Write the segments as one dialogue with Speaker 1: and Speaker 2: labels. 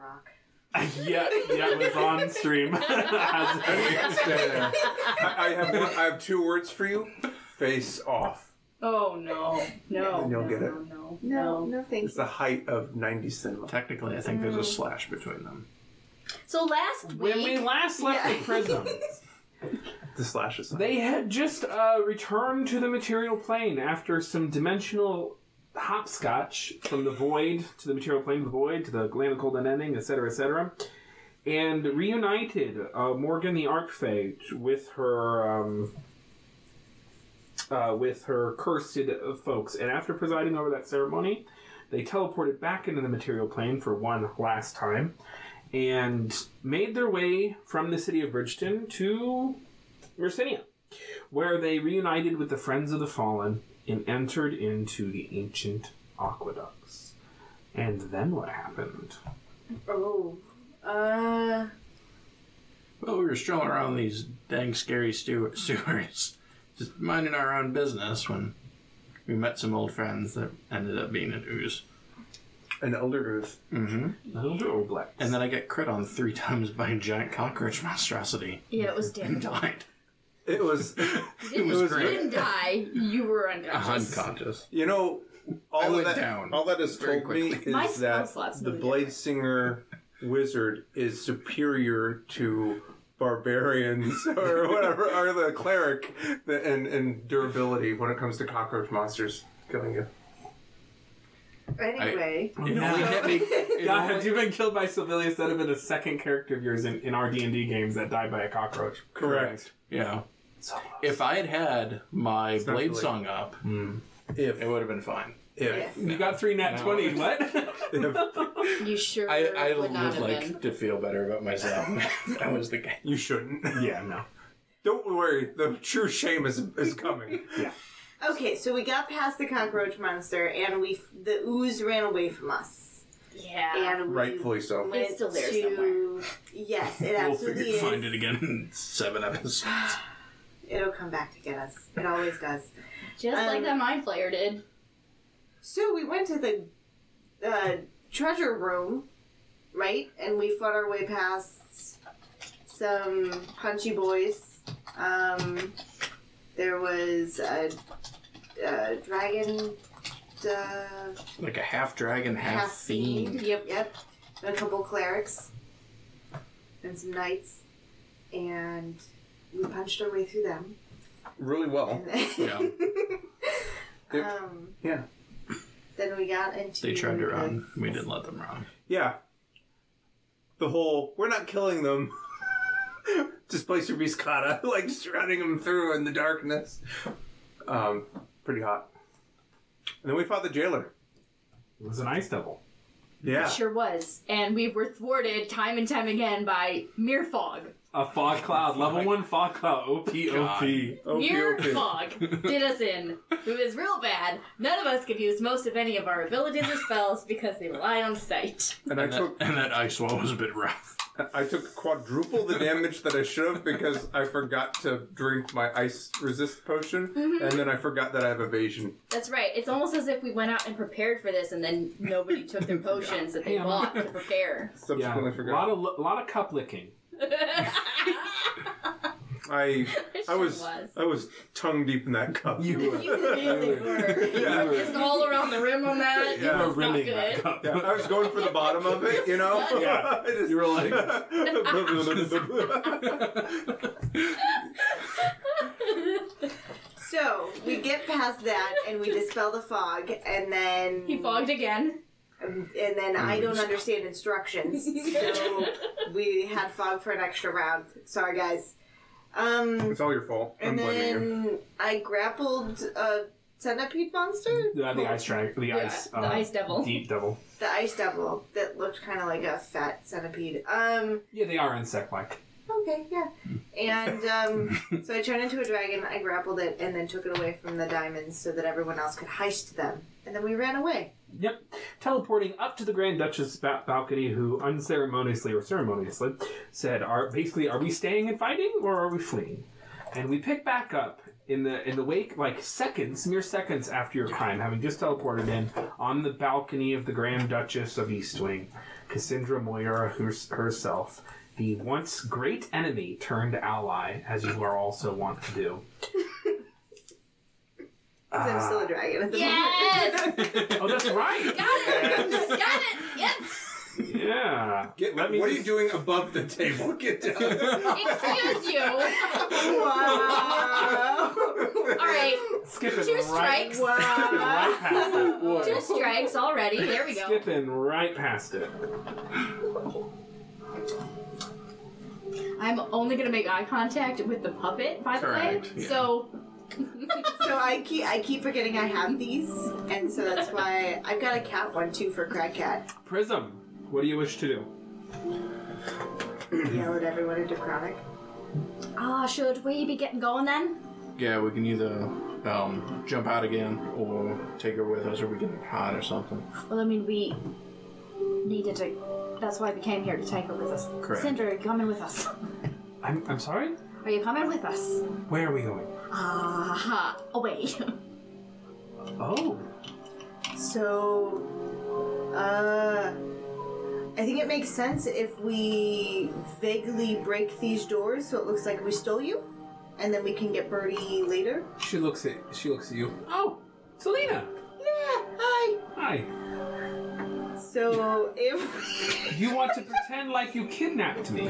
Speaker 1: rock.
Speaker 2: yeah, yeah, it was on stream. As-
Speaker 3: Stay there. I, I have one, I have two words for you. Face off.
Speaker 4: Oh no, no.
Speaker 3: Then you'll
Speaker 4: no,
Speaker 3: get it.
Speaker 4: No, no,
Speaker 1: No,
Speaker 4: no.
Speaker 1: no
Speaker 3: It's
Speaker 1: thanks.
Speaker 3: the height of '90s cinema.
Speaker 2: Technically, I think there's a slash between them.
Speaker 1: So last week,
Speaker 2: When we last left the prism,
Speaker 3: The slashes.
Speaker 2: they had just uh, returned to the material plane after some dimensional hopscotch from the void to the material plane, the void to the land of cold and ending, etc., etc., and reunited uh, Morgan the Archfey with her. Um, uh, with her cursed uh, folks, and after presiding over that ceremony, they teleported back into the material plane for one last time, and made their way from the city of Bridgeton to Mercinia, where they reunited with the Friends of the Fallen and entered into the ancient aqueducts. And then what happened?
Speaker 4: Oh, uh,
Speaker 5: Well, we were strolling around these dang scary stew- sewers, just minding our own business when we met some old friends that ended up being an ooze.
Speaker 3: An elder ooze.
Speaker 5: Mm-hmm.
Speaker 2: Elder or Black?
Speaker 5: And then I got crit on three times by a giant cockroach monstrosity
Speaker 1: yeah, it was
Speaker 5: and
Speaker 1: damn.
Speaker 5: died.
Speaker 3: It was.
Speaker 5: It was
Speaker 1: You
Speaker 5: great.
Speaker 1: didn't die. You were unconscious.
Speaker 5: Unconscious.
Speaker 3: You know,
Speaker 5: I
Speaker 3: all of
Speaker 5: went
Speaker 3: that.
Speaker 5: down
Speaker 3: All that is
Speaker 5: very
Speaker 3: told me
Speaker 5: quickly.
Speaker 1: My
Speaker 3: is
Speaker 1: spell
Speaker 3: that
Speaker 1: slot's
Speaker 3: the
Speaker 1: no
Speaker 3: Blade Singer wizard is superior to barbarians or whatever, or the cleric, the, and and durability when it comes to cockroach monsters killing you.
Speaker 4: anyway.
Speaker 5: It only hit me. it
Speaker 2: God,
Speaker 5: only-
Speaker 2: had you been killed by Sibelius, that'd have been a second character of yours in, in our D&D games that died by a cockroach. Hmm.
Speaker 3: Correct.
Speaker 5: yeah.
Speaker 2: So
Speaker 5: If I had had my
Speaker 3: not
Speaker 5: blade
Speaker 3: really-
Speaker 5: song up,
Speaker 3: If
Speaker 5: it would have been fine.
Speaker 3: if
Speaker 2: you got three nat
Speaker 5: No.
Speaker 2: 20, what?
Speaker 3: if
Speaker 1: You sure
Speaker 5: I, I
Speaker 1: would not
Speaker 5: would
Speaker 1: have
Speaker 5: like
Speaker 1: been.
Speaker 5: to feel better about myself. that was the game.
Speaker 3: you shouldn't,
Speaker 2: yeah, no.
Speaker 3: don't worry. The true shame is is coming.
Speaker 4: Okay, so we got past the cockroach monster, and we f- the ooze ran away from us,
Speaker 1: Yeah.
Speaker 4: and we
Speaker 3: Rightfully so.
Speaker 4: went
Speaker 1: It's still there
Speaker 4: to-
Speaker 1: somewhere.
Speaker 4: Yes, it
Speaker 5: We'll
Speaker 4: absolutely
Speaker 5: figure,
Speaker 4: is.
Speaker 5: find it again in seven episodes.
Speaker 4: It'll come back to get us. It always does.
Speaker 1: Just
Speaker 4: Um,
Speaker 1: like that mind flayer did.
Speaker 4: So we went to the uh, treasure room, right? And we fought our way past some punchy boys. Um, there was a, a dragon, uh,
Speaker 5: Like a half dragon, half,
Speaker 4: half
Speaker 5: fiend.
Speaker 4: fiend.
Speaker 1: Yep.
Speaker 4: Yep, and a couple clerics, and some knights, and we punched our way through them.
Speaker 3: Really well.
Speaker 4: And then,
Speaker 5: Yeah.
Speaker 3: Yep.
Speaker 4: um,
Speaker 3: Yeah.
Speaker 4: Then we got into.
Speaker 5: They tried to
Speaker 4: the-
Speaker 5: run. We didn't let them run.
Speaker 3: Yeah. The whole we're not killing them. Displace your biscata, like just running them through in the darkness. Um, pretty hot. And then we fought the jailer.
Speaker 2: It was an ice devil.
Speaker 3: Yeah.
Speaker 1: Sure was. And we were thwarted time and time again by mere fog.
Speaker 2: A fog cloud, level one fog cloud, OP, OP.
Speaker 1: Mere fog did us in. It was real bad. None of us could use most of any of our abilities or spells because they rely on sight.
Speaker 3: And I
Speaker 5: And that,
Speaker 3: took
Speaker 5: and that ice wall was a bit rough.
Speaker 3: I took quadruple the damage that I should have because I forgot to drink my ice resist potion, and then I forgot that I have evasion.
Speaker 1: That's right. It's almost as if we went out and prepared for this, and then nobody took their potions that they
Speaker 2: Yeah.
Speaker 1: bought to prepare.
Speaker 2: Yeah,
Speaker 3: Subsequently
Speaker 2: a lot
Speaker 3: forgot.
Speaker 2: of, a lot of cup licking.
Speaker 3: I I
Speaker 1: Sure
Speaker 3: was,
Speaker 1: was.
Speaker 3: I was tongue deep in that cup.
Speaker 1: You really were. You
Speaker 3: Yeah.
Speaker 1: were just all around the rim on that. You
Speaker 3: Yeah.
Speaker 2: You
Speaker 1: were
Speaker 2: were rimming
Speaker 1: not
Speaker 2: that
Speaker 1: good.
Speaker 2: cup.
Speaker 3: Yeah, I was going for the bottom of it, you know.
Speaker 2: Yeah.
Speaker 3: I just-
Speaker 2: You were like,
Speaker 4: So we get past that and we dispel the fog, and then Um,
Speaker 1: He fogged again.
Speaker 4: and then I don't understand instructions, so we had fog for an extra round. Sorry, guys. Um,
Speaker 3: it's all your fault. I'm
Speaker 4: and
Speaker 3: blaming you.
Speaker 4: then I grappled a centipede monster,
Speaker 2: uh, the ice dragon, the ice,
Speaker 1: the
Speaker 2: uh,
Speaker 1: ice devil.
Speaker 2: deep devil.
Speaker 4: the ice devil that looked kind of like a fat centipede. Um.
Speaker 2: Yeah, they are insect-like.
Speaker 4: Okay, yeah. And um, so I turned into a dragon, I grappled it, and then took it away from the diamonds so that everyone else could heist them. And then we ran away.
Speaker 2: Yep. Teleporting up to the Grand Duchess ba- balcony, who unceremoniously or ceremoniously said, "Are basically, are we staying and fighting, or are we fleeing?" And we pick back up in the in the wake, like seconds, mere seconds after your crime, having just teleported in on the balcony of the Grand Duchess of Eastwing, Cassandra Moira hers- herself, the once great enemy turned ally, as you are also wont to do.
Speaker 4: I'm still a dragon at the
Speaker 1: Yes!
Speaker 4: moment.
Speaker 2: Oh, that's right.
Speaker 1: Got it! Got it! Yes!
Speaker 2: Yeah.
Speaker 3: Get,
Speaker 2: Let me
Speaker 3: what are you
Speaker 2: just-
Speaker 3: doing above the table? Get down.
Speaker 1: Excuse you!
Speaker 4: wow.
Speaker 1: Alright,
Speaker 2: skipping
Speaker 1: two
Speaker 2: right,
Speaker 1: strikes.
Speaker 2: skipping right past it.
Speaker 4: Wow.
Speaker 1: two strikes already. There we go.
Speaker 2: Skipping right past it.
Speaker 1: I'm only gonna make eye contact with the puppet, by the
Speaker 5: Correct,
Speaker 1: way.
Speaker 5: yeah.
Speaker 1: So,
Speaker 4: So I keep I keep forgetting I have these, and so that's why I've got a cat one too for Crack Cat.
Speaker 2: Prism, what do you wish to do?
Speaker 4: Yell at everyone into chronic.
Speaker 1: ah, should we be getting going then?
Speaker 5: Yeah, we can either um, jump out again or take her with us or we can hide or something.
Speaker 1: Well, I mean, we needed to. That's why we came here to take her with us.
Speaker 5: Correct.
Speaker 1: Cinder, are you coming with us?
Speaker 2: I'm, I'm sorry?
Speaker 1: Are you coming with us?
Speaker 2: Where are we going?
Speaker 1: Aha! Away.
Speaker 2: Oh.
Speaker 4: So, uh, I think it makes sense if we vaguely break these doors so it looks like we stole you, and then we can get Birdie later.
Speaker 2: She looks at she looks at you. Oh, Selena.
Speaker 4: Yeah, hi.
Speaker 2: Hi.
Speaker 4: So if
Speaker 2: You want to pretend like you kidnapped me.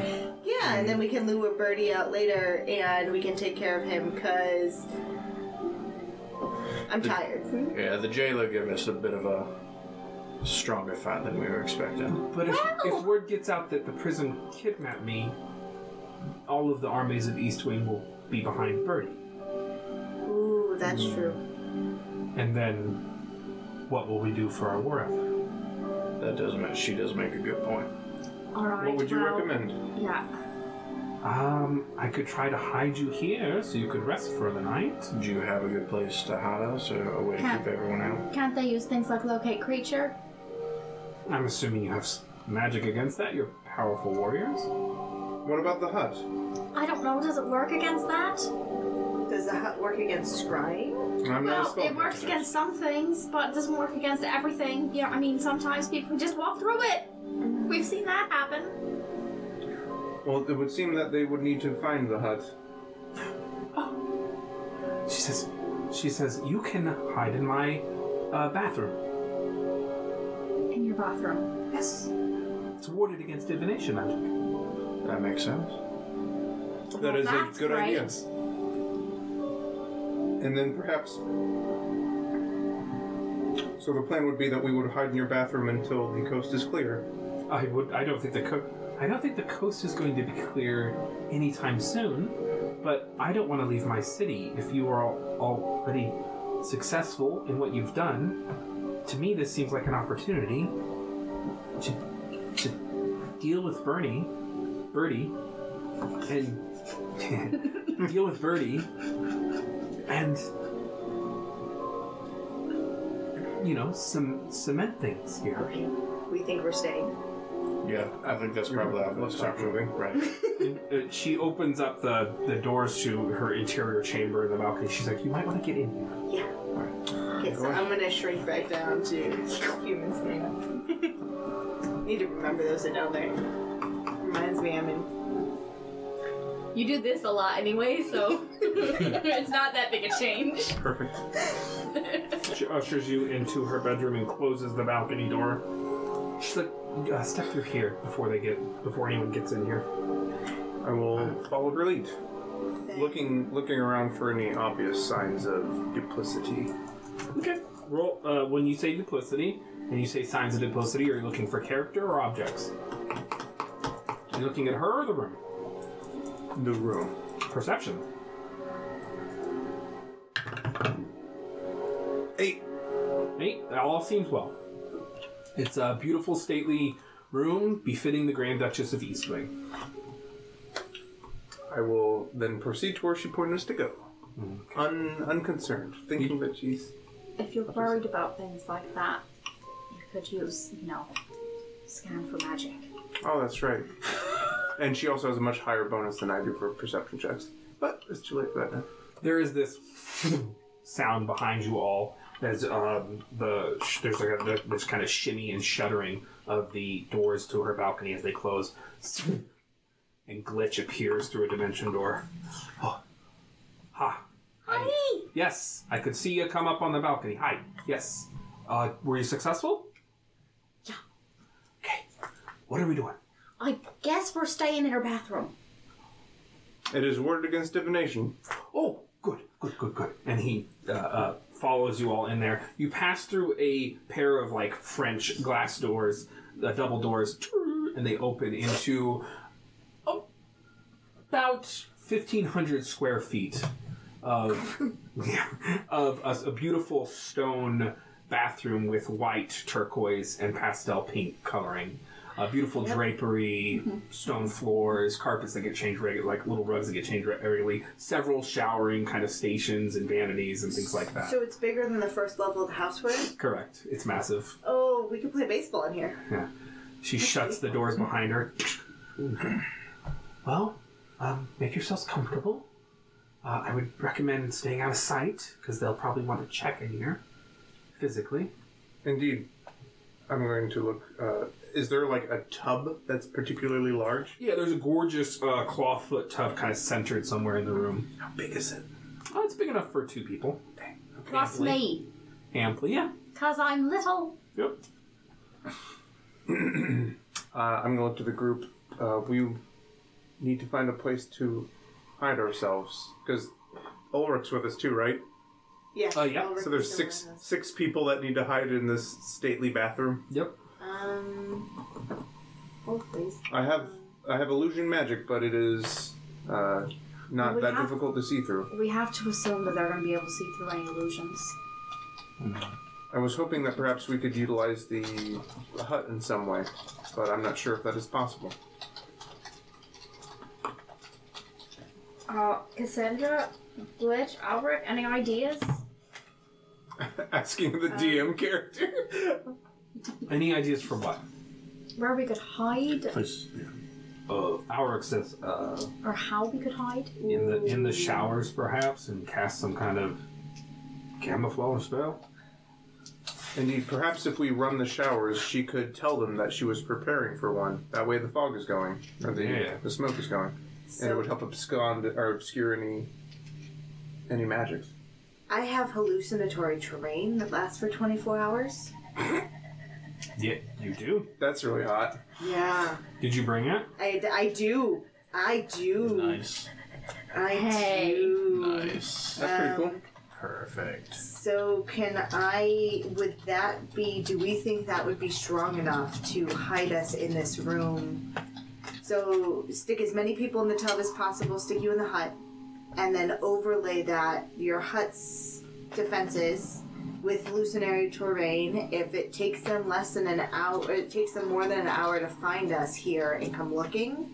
Speaker 4: yeah, and then we can lure Birdie out later, and we can take care of him because I'm tired.
Speaker 5: Yeah, the jailer gave us a bit of a stronger fight than we were expecting.
Speaker 2: But if, if word gets out that the prison kidnapped me, all of the armies of East Wing will be behind Birdie.
Speaker 4: Ooh, that's true.
Speaker 2: And then what will we do for our war effort?
Speaker 5: That does make, she does make a good point.
Speaker 1: All right.
Speaker 3: what would you
Speaker 1: well,
Speaker 3: recommend?
Speaker 1: Yeah.
Speaker 2: Um, I could try to hide you here so you could rest for the night.
Speaker 5: Do you have a good place to hide us or a way to keep everyone out?
Speaker 1: Can't they use things like locate creature?
Speaker 2: I'm assuming you have s- magic against that. You're powerful warriors.
Speaker 3: What about the hut?
Speaker 1: I don't know. Does it work against that?
Speaker 4: Does the hut work against scrying?
Speaker 3: I'm not a
Speaker 1: well, it
Speaker 3: spellcaster.
Speaker 1: works against some things, but it doesn't work against everything. You know, I mean, sometimes people just walk through it. We've seen that happen.
Speaker 3: Well, it would seem that they would need to find the hut.
Speaker 2: She says, she says you can hide in my uh, bathroom.
Speaker 1: In your bathroom.
Speaker 2: Yes. It's warded against divination magic.
Speaker 5: That makes sense.
Speaker 3: That is
Speaker 1: that's
Speaker 3: a good
Speaker 1: great.
Speaker 3: idea. And then perhaps. So the plan would be that we would hide in your bathroom until the coast is clear.
Speaker 2: I would. I don't think the co- I don't think the coast is going to be clear anytime soon. But I don't want to leave my city if you are al- already successful in what you've done. To me, this seems like an opportunity to to deal with Bernie, Birdie, and deal with Birdie, and you know, some cement things here.
Speaker 4: We think we're staying.
Speaker 5: Yeah, I think that's probably our
Speaker 3: Let's
Speaker 5: best
Speaker 3: start
Speaker 5: option.
Speaker 3: moving.
Speaker 5: Right.
Speaker 2: And, uh, she opens up the, the doors to her interior chamber in the balcony. She's like, "You might want to get in here."
Speaker 4: Yeah. Okay, so I'm gonna shrink back down to humans now. Need to remember those are down there. Reminds me I'm in.
Speaker 1: You do this a lot anyway, so it's not that big a change.
Speaker 3: Perfect.
Speaker 2: She ushers you into her bedroom and closes the balcony door. She's like, uh, "Step through here before they get before anyone gets in here."
Speaker 3: I will follow her lead. Looking, looking around for any obvious signs of duplicity.
Speaker 2: Okay. Roll uh, when you say duplicity, and you say signs of duplicity. Are you looking for character or objects? Are you looking at her or the room?
Speaker 3: The room.
Speaker 2: Perception.
Speaker 3: Eight.
Speaker 2: Eight. That all seems well. It's a beautiful, stately room befitting the Grand Duchess of Eastwing.
Speaker 3: I will then proceed to where she pointed us to go. Un, unconcerned, thinking that she's.
Speaker 1: If you're worried about things like that, you could use, you know, scan for magic.
Speaker 3: Oh, that's right. and she also has a much higher bonus than I do for perception checks. But it's too late for that now.
Speaker 2: There is this sound behind you all as um, the sh- there's like a, this kind of shimmy and shuddering of the doors to her balcony as they close, and Glitch appears through a dimension door. Oh. Ha!
Speaker 1: Hi!
Speaker 2: Yes, I could see you come up on the balcony. Hi. Yes. Uh, were you successful?
Speaker 1: Yeah.
Speaker 2: Okay. What are we doing?
Speaker 1: I guess we're staying in her bathroom.
Speaker 3: It is word against divination.
Speaker 2: Oh, good, good, good, good. And he uh, uh, follows you all in there. You pass through a pair of like French glass doors, uh, double doors, and they open into about 1,500 square feet of, yeah, of a, a beautiful stone bathroom with white, turquoise, and pastel pink coloring. Uh, beautiful drapery, stone floors, carpets that get changed regularly, like little rugs that get changed regularly, several showering kind of stations and vanities and things like that.
Speaker 4: So it's bigger than the first level of the house we're in?
Speaker 2: Correct. It's massive.
Speaker 4: Oh, we could play baseball in here.
Speaker 2: Yeah. She shuts the doors behind her. well, um, make yourselves comfortable. Uh, I would recommend staying out of sight because they'll probably want to check in here physically.
Speaker 3: Indeed. I'm going to look. Uh, is there like a tub that's particularly large?
Speaker 2: Yeah, there's a gorgeous uh, clawfoot tub kind of centered somewhere in the room.
Speaker 3: How big is it?
Speaker 2: Oh, it's big enough for two people.
Speaker 1: Plus me,
Speaker 2: Amply, yeah.
Speaker 1: because I'm little.
Speaker 2: Yep.
Speaker 3: Uh, I'm going to look to the group. Uh, we need to find a place to hide ourselves because Ulrich's with us too, right?
Speaker 4: Yeah.
Speaker 2: Oh, yeah.
Speaker 4: I'll
Speaker 3: So there's
Speaker 4: recommend
Speaker 3: six
Speaker 4: one of those.
Speaker 3: six people that need to hide in this stately bathroom.
Speaker 2: Yep.
Speaker 4: Um. Hold, please.
Speaker 3: I have I have illusion magic, but it is uh, not
Speaker 1: We
Speaker 3: that
Speaker 1: have-
Speaker 3: difficult to see through.
Speaker 1: We have to assume that they're going to be able to see through any illusions.
Speaker 3: I was hoping that perhaps we could utilize the hut in some way, but I'm not sure if that is possible.
Speaker 1: Uh, Cassandra, Glitch, Albert, any ideas? Uh,
Speaker 3: Asking the DM character.
Speaker 2: Any ideas for what?
Speaker 1: Where we could hide,
Speaker 5: Please, yeah.
Speaker 2: Uh, Auric says, uh,
Speaker 1: or how we could hide?
Speaker 2: in the in the showers perhaps and cast some kind of camouflage spell.
Speaker 3: Indeed, perhaps if we run the showers, she could tell them that she was preparing for one. That way, the fog is going, or the,
Speaker 2: Yeah.
Speaker 3: the smoke is going, and it
Speaker 4: So
Speaker 3: would help abscond or obscure any any magic.
Speaker 4: I have hallucinatory terrain that lasts for 24 hours.
Speaker 2: Yeah, you do.
Speaker 3: That's really hot.
Speaker 4: Yeah.
Speaker 2: Did you bring it?
Speaker 4: I, I do. I do.
Speaker 5: Nice.
Speaker 4: I
Speaker 1: Hey.
Speaker 4: do.
Speaker 5: Nice.
Speaker 3: That's pretty cool.
Speaker 5: Perfect.
Speaker 4: So can I? Would that be? Do we think that would be strong enough to hide us in this room? So stick as many people in the tub as possible. Stick you in the hut, and then overlay that your hut's defenses with hallucinatory terrain. If it takes them less than an hour, it takes them more than an hour to find us here and come looking.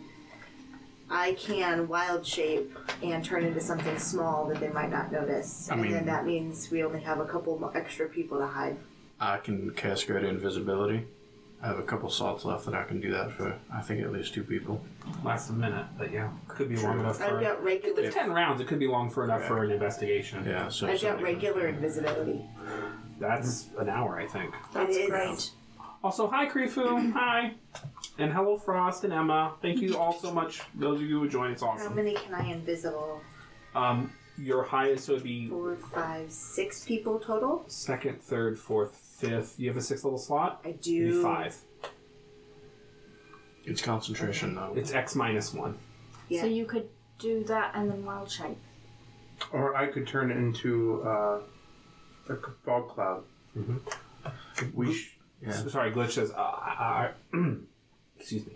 Speaker 4: I can wild shape and turn into something small that they might not notice,
Speaker 5: I
Speaker 4: and
Speaker 5: mean-
Speaker 4: then that means we only have a couple more extra people to hide.
Speaker 5: I can cast greater invisibility. I have a couple salts left that I can do that for. I think at least two people.
Speaker 2: Last a minute, but yeah, could be long enough
Speaker 4: I've
Speaker 5: Uh,
Speaker 2: for.
Speaker 4: got regular.
Speaker 2: It's ten rounds. It could be long for enough for an investigation.
Speaker 5: Yeah. So
Speaker 4: I've got
Speaker 5: somebody-
Speaker 4: regular invisibility.
Speaker 2: That's an hour, I think.
Speaker 4: That's it is,
Speaker 1: great.
Speaker 2: Also, hi Krifu, hi, and hello Frost and Emma. Thank you all so much. Those of you who joined, it's
Speaker 4: How
Speaker 2: awesome.
Speaker 4: many can I invisible?
Speaker 2: Um, your highest so would be
Speaker 4: Four, five, six people total.
Speaker 2: second, third, fourth, fifth. You have a sixth level slot.
Speaker 4: I
Speaker 2: It'd be
Speaker 4: do.
Speaker 2: five.
Speaker 5: It's concentration though.
Speaker 2: It's X minus one.
Speaker 4: Yeah.
Speaker 1: So you could do that and then wild shape.
Speaker 3: Or I could turn into uh, a c- fog cloud.
Speaker 5: we. Sh- yeah.
Speaker 2: So- Sorry, glitch says. Uh, I, I, excuse me.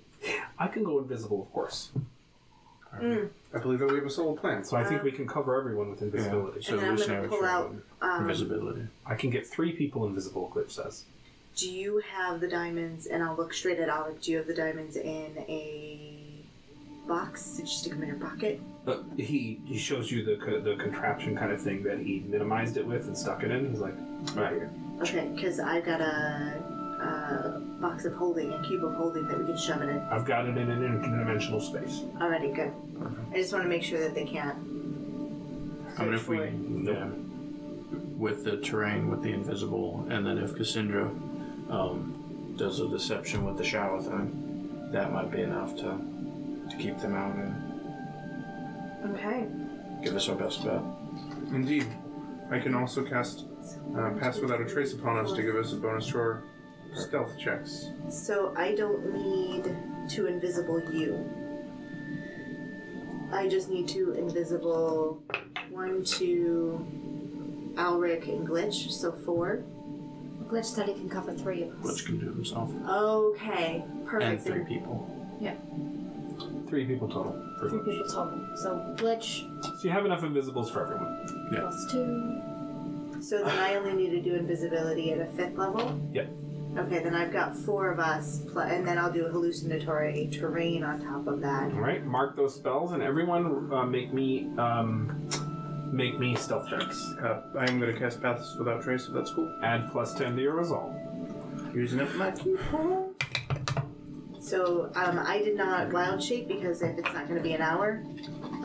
Speaker 2: I can go invisible, of course.
Speaker 3: I believe that we have a solo plan.
Speaker 2: So I think we can cover everyone with invisibility.
Speaker 5: So
Speaker 4: And I'm
Speaker 5: listen,
Speaker 4: gonna
Speaker 5: I was
Speaker 4: pull out.
Speaker 5: wrong.
Speaker 4: Um,
Speaker 5: invisibility.
Speaker 2: I can get three people invisible. Glitch says.
Speaker 4: do you have the diamonds? And I'll look straight at Alec. Do you have the diamonds in a box? Did you stick them in your pocket?
Speaker 2: But he he shows you the co- the contraption kind of thing that he minimized it with and stuck it in. He's like, right here.
Speaker 4: Okay, because I've got a, a box of holding, a cube of holding that we can shove it in.
Speaker 2: I've got it in an interdimensional space.
Speaker 4: Alrighty, good. I just want to make sure that they can't.
Speaker 5: I mean,
Speaker 4: search
Speaker 5: if we
Speaker 4: for it.
Speaker 5: yeah, with the terrain, with the invisible, and then if Cassandra um, does a deception with the shower thing, that might be enough to to keep them out and
Speaker 4: Okay.
Speaker 5: give us our best bet.
Speaker 3: Indeed. I can also cast uh, Pass Without a Trace upon us to give us a bonus to our stealth checks.
Speaker 4: So I don't need to invisible you. I just need to invisible one, two, Alric and Glitch, so four.
Speaker 1: Glitch said he can cover three of us.
Speaker 5: Which can do himself
Speaker 4: Okay,
Speaker 5: and
Speaker 4: perfect.
Speaker 5: three people.
Speaker 2: Three people total.
Speaker 1: Three people total. So Glitch
Speaker 2: So you have enough invisibles for everyone.
Speaker 1: plus two.
Speaker 4: So then I only need to do invisibility at a fifth level?
Speaker 2: Yep.
Speaker 4: Okay, then I've got four of us, pl- and then I'll do a hallucinatory terrain on top of that.
Speaker 2: All right, mark those spells, and everyone uh, make me um, make me stealth checks.
Speaker 3: Uh, I am going to cast Pass Without Trace if that's cool.
Speaker 2: Add plus ten to your resolve.
Speaker 3: Using up my keyboard.
Speaker 4: So um, I did not loud shape because if it's not going to be an hour,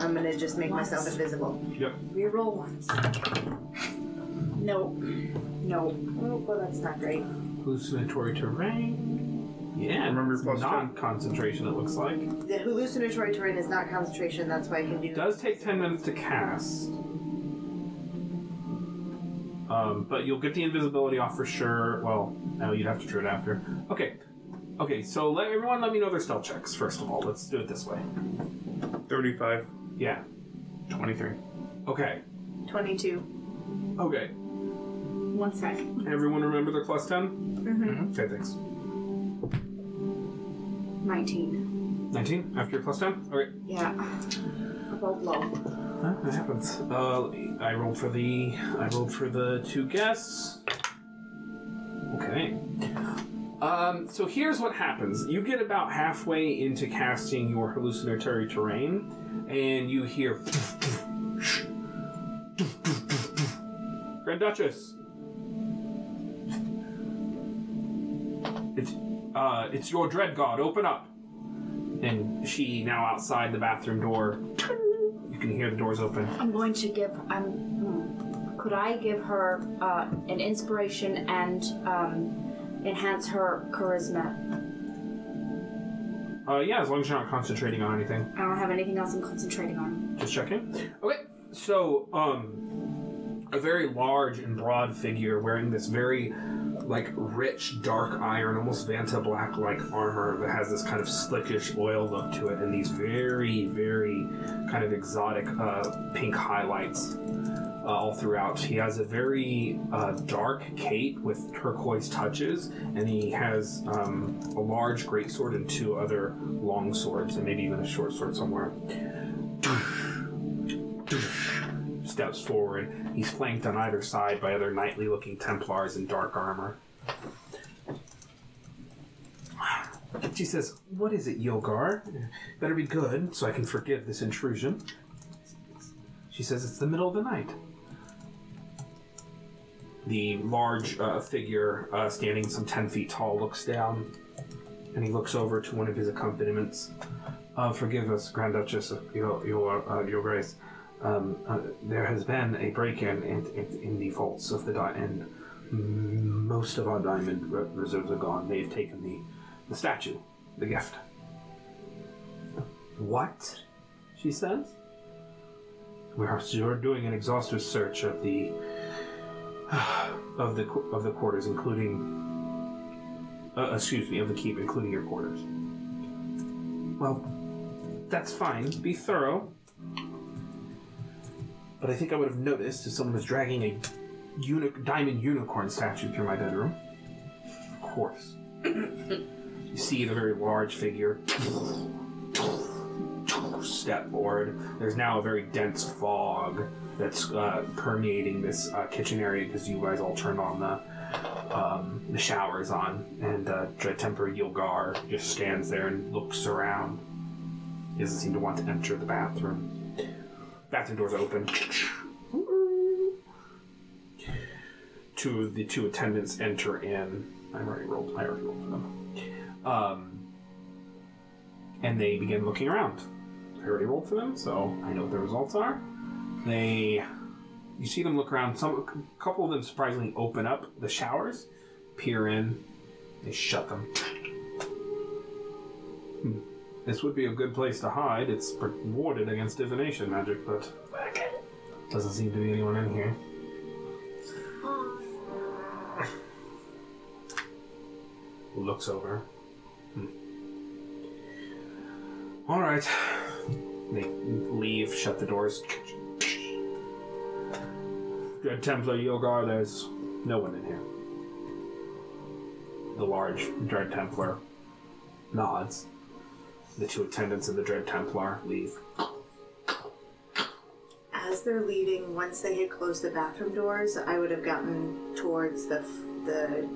Speaker 4: I'm going to just make myself
Speaker 1: Nice.
Speaker 4: invisible.
Speaker 1: Reroll once. No. No.
Speaker 4: Oh, well, that's not great.
Speaker 2: Hallucinatory terrain. Yeah,
Speaker 3: Remember
Speaker 2: it's
Speaker 3: plus
Speaker 2: not
Speaker 3: 10.
Speaker 2: concentration. It looks like it
Speaker 4: The hallucinatory terrain is not concentration, that's why I can do.
Speaker 2: does take ten minutes to cast. Um, but you'll get the invisibility off for sure. Well, no, you'd have to do it after. Okay, okay. So let everyone let me know their stealth checks first of all. Let's do it this way.
Speaker 3: 35.
Speaker 2: Yeah.
Speaker 5: Twenty-three.
Speaker 2: Okay.
Speaker 4: 22.
Speaker 2: Okay.
Speaker 1: One sec.
Speaker 2: Everyone remember their plus ten.
Speaker 4: Mm-hmm.
Speaker 2: Okay, thanks.
Speaker 1: 19.
Speaker 2: 19 after your plus 10? Alright.
Speaker 1: Yeah. I rolled low.
Speaker 2: that happens. Uh, let me- I rolled for the. I rolled for the two guests. Okay. Um, so here's what happens. You get about halfway into casting your hallucinatory terrain, and you hear. Grand Duchess! It's, uh, it's your dread god, open up! And she, now outside the bathroom door, you can hear the doors open.
Speaker 1: I'm going to give. I'm. hmm. Could I give her uh, an inspiration and um, enhance her charisma?
Speaker 2: Uh, yeah, as long as you're not concentrating on anything.
Speaker 1: I don't have anything else I'm concentrating on.
Speaker 2: Just checking. Okay, so, um, a very large and broad figure wearing this very, like, rich, dark iron, almost Vanta Black like armor that has this kind of slickish oil look to it and these very, very kind of exotic uh, pink highlights. uh, all throughout. He has a very uh, dark cape with turquoise touches, and he has um, a large greatsword and two other long swords, and maybe even a short sword somewhere. Steps forward. He's flanked on either side by other knightly looking Templars in dark armor. She says, What is it, Yogar? Better be good so I can forgive this intrusion. She says, It's the middle of the night the large uh, figure uh, standing some 10 feet tall looks down and he looks over to one of his accompaniments. Uh, forgive us, Grand Duchess, uh, your, your, uh, your Grace. Um, uh, there has been a break in, in, in- in the vaults of the diamond. Most of our diamond re- reserves are gone. They've taken the, the statue, the gift. What? She says. We're we're doing an exhaustive search of the of the qu- of the quarters, including uh, excuse me, of the keep, including your quarters. Well, that's fine. Be thorough. But I think I would have noticed if someone was dragging a uni- diamond unicorn statue through my bedroom. Of course. you see the very large figure step forward. There's now a very dense fog that's uh, permeating this uh, kitchen area because you guys all turned on the um, the showers on, and uh, Dread Temper Yilgar just stands there and looks around. He doesn't seem to want to enter the bathroom. Bathroom doors open. Two of the two attendants enter in. I already rolled. I already rolled for them. Um, and they begin looking around. I already rolled for them, so I know what the results are. They You see them look around. Some, a couple of them surprisingly open up the showers, peer in, they shut them. Hmm. This would be a good place to hide. It's pre- warded against divination magic, but doesn't seem to be anyone in here. Looks over. Hmm. All right. They leave, shut the doors. Dread Templar Yogar, there's no one in here. The large Dread Templar nods. The two attendants of the Dread Templar leave.
Speaker 4: As they're leaving, once they had closed the bathroom doors, I would have gotten towards the f- the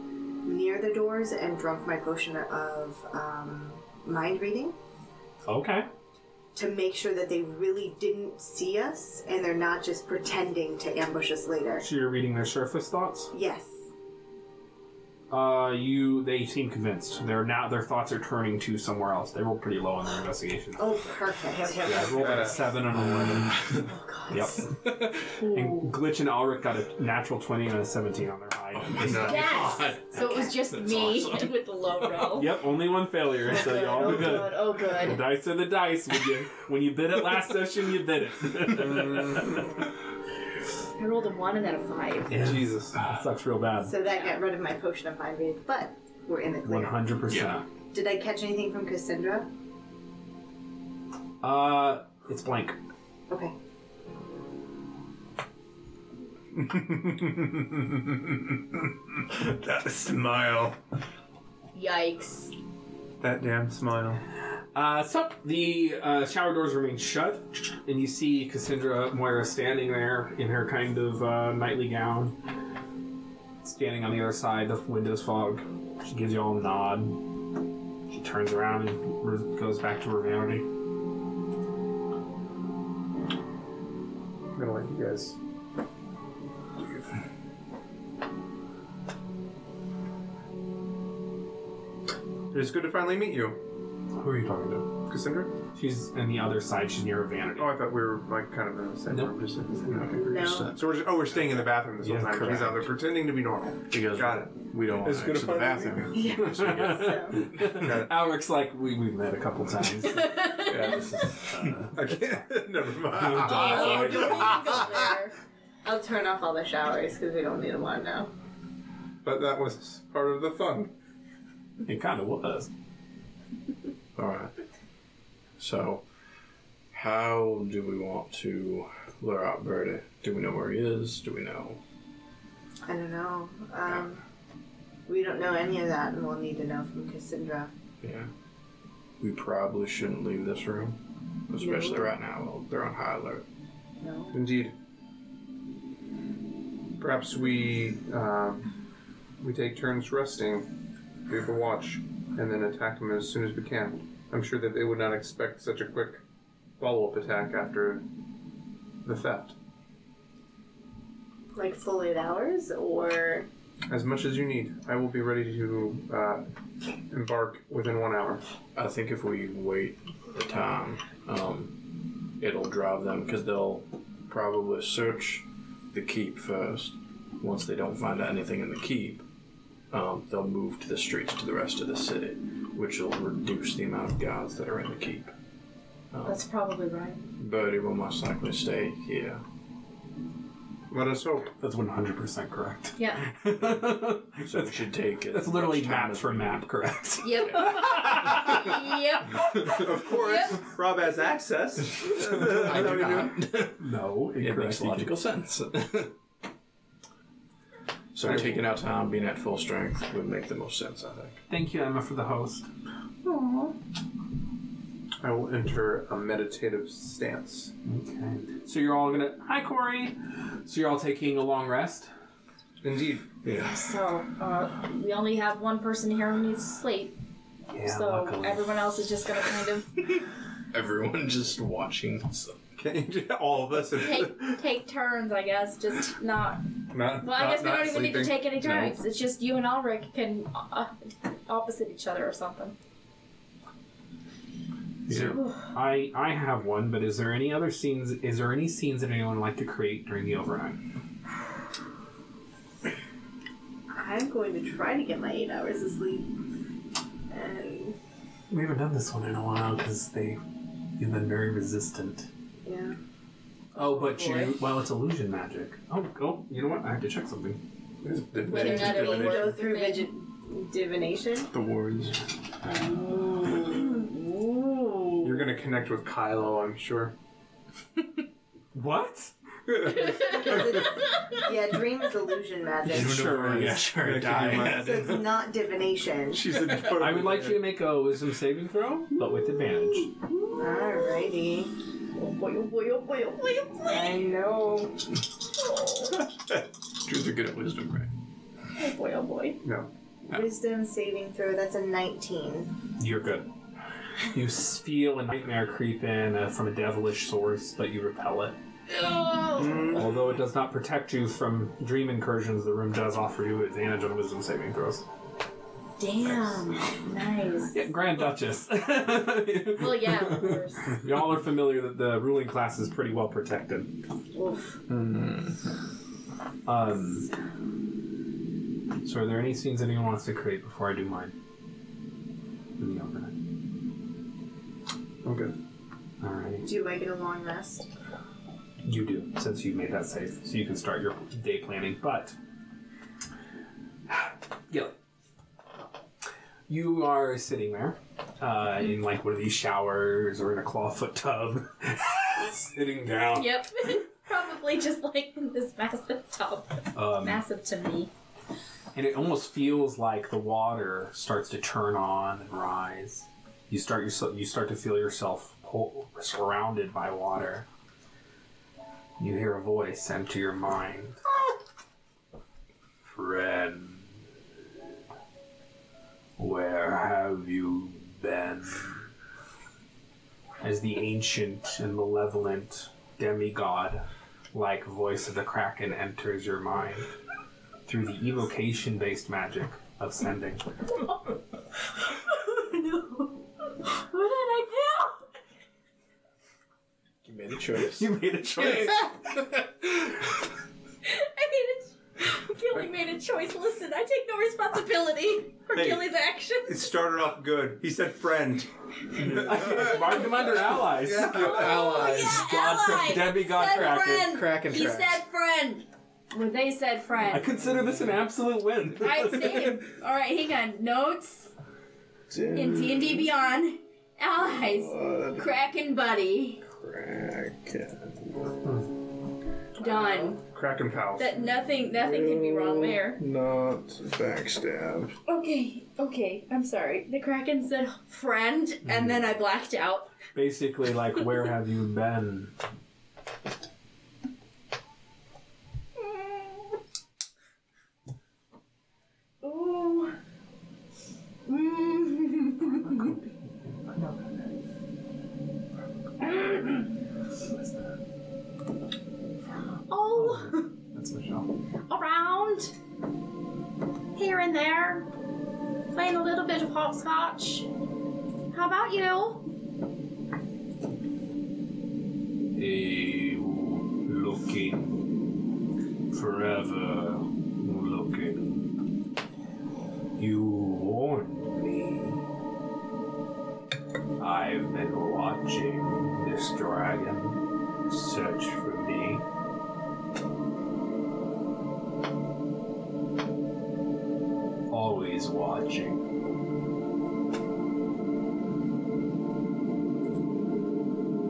Speaker 4: near the doors and drunk my potion of um, mind reading
Speaker 2: Okay.
Speaker 4: to make sure that they really didn't see us and they're not just pretending to ambush us later.
Speaker 2: So you're reading their surface thoughts?
Speaker 4: Yes.
Speaker 2: Uh, you. They seem convinced. They're now. Their thoughts are turning to somewhere else. They rolled pretty low on their investigation.
Speaker 4: Oh, perfect.
Speaker 2: Yeah, I rolled a
Speaker 3: Yeah.
Speaker 2: seven and an eleven. Yep. and Glitch and Ulrich got a natural twenty and a seventeen on their hide.
Speaker 1: Yes. So it was just me
Speaker 5: awesome.
Speaker 1: with the low roll.
Speaker 2: Yep, only one failure, so
Speaker 1: Good,
Speaker 2: y'all
Speaker 1: oh
Speaker 2: be good.
Speaker 1: good. Oh
Speaker 2: The
Speaker 1: good.
Speaker 2: dice are the dice. When you when you bid it last session, you bid it.
Speaker 1: I rolled a one and then a five.
Speaker 3: Jesus.
Speaker 2: That sucks real bad.
Speaker 4: So that got rid of my potion of mind reading, but we're in it
Speaker 2: One
Speaker 4: later.
Speaker 2: hundred
Speaker 5: Yeah.
Speaker 2: percent.
Speaker 4: Did I catch anything from Cassandra?
Speaker 2: Uh, it's blank.
Speaker 4: Okay.
Speaker 3: that smile.
Speaker 1: Yikes.
Speaker 3: That damn smile.
Speaker 2: Uh, so the uh, shower doors remain shut, and you see Cassandra Moira standing there in her kind of uh, nightly gown, standing on the other side. The windows fog. She gives you all a nod. She turns around and re- goes back to her reality.
Speaker 3: I'm gonna let you guys. It was good to finally meet you,
Speaker 2: Who are you talking to?
Speaker 3: Cassandra.
Speaker 2: She's on the other side. She's near her vanity.
Speaker 3: Oh, I thought we were like kind of in the same
Speaker 2: Nope.
Speaker 3: room. Just
Speaker 4: No.
Speaker 3: So we're oh we're staying in the bathroom this
Speaker 2: Yeah,
Speaker 3: whole time. He's out there pretending to be normal.
Speaker 5: Because
Speaker 3: Got it.
Speaker 5: we don't want
Speaker 2: It's
Speaker 5: to
Speaker 2: gonna
Speaker 5: enter the bathroom.
Speaker 2: Alec's like we we've met a couple times.
Speaker 3: Yeah, this is, I can't. Never mind.
Speaker 1: Oh, don't even go there.
Speaker 4: I'll turn off all the showers because we don't need them on now.
Speaker 3: But that was part of the fun.
Speaker 2: it kind of was.
Speaker 5: All right. So, how do we want to lure out Verde? Do we know where he is? Do we know?
Speaker 4: I don't know. Um, we don't know any of that, and we'll need to know from Cassandra.
Speaker 5: Yeah. We probably shouldn't leave this room, especially
Speaker 4: No.
Speaker 5: right now while they're on high alert.
Speaker 4: No.
Speaker 3: Indeed. Perhaps we um, we take turns resting, we have a watch, and then attack them as soon as we can. I'm sure that they would not expect such a quick follow-up attack after the theft.
Speaker 4: Like full eight hours, or
Speaker 3: As much as you need, I will be ready to uh, embark within one hour.
Speaker 5: I think if we wait the time, um, it'll drive them because they'll probably search the keep first. Once they don't find out anything in the keep, um, they'll move to the streets to the rest of the city, which will reduce the amount of guards that are in the keep.
Speaker 1: That's probably right.
Speaker 5: Birdie will most likely stay here.
Speaker 3: Let us hope.
Speaker 2: That's one hundred percent correct.
Speaker 1: Yeah.
Speaker 5: So we should take it.
Speaker 2: That's literally map for map, correct?
Speaker 1: Yep. yep.
Speaker 3: Of course,
Speaker 1: Yep.
Speaker 3: Rob has access.
Speaker 5: I do not.
Speaker 2: No,
Speaker 5: It
Speaker 2: incorrect.
Speaker 5: makes logical sense. so taking our time, being at full strength would make the most sense, I think.
Speaker 2: Thank you, Emma, for the host.
Speaker 3: I will enter a meditative stance.
Speaker 2: Okay. So you're all gonna. Hi, Corey. So you're all taking a long rest.
Speaker 3: Indeed.
Speaker 5: Yeah.
Speaker 1: So, uh, we only have one person here who needs to sleep.
Speaker 2: Yeah.
Speaker 1: so eh, everyone else is just gonna kind of
Speaker 5: Everyone just watching. So.
Speaker 3: Can you, all of us. have-
Speaker 1: take take turns, I guess. Just not.
Speaker 3: Not,
Speaker 1: Well, I
Speaker 3: not-
Speaker 1: guess we
Speaker 3: not
Speaker 1: don't even need to
Speaker 3: sleeping.
Speaker 1: take any turns. It's just you and Ulrich can uh, opposite each other or something.
Speaker 2: Is there, I I have one, but is there any other scenes? Is there any scenes that anyone would like to create during the overnight?
Speaker 4: I'm going to try to get my eight hours of sleep. And
Speaker 6: We haven't done this one in a while because they you've been very resistant.
Speaker 4: yeah,
Speaker 2: Oh, but you.
Speaker 7: Boy.
Speaker 2: Well, it's illusion magic. Oh, oh, you know what? I have to check something.
Speaker 7: Whether or not it'll
Speaker 4: we go
Speaker 7: work.
Speaker 4: through
Speaker 7: within-
Speaker 4: vigi- divination.
Speaker 5: The wards.
Speaker 3: You're gonna connect with Kylo, I'm sure.
Speaker 2: What?
Speaker 4: Yeah, dream is illusion magic,
Speaker 2: Sure, yeah,
Speaker 5: sure.
Speaker 4: so it's not divination.
Speaker 3: She's in
Speaker 2: I would like you to make a wisdom saving throw, but with advantage.
Speaker 4: Alrighty,
Speaker 7: Boy, oh boy, oh boy, oh boy, oh boy.
Speaker 4: I know.
Speaker 5: Drews are good at wisdom, right?
Speaker 7: Oh boy, oh boy.
Speaker 3: No.
Speaker 4: Wisdom saving throw. That's a 19.
Speaker 2: You're good. You s- feel a nightmare creep in uh, from a devilish source, but you repel it. Although it does not protect you from dream incursions, the room does offer you advantage on wisdom saving throws.
Speaker 1: Damn. Nice.
Speaker 2: Yeah, Grand Duchess.
Speaker 7: Well, yeah, of course.
Speaker 2: Y'all are familiar that the ruling class is pretty well protected. Hmm.
Speaker 4: Oof.
Speaker 2: Um, so, are there any scenes anyone wants to create before I do mine? In the overnight.
Speaker 3: I'm good.
Speaker 2: Alrighty.
Speaker 4: Do I get a long rest?
Speaker 2: You do, since you made that safe, so you can start your day planning. But, Gilly, you are sitting there uh, in like one of these showers or in a clawfoot tub, sitting down.
Speaker 7: Yep. Probably just like this massive tub.
Speaker 2: Um,
Speaker 7: Massive to me.
Speaker 2: and it almost feels like the water starts to turn on and rise. You start yourself. You start to feel yourself pull, surrounded by water. You hear a voice enter your mind. Friend, where have you been? As the ancient and malevolent demigod-like voice of the kraken enters your mind through the evocation based magic of sending.
Speaker 7: What did I do?
Speaker 5: You made a choice.
Speaker 2: You made a choice.
Speaker 7: I made a. Gilly made a choice. Listen, I take no responsibility for
Speaker 3: Hey.
Speaker 7: Gilly's
Speaker 3: It
Speaker 7: actions.
Speaker 3: started off good. He said friend.
Speaker 2: Mark them under allies.
Speaker 5: allies.
Speaker 7: Yeah,
Speaker 2: God,
Speaker 7: ally.
Speaker 2: demigod
Speaker 7: said
Speaker 2: Kraken.
Speaker 7: friend.
Speaker 5: Kraken
Speaker 7: He
Speaker 5: tracks.
Speaker 7: said friend.
Speaker 1: Well, they said
Speaker 2: I
Speaker 1: friend.
Speaker 2: consider this an absolute win.
Speaker 7: All right, same. All right, hang on. Notes in D and D Beyond. Allies. Kraken buddy.
Speaker 5: uh,
Speaker 7: Done.
Speaker 3: Kraken pals.
Speaker 7: That nothing, nothing can be wrong there.
Speaker 5: Not backstab.
Speaker 7: Okay, okay, I'm sorry. The Kraken said friend, and then I blacked out.
Speaker 2: Basically, like, where have you been?
Speaker 7: Ooh. Mm. oh,
Speaker 2: That's Michelle.
Speaker 1: Around. Here and there. Playing a little bit of hopscotch. How about you?
Speaker 2: Eh, looking. Forever looking. You warned me. I've been watching this dragon search for me. Always watching.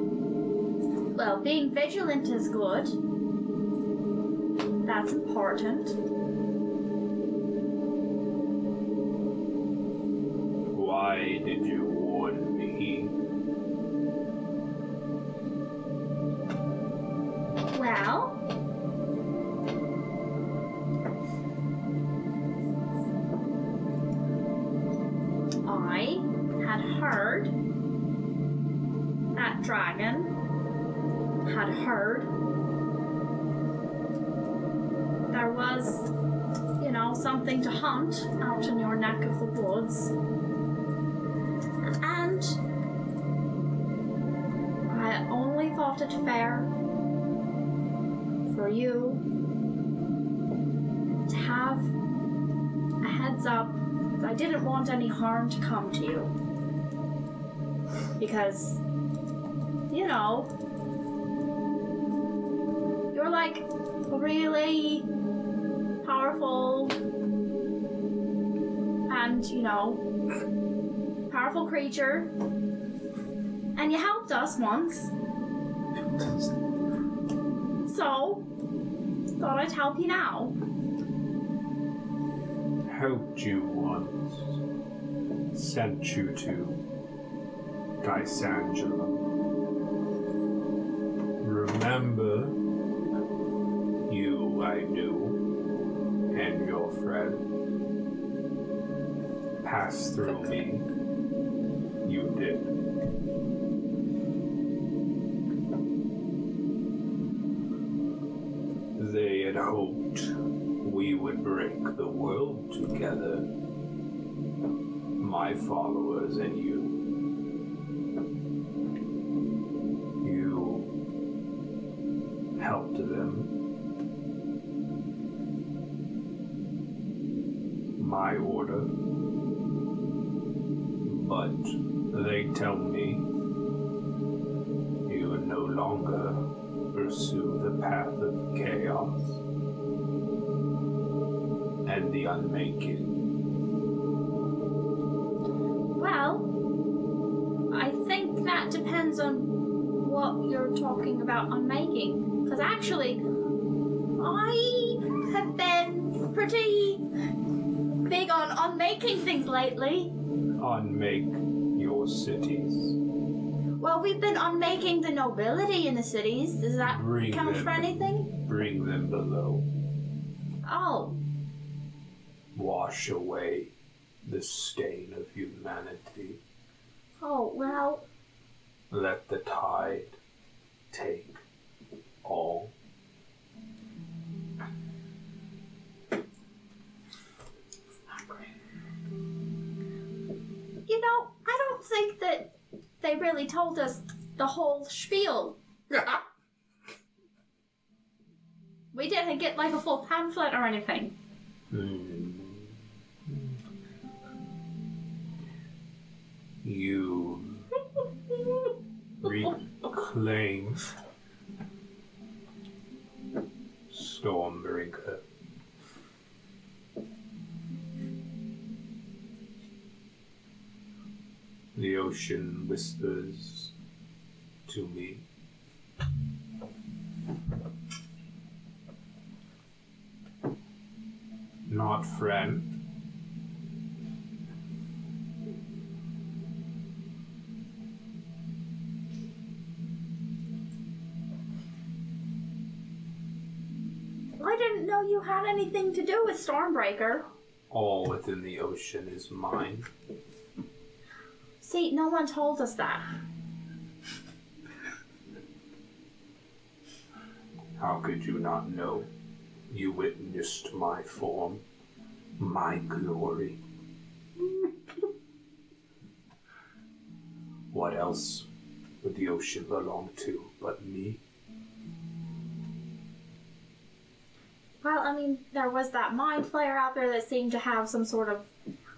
Speaker 1: Well, being vigilant is good. That's important.
Speaker 2: Why did you warn me?
Speaker 1: Well, I had heard that dragon had heard there was, you know, something to hunt out in your neck of the woods. And it fair for you to have a heads up. I didn't want any harm to come to you. Because, you know, you're like really powerful and, you know, powerful creature. And you helped us once. So, thought I'd help you now.
Speaker 2: Helped you once. Sent you to Dysangela. Remember you, I do, and your friend. Pass through me. You did. They had hoped we would break the world together. My followers and you. You helped them. My order. But they tell me you no longer pursue the path of chaos and the unmaking.
Speaker 1: Well, I think that depends on what you're talking about on making. Because actually, I have been pretty big on, on making things lately.
Speaker 2: Unmake your cities.
Speaker 1: Well, we've been on making the nobility in the cities. Does that
Speaker 2: Bring
Speaker 1: count
Speaker 2: them.
Speaker 1: for anything?
Speaker 2: Bring them below.
Speaker 1: Oh,
Speaker 2: Wash away the stain of humanity.
Speaker 1: oh, well.
Speaker 2: Let the tide take all.
Speaker 1: you know, I don't think that they really told us the whole spiel. we didn't get like a full pamphlet or anything.
Speaker 2: Mm. You reclaim Stormbringer. The ocean whispers to me. Not friend,
Speaker 1: I didn't know you had anything to do with Stormbreaker.
Speaker 2: all within the ocean is mine.
Speaker 1: See, no one told us that.
Speaker 2: How could you not know? You witnessed my form, my glory. what else would the ocean belong to but me?
Speaker 1: Well, I mean, there was that mind flayer out there that seemed to have some sort of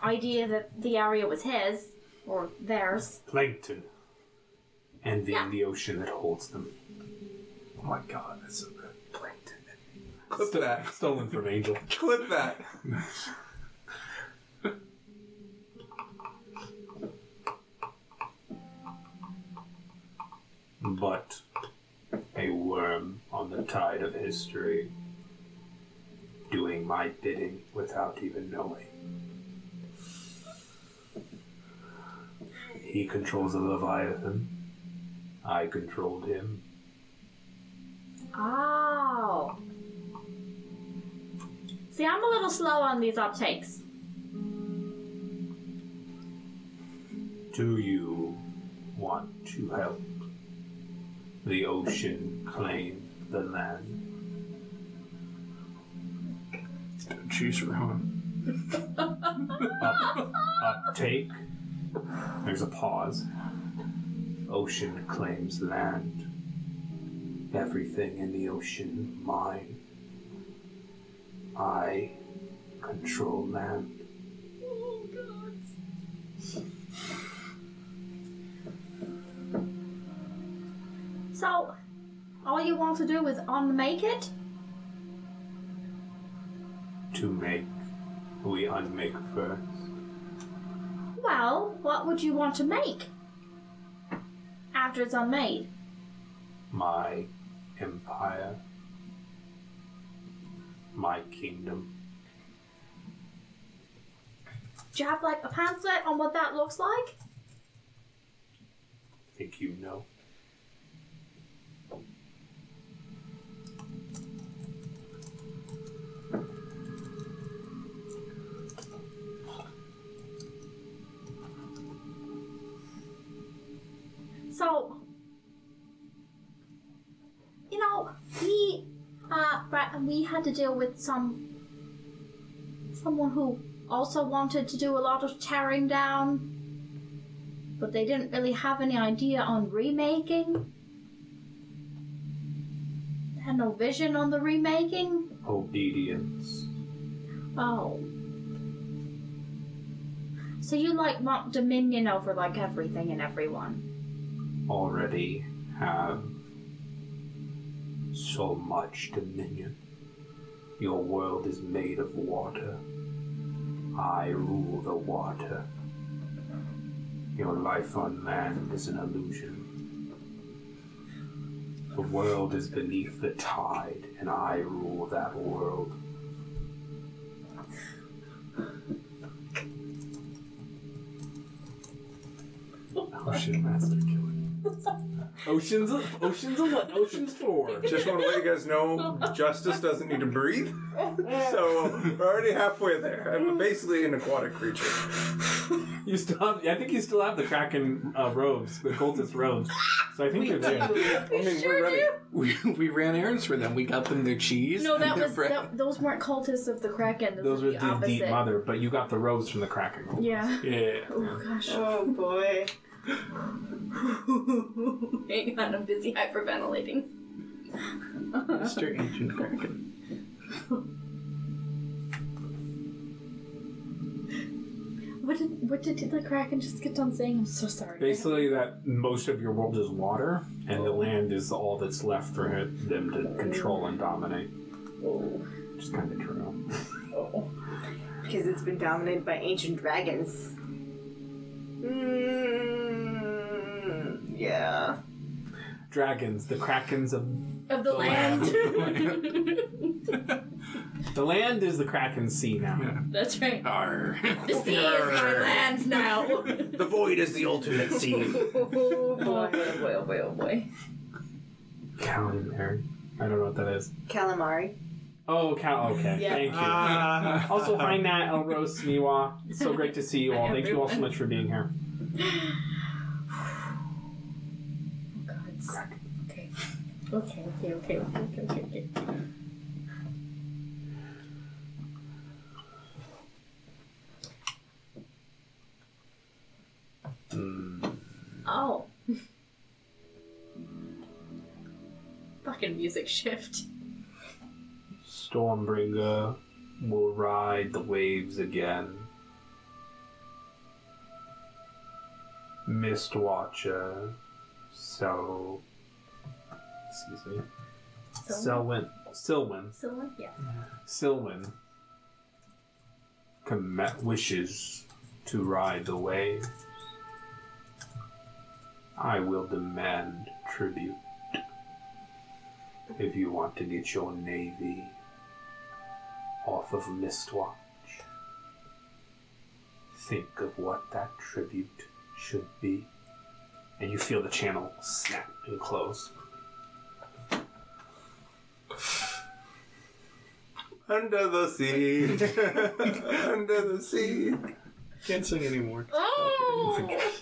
Speaker 1: idea that the area was his or theirs.
Speaker 2: Plankton. And then
Speaker 1: Yeah.
Speaker 2: the ocean that holds them.
Speaker 5: Oh my god, that's so good. Plankton.
Speaker 3: Clip that.
Speaker 2: Stolen from Angel.
Speaker 3: Clip that.
Speaker 2: but a worm on the tide of history, doing my bidding without even knowing. He controls the Leviathan. I controlled him.
Speaker 1: Oh. See, I'm a little slow on these uptakes.
Speaker 2: Do you want to help? The ocean claim the land.
Speaker 5: Choose your own.
Speaker 2: Up,
Speaker 6: Uh,
Speaker 2: uptake. There's a pause. Ocean claims land.
Speaker 6: everything in the ocean mine. I control land.
Speaker 1: So, all you want to do is unmake it?
Speaker 6: To make, we unmake first.
Speaker 1: Well, what would you want to make? After it's unmade.
Speaker 6: my empire, my kingdom.
Speaker 1: Do you have like a pamphlet on what that looks like?
Speaker 6: Think you know?
Speaker 1: So, you know, we, uh, Brett and we had to deal with some, someone who also wanted to do a lot of tearing down, but they didn't really have any idea on remaking. They had no vision on the remaking.
Speaker 6: Obedience.
Speaker 1: Oh. So you like want dominion over like everything and everyone.
Speaker 6: Already have so much dominion. Your world is made of water. I rule the water. Your life on land is an illusion. The world is beneath the tide, and I rule that world. Ocean Master Killer.
Speaker 2: Oceans, oceans, oceans four.
Speaker 3: Just want to let you guys know, justice doesn't need to breathe. So we're already halfway there. I'm basically an aquatic creature.
Speaker 2: You still have, I think you still have the kraken uh, robes, the cultist robes. So I think you're there.
Speaker 3: I mean, we're ready.
Speaker 5: We, we ran errands for them. We got them their cheese.
Speaker 1: No,
Speaker 5: and
Speaker 1: that
Speaker 5: their
Speaker 1: was
Speaker 5: bread.
Speaker 1: that, those weren't cultists of the Kraken. Those,
Speaker 2: Those
Speaker 1: were
Speaker 2: were
Speaker 1: the,
Speaker 2: the
Speaker 1: opposite.
Speaker 2: deep mother, but you got the robes from the kraken. Cult.
Speaker 1: Yeah.
Speaker 2: Yeah.
Speaker 1: Oh gosh.
Speaker 4: Oh boy.
Speaker 7: Hang on, I'm busy hyperventilating.
Speaker 5: Mr. Ancient Kraken.
Speaker 1: What did what did the Kraken just get done saying? I'm so sorry.
Speaker 2: Basically, that most of your world is water, and the land is all that's left for it- them to control and dominate. Which is kind of true.
Speaker 4: Because it's been dominated by ancient dragons. Mm, yeah.
Speaker 2: Dragons, the krakens of
Speaker 7: Of the, land.
Speaker 2: the land is the kraken sea now.
Speaker 7: That's right.
Speaker 5: Arr.
Speaker 7: The sea is my land now.
Speaker 3: The void is the ultimate sea.
Speaker 7: Oh boy, oh boy, oh boy, oh boy.
Speaker 2: Calamari. I don't know what that is.
Speaker 4: Calamari.
Speaker 2: Oh, Cal. Okay,
Speaker 4: Yeah.
Speaker 2: thank you.
Speaker 5: Ah,
Speaker 2: also, hi Nat, El Rose, Miwa. It's so great to see you all. Thank you all so much for being here.
Speaker 7: Gods. Okay. Okay, okay, okay, okay, okay, okay.
Speaker 1: Oh.
Speaker 7: Fucking music shift.
Speaker 6: Stormbringer will ride the waves again. Mistwatcher, so. Excuse me.
Speaker 2: Selwyn. Silwyn.
Speaker 7: Someone? Yeah.
Speaker 6: Silwyn comm- wishes to ride the waves. I will demand tribute if you want to get your navy off of Mistwatch. Think of what that tribute should be, and you feel the channel snap and close.
Speaker 3: Under the sea. Under the sea.
Speaker 5: Can't sing anymore.
Speaker 7: Oh!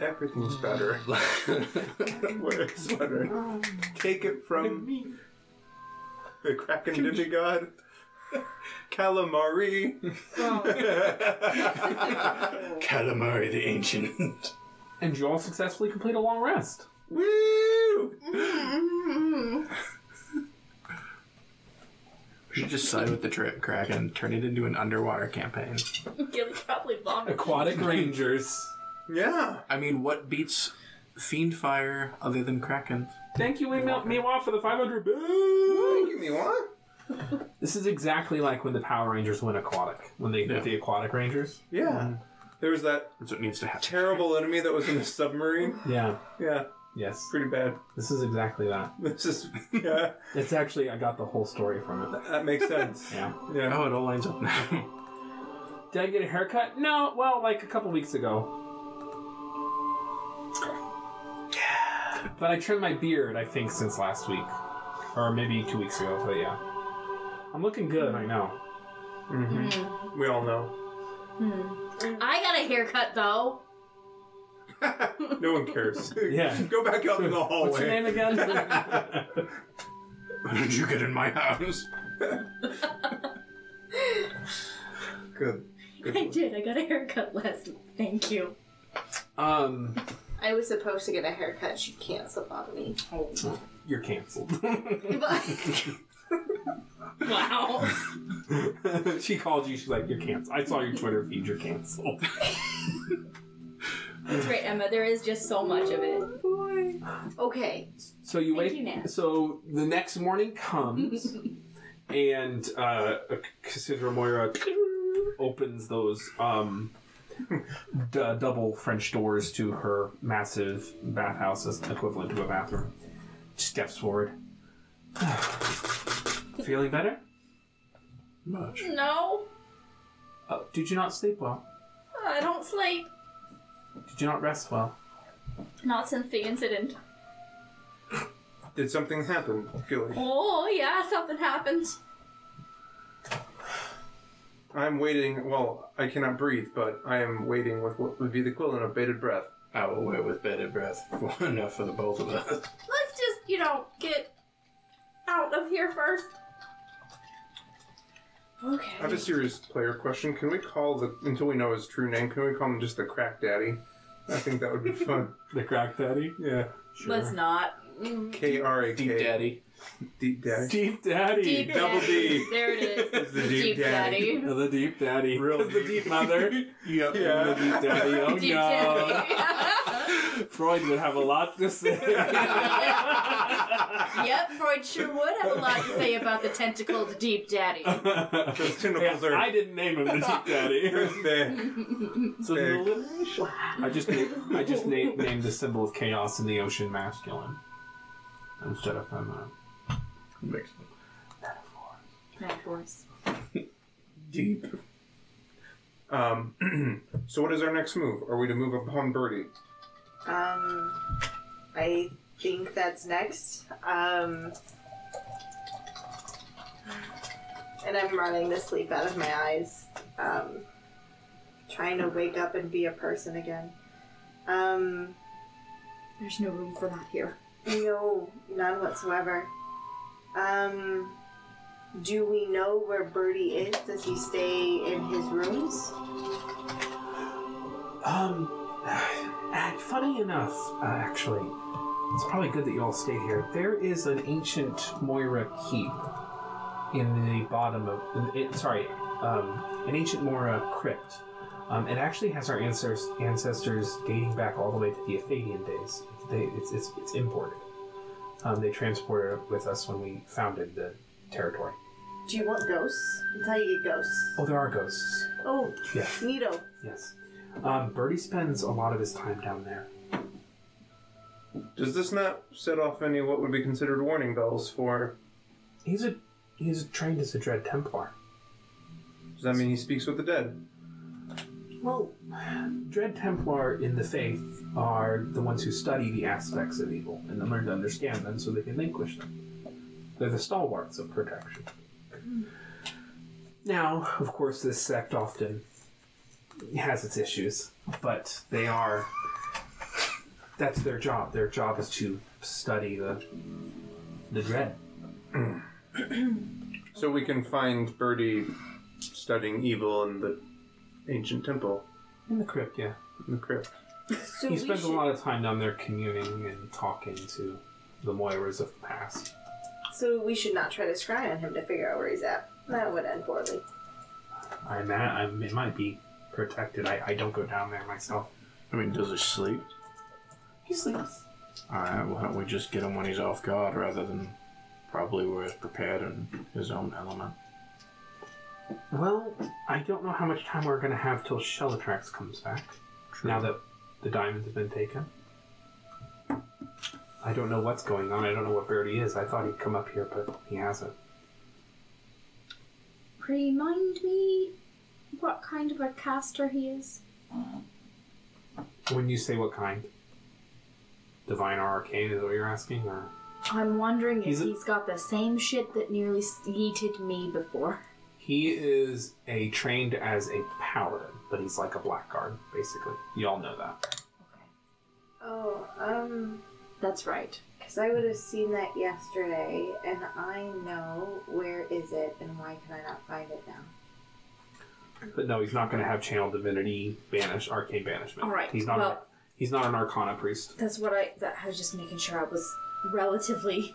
Speaker 3: Everything's
Speaker 2: Mm.
Speaker 3: better. Wear a sweater. Take it from the Kraken demigod. Calamari.
Speaker 5: Calamari the Ancient.
Speaker 2: and you all successfully complete a long rest.
Speaker 3: Woo!
Speaker 5: We should just side with the trip, Kraken, and turn it into an underwater campaign.
Speaker 7: Gilly probably vomit.
Speaker 2: Aquatic Rangers.
Speaker 3: Yeah.
Speaker 5: I mean, what beats fiend fire other than Kraken?
Speaker 2: Thank you, Email- Miwa, for the 500
Speaker 3: Thank
Speaker 2: boo!
Speaker 3: you, Miwa.
Speaker 2: This is exactly like when the Power Rangers went aquatic, when they
Speaker 5: Yeah.
Speaker 2: did the Aquatic Rangers.
Speaker 3: Yeah.
Speaker 2: Mm.
Speaker 3: There was that
Speaker 5: That's what needs to happen.
Speaker 3: terrible enemy that was in the submarine.
Speaker 2: Yeah.
Speaker 3: Yeah,
Speaker 2: Yes.
Speaker 3: pretty bad.
Speaker 2: This is exactly that.
Speaker 3: This is yeah.
Speaker 2: It's actually, I got the whole story from it.
Speaker 3: That makes sense.
Speaker 2: Yeah.
Speaker 3: Yeah.
Speaker 5: Oh, it all lines up now.
Speaker 2: Did I get a haircut? No, well, like a couple weeks ago. But I trimmed my beard, I think, since last week. Or maybe two weeks ago, but yeah. I'm looking good, I know. Mm-hmm.
Speaker 3: We all know.
Speaker 7: I got a haircut though.
Speaker 3: no one cares.
Speaker 2: Yeah.
Speaker 3: Go back out in the hallway.
Speaker 2: What's your name again?
Speaker 5: How did you get in my house?
Speaker 3: Good.
Speaker 7: I did. I got a haircut last. Thank you.
Speaker 2: um,
Speaker 4: I was supposed to get a haircut. She canceled on me.
Speaker 2: you're canceled.
Speaker 7: Wow.
Speaker 2: she called you, she's like, you're canceled. I saw your Twitter feed, you're canceled.
Speaker 7: That's right, Emma. There is just so much of it.
Speaker 4: Okay.
Speaker 2: So you
Speaker 7: Thank
Speaker 2: wake.
Speaker 7: you, Nat.
Speaker 2: so the next morning comes, and uh, Cassandra Moira opens those um, d- double French doors to her massive bathhouse, as equivalent to a bathroom. Steps forward. Feeling better?
Speaker 5: Much.
Speaker 7: No,
Speaker 2: Uh,
Speaker 7: Oh.
Speaker 2: did you not sleep well?
Speaker 7: I don't sleep.
Speaker 2: Did you not rest well?
Speaker 7: Not since the incident.
Speaker 3: Did something happen, Gilly?
Speaker 7: Oh yeah, something happened.
Speaker 3: I'm waiting. Well, I cannot breathe, but I am waiting with what would be the equivalent of bated breath.
Speaker 5: I will wait with bated breath for enough for the both of us.
Speaker 7: Let's just, you know, get out of here first.
Speaker 4: Okay.
Speaker 3: I have a serious player question. Can we call the until we know his true name? Can we call him just the Crack Daddy? I think that would be fun.
Speaker 2: The crack daddy?
Speaker 3: yeah.
Speaker 7: Let's not.
Speaker 3: K R A K.
Speaker 5: Deep Daddy.
Speaker 3: Deep Daddy.
Speaker 2: Deep daddy.
Speaker 7: Deep
Speaker 3: Double
Speaker 7: daddy.
Speaker 3: D.
Speaker 7: There it is.
Speaker 3: It's the deep daddy.
Speaker 2: The deep daddy.
Speaker 3: Real
Speaker 2: The
Speaker 3: deep.
Speaker 2: deep mother.
Speaker 5: Yep.
Speaker 2: The deep daddy. Oh
Speaker 7: Deep
Speaker 2: no.
Speaker 7: daddy.
Speaker 2: Freud would have a lot to say.
Speaker 7: yep, Freud sure would have a lot to say about the tentacled deep daddy.
Speaker 3: His tentacles are
Speaker 2: I didn't name him the Deep Daddy.
Speaker 3: thick.
Speaker 2: It's an
Speaker 3: Big.
Speaker 2: alliteration. I just na- I just na- named the symbol of chaos in the ocean masculine instead of feminine.
Speaker 5: Makes sense.
Speaker 7: Mad voice.
Speaker 5: Deep.
Speaker 3: Um, so what is our next move? Are we to move upon Birdie?
Speaker 4: Um, I think that's next. Um, and I'm running the sleep out of my eyes. Um, trying to wake up and be a person again. Um,
Speaker 7: There's no room for that here.
Speaker 4: no, none whatsoever. Um, do we know where Birdie is? Does he stay in his rooms?
Speaker 2: Um, ah, funny enough, uh, actually, it's probably good that you all stayed here. There is an ancient Moira keep in the bottom of, in, in- sorry, um, an ancient Moira crypt. Um, it actually has our ancestors, ancestors dating back all the way to the Athenian days. They, it's, it's, it's imported. Um, they transported it with us when we founded the territory.
Speaker 4: Do you want ghosts? That's how you get ghosts.
Speaker 2: Oh, there are ghosts.
Speaker 4: Oh,
Speaker 2: Yeah.
Speaker 4: Nito.
Speaker 2: Yes. Um, Birdie spends a lot of his time down there.
Speaker 3: Does this not set off any what would be considered warning bells for?
Speaker 2: He's a he's trained as a Dread Templar.
Speaker 3: Does that mean he speaks with the dead?
Speaker 2: Well, Dread Templar in the faith are the ones who study the aspects of evil and then learn to understand them so they can vanquish them. They're the stalwarts of protection. Now, of course, this sect often has its issues, but they are. That's their job. Their job is to study the the dread.
Speaker 3: So we can find Birdie studying evil in the ancient temple
Speaker 2: In the crypt, yeah.
Speaker 3: in the crypt.
Speaker 4: So
Speaker 2: he
Speaker 4: we
Speaker 2: spends
Speaker 4: should,
Speaker 2: a lot of time down there communing and talking to the Moiras of the past.
Speaker 4: so we should not try to scry on him to figure out where he's at. That would end poorly.
Speaker 2: I'm at, I'm, it might be protected. I, I don't go down there myself.
Speaker 5: I mean, does he sleep?
Speaker 2: He sleeps.
Speaker 5: Alright, why don't we just get him when he's off guard rather than probably where he's prepared in his own element?
Speaker 2: Well, I don't know how much time we're going to have till Shellatrax comes back. Now that the diamonds have been taken. I don't know what's going on. I don't know what bird he is. I thought he'd come up here, but he hasn't.
Speaker 1: Remind me what kind of a caster he is.
Speaker 2: When you say what kind? Divine or arcane is what you're asking? Or
Speaker 1: I'm wondering if
Speaker 2: He's a-
Speaker 1: he's got the same shit that nearly yeeted me before.
Speaker 2: He is a trained as a paladin, but he's like a blackguard, basically. You all know that.
Speaker 4: Oh, um,
Speaker 1: That's right.
Speaker 4: because I would have seen that yesterday, and I know where is it, and why can I not find it now?
Speaker 2: But no, he's not going to have channel divinity, banish, arcane banishment.
Speaker 1: All right,
Speaker 2: He's not.
Speaker 7: well-
Speaker 2: a, he's not an arcana priest.
Speaker 7: That's what I. That I was just making sure I was relatively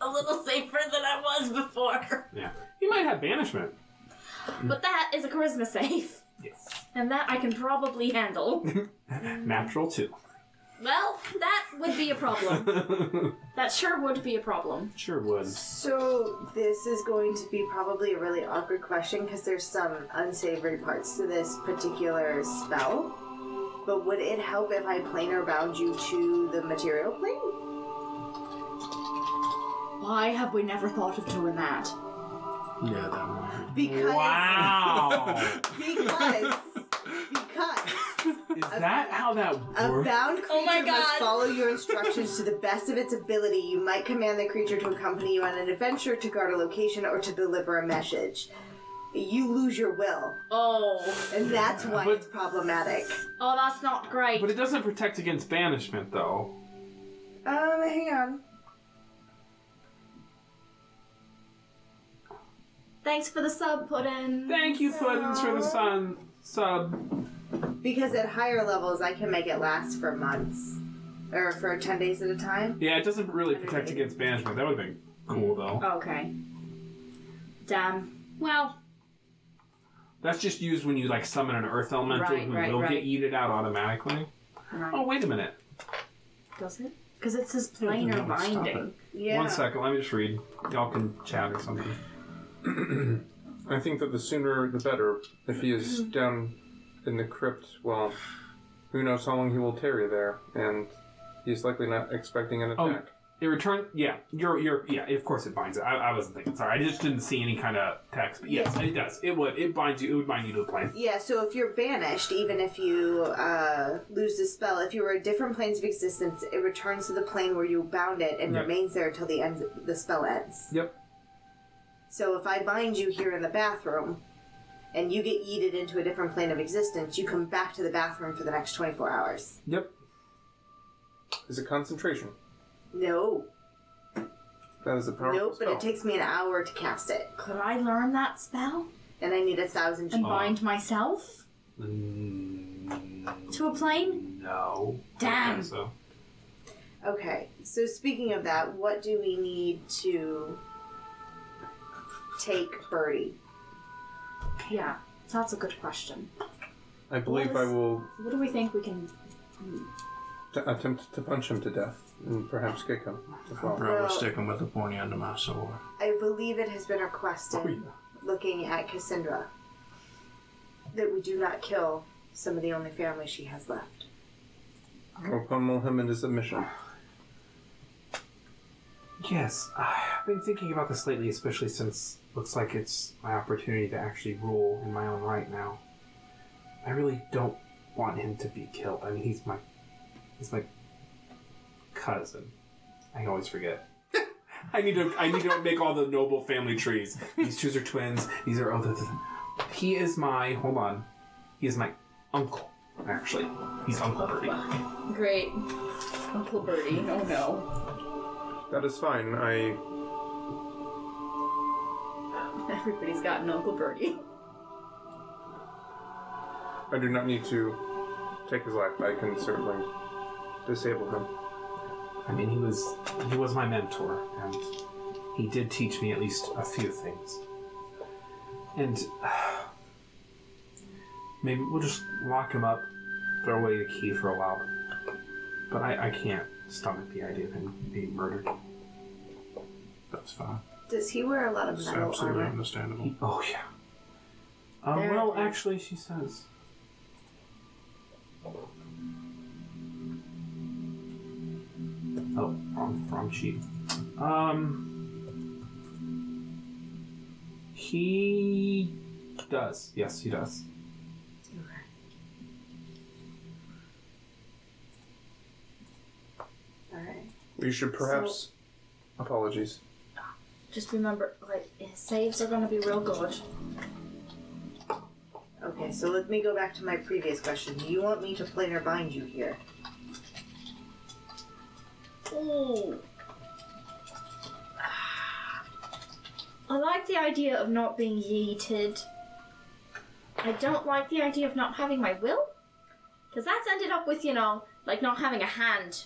Speaker 7: a little safer than I was before.
Speaker 2: Yeah, he might have banishment.
Speaker 7: But that is a charisma save,
Speaker 2: Yes,
Speaker 7: and that I can probably handle.
Speaker 2: natural too.
Speaker 7: well, that would be a problem. That sure would be a problem.
Speaker 2: sure would.
Speaker 4: So this is going to be probably a really awkward question because there's some unsavory parts to this particular spell. But would it help if I planar bound you to the material plane?
Speaker 1: Why have we never thought of doing that?
Speaker 5: Yeah, that one.
Speaker 4: Because
Speaker 2: Wow,
Speaker 4: because because
Speaker 2: is that how that
Speaker 4: a
Speaker 2: works?
Speaker 4: bound creature
Speaker 7: Oh my God.
Speaker 4: must follow your instructions to the best of its ability. You might command the creature to accompany you on an adventure, to guard a location, or to deliver a message. You lose your will,
Speaker 7: Oh,
Speaker 4: and that's why
Speaker 2: But-
Speaker 4: it's problematic.
Speaker 7: oh, that's not great.
Speaker 2: But it doesn't protect against banishment, though.
Speaker 4: Um, hang on.
Speaker 7: Thanks for the sub, Puddin.
Speaker 2: Thank you, Puddins, for the sun sub.
Speaker 4: Because at higher levels, I can make it last for months or for 10 days at a time.
Speaker 2: Yeah, it doesn't really protect against banishment. That would have been cool, though.
Speaker 7: Okay. Damn. Well,
Speaker 2: That's just used when you like summon an earth elemental
Speaker 7: Right,
Speaker 2: who
Speaker 7: right,
Speaker 2: will
Speaker 7: right.
Speaker 2: get yeeted out automatically.
Speaker 7: Right.
Speaker 2: Oh wait a minute.
Speaker 1: Does it? Because it says planar
Speaker 5: No, stop
Speaker 1: binding.
Speaker 5: it.
Speaker 4: Yeah.
Speaker 2: One second, let me just read. Y'all can chat or something.
Speaker 3: I think that the sooner the better. If he is down in the crypt, well, who knows how long he will tarry there, and he's likely not expecting an
Speaker 2: Oh.
Speaker 3: attack.
Speaker 2: It returned yeah, you're you're yeah, of course it binds it. I, I wasn't thinking sorry, I just didn't see any kind of text. But yes, it does. It would it binds you it would bind you to the plane.
Speaker 4: Yeah, so if you're banished, even if you uh, lose the spell, if you were at different planes of existence, it returns to the plane where you bound it and
Speaker 2: Yeah.
Speaker 4: remains there until the end the spell ends.
Speaker 2: Yep.
Speaker 4: So if I bind you here in the bathroom and you get yeeted into a different plane of existence, you come back to the bathroom for the next 24 hours.
Speaker 2: Yep.
Speaker 3: Is it concentration?
Speaker 4: No.
Speaker 3: That is a powerful
Speaker 4: Nope, but
Speaker 3: spell.
Speaker 4: it takes me an hour to cast it.
Speaker 1: Could I learn that spell
Speaker 4: And I need a thousand
Speaker 1: and
Speaker 5: Oh.
Speaker 4: gems.
Speaker 1: bind myself
Speaker 2: Mm,
Speaker 1: to a plane?
Speaker 2: no.
Speaker 7: Damn.
Speaker 2: Okay, so
Speaker 4: Okay, so speaking of that, what do we need to take Birdie?
Speaker 1: Yeah, that's a good question.
Speaker 3: I believe
Speaker 1: What
Speaker 3: I
Speaker 1: is-
Speaker 3: will
Speaker 1: What do we think we can?
Speaker 3: t- attempt to punch him to death and perhaps kick him as well.
Speaker 5: Probably
Speaker 4: Well-
Speaker 5: stick him with the pointy end of my sword.
Speaker 4: I believe it has been requested, looking at Cassandra, that we do not kill some of the only family she has left.
Speaker 3: Or pummel him into submission.
Speaker 2: Yes, I've been thinking about this lately, especially since looks like it's my opportunity to actually rule in my own right now. I really don't want him to be killed. I mean, he's my he's my cousin. I always forget. I need to I need to make all the noble family trees. These two are twins. These are oh, the, the- he is my hold on. He is my uncle. Actually, he's Uncle Bertie.
Speaker 7: great. Uncle Birdie. Oh no.
Speaker 3: That is fine. I
Speaker 7: Everybody's got an Uncle Birdie.
Speaker 3: I do not need to take his life. I can certainly disable him.
Speaker 2: I mean, he was he was my mentor, and he did teach me at least a few things. And maybe we'll just lock him up, throw away the key for a while. But I, I can't stomach the idea of him being murdered.
Speaker 5: That's fine.
Speaker 4: Does he wear a lot of
Speaker 5: It's
Speaker 4: metal
Speaker 5: absolutely
Speaker 4: armor?
Speaker 5: understandable.
Speaker 2: Oh yeah. Uh,
Speaker 4: There
Speaker 2: well,
Speaker 4: it is.
Speaker 2: actually, she says. Oh, wrong, wrong sheet. Um, he does. Yes, he does.
Speaker 4: Alright.
Speaker 3: You should perhaps. Apologies.
Speaker 1: Just remember, like, his saves are gonna be real good.
Speaker 4: Okay, so let me go back to my previous question. Do you want me to planar bind you here?
Speaker 1: Ooh. I like the idea of not being yeeted. I don't like the idea of not having my will. Because that's ended up with, you know, like not having a hand.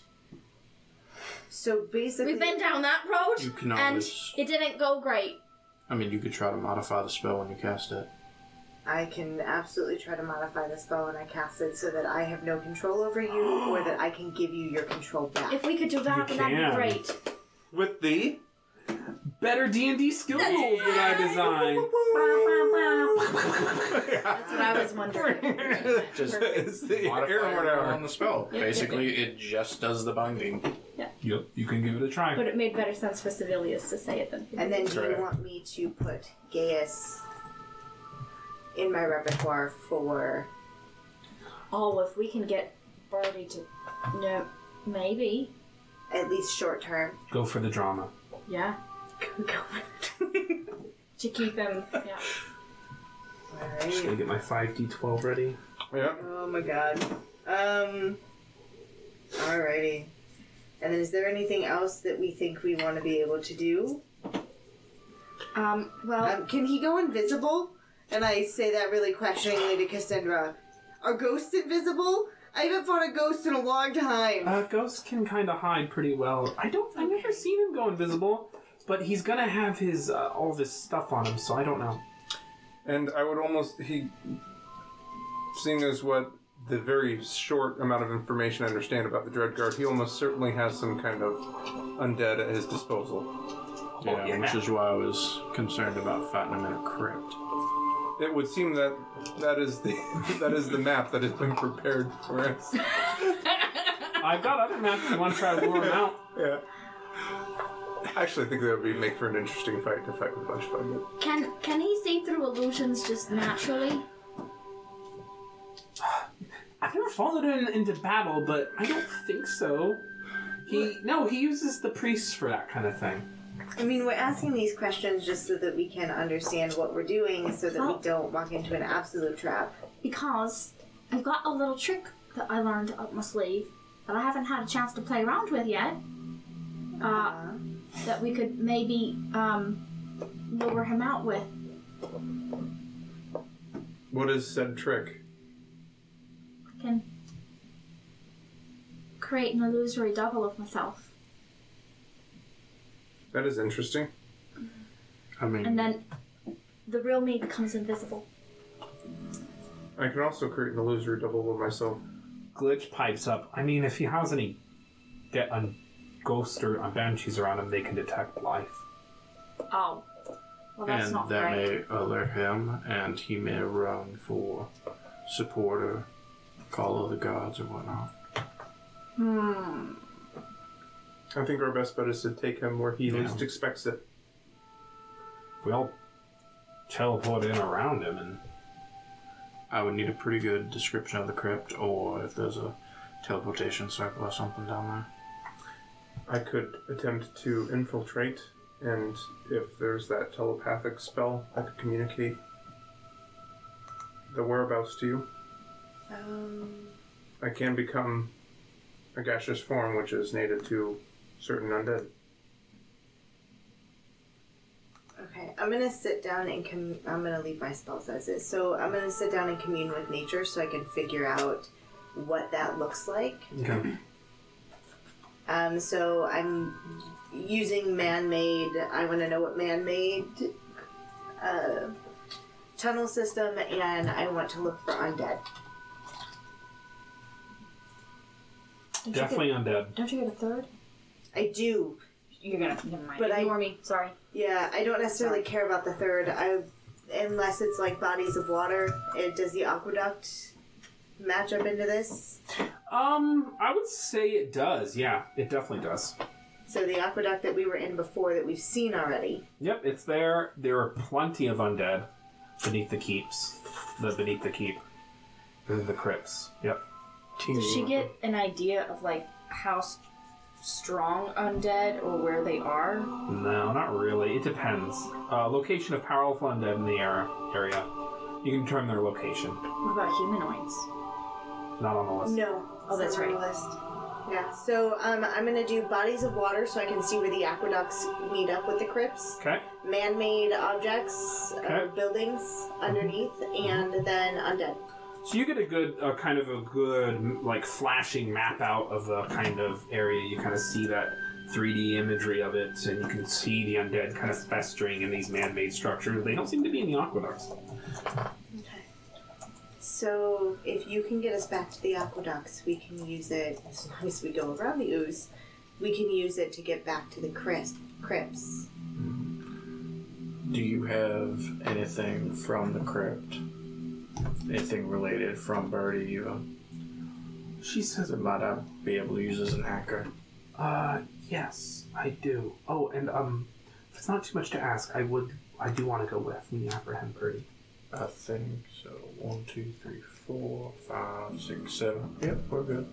Speaker 4: So basically,
Speaker 7: We've been down that road,
Speaker 5: You can
Speaker 7: and
Speaker 5: always-
Speaker 7: it didn't go great.
Speaker 5: I mean, you could try to modify the spell when you cast it.
Speaker 4: I can absolutely try to modify the spell when I cast it so that I have no control over you or that I can give you your control back.
Speaker 1: If we could do that,
Speaker 2: You
Speaker 1: then that'd
Speaker 2: can.
Speaker 1: be great.
Speaker 3: With the
Speaker 2: Better D and D skill rules that I designed.
Speaker 7: That's what I was wondering.
Speaker 5: Just
Speaker 3: it's the air
Speaker 5: modify
Speaker 3: horn hour.
Speaker 5: on the spell.
Speaker 7: Yep,
Speaker 5: Basically, it just does the binding.
Speaker 2: Yep, you can give it a try.
Speaker 1: But it made better sense for Civilius to say it than him.
Speaker 4: And then do you
Speaker 5: Correct.
Speaker 4: want me to put Gaius in my repertoire for
Speaker 1: Oh, if we can get Birdie to. No, maybe.
Speaker 4: at least short term?
Speaker 2: Go for the drama.
Speaker 1: Yeah. to keep him. Yeah.
Speaker 2: Should I
Speaker 4: Alright.
Speaker 2: get my five D twelve ready?
Speaker 3: Yeah.
Speaker 4: Oh my god. Um. Alrighty. And then is there anything else that we think we want to be able to do?
Speaker 1: Um, well.
Speaker 4: Um, can he go invisible? And I say that really questioningly to Cassandra. Are ghosts invisible? I haven't fought a ghost in a long time.
Speaker 2: Uh, Ghost can kind of hide pretty well. I don't. I've never seen him go invisible, but he's gonna have his uh, all this stuff on him, so I don't know.
Speaker 3: And I would almost he, seeing as what the very short amount of information I understand about the Dreadguard, he almost certainly has some kind of undead at his disposal.
Speaker 5: Oh, Yeah, which is why I was concerned about fighting him in a crypt.
Speaker 3: It would seem that that is the that is the map that has been prepared for us.
Speaker 2: I've got other maps. You want to try to lure him out?
Speaker 3: Yeah. I actually think that would be make for an interesting fight to fight with a bunch of fun.
Speaker 1: Can can he see through illusions just naturally?
Speaker 2: I've never followed him into battle, but I don't think so. He no, he uses the priests for that kind of thing.
Speaker 4: I mean, we're asking these questions just so that we can understand what we're doing, so that we don't walk into an absolute trap.
Speaker 1: Because I've got a little trick that I learned up my sleeve that I haven't had a chance to play around with yet. Uh,
Speaker 7: Uh-huh.
Speaker 1: that we could maybe um, lure him out with.
Speaker 3: What is said trick?
Speaker 1: Can create an illusory double of myself,
Speaker 3: That is interesting.
Speaker 5: I mean,
Speaker 1: and then the real me becomes invisible.
Speaker 3: I can also create an illusory double with myself.
Speaker 2: Glitch pipes up. I mean, if he has any get un- ghost or uh, banshees around him, they can detect life.
Speaker 1: Oh, well that's
Speaker 5: and
Speaker 1: not
Speaker 5: that
Speaker 1: right.
Speaker 5: may alert him, and he may run for support or call of the gods or whatnot.
Speaker 1: Hmm.
Speaker 3: I think our best bet is to take him where he
Speaker 2: Yeah.
Speaker 3: least expects it.
Speaker 2: If we all teleport in around him, and
Speaker 5: I would need a pretty good description of the crypt, or if there's a teleportation circle or something down there.
Speaker 3: I could attempt to infiltrate, and if there's that telepathic spell, I could communicate the whereabouts to you.
Speaker 4: Um,
Speaker 3: I can become a gaseous form, which is native to certain undead.
Speaker 4: okay, I'm gonna sit down and com- I'm gonna leave my spells as is. So I'm gonna sit down and commune with nature, so I can figure out what that looks like.
Speaker 2: Okay.
Speaker 4: Um, so I'm using man-made. I want to know what man-made uh, tunnel system, and I want to look for undead.
Speaker 1: Don't you,
Speaker 2: Definitely
Speaker 1: get,
Speaker 2: undead.
Speaker 1: don't you get a third?
Speaker 4: I do.
Speaker 7: You're gonna never mind.
Speaker 4: But I-
Speaker 7: Ignore me. Sorry.
Speaker 4: Yeah, I don't necessarily care about the third. I unless it's like bodies of water. It does the aqueduct match up into this.
Speaker 2: Um, I would say it does. Yeah, it definitely does.
Speaker 4: So the aqueduct that we were in before that we've seen already.
Speaker 2: Yep, it's there. There are plenty of undead beneath the keeps. The beneath the keep. The, the crypts. Yep.
Speaker 7: Does she get an idea of like how s- strong undead or where they are?
Speaker 2: No, not really. It depends. Uh, location of powerful undead in the era, area. You can determine their location.
Speaker 7: What about humanoids?
Speaker 2: Not on the list.
Speaker 4: No.
Speaker 7: Oh, that's
Speaker 4: it's not on the List. Yeah. So um, I'm gonna do bodies of water so I can see where the aqueducts meet up with the crypts.
Speaker 2: Okay.
Speaker 4: Man-made objects, uh,
Speaker 2: Okay.
Speaker 4: buildings underneath, and then undead.
Speaker 2: So you get a good, uh, kind of a good, like flashing map out of the kind of area. You kind of see that 3D imagery of it, and you can see the undead kind of festering in these man-made structures. They don't seem to be in the aqueducts.
Speaker 4: So if you can get us back to the aqueducts, we can use it as long as we go around the ooze. We can use it to get back to the crypt, crypts.
Speaker 5: Do you have anything from the crypt? Anything related from Birdie even?
Speaker 2: She says
Speaker 5: That might I be able to use as an anchor?
Speaker 2: Uh, yes, I do. Oh, and um, if it's not too much to ask, I would, I do want to go with the apprehend Purdy.
Speaker 5: I think so. One, two, three, four, five, six, seven. Yep, we're good.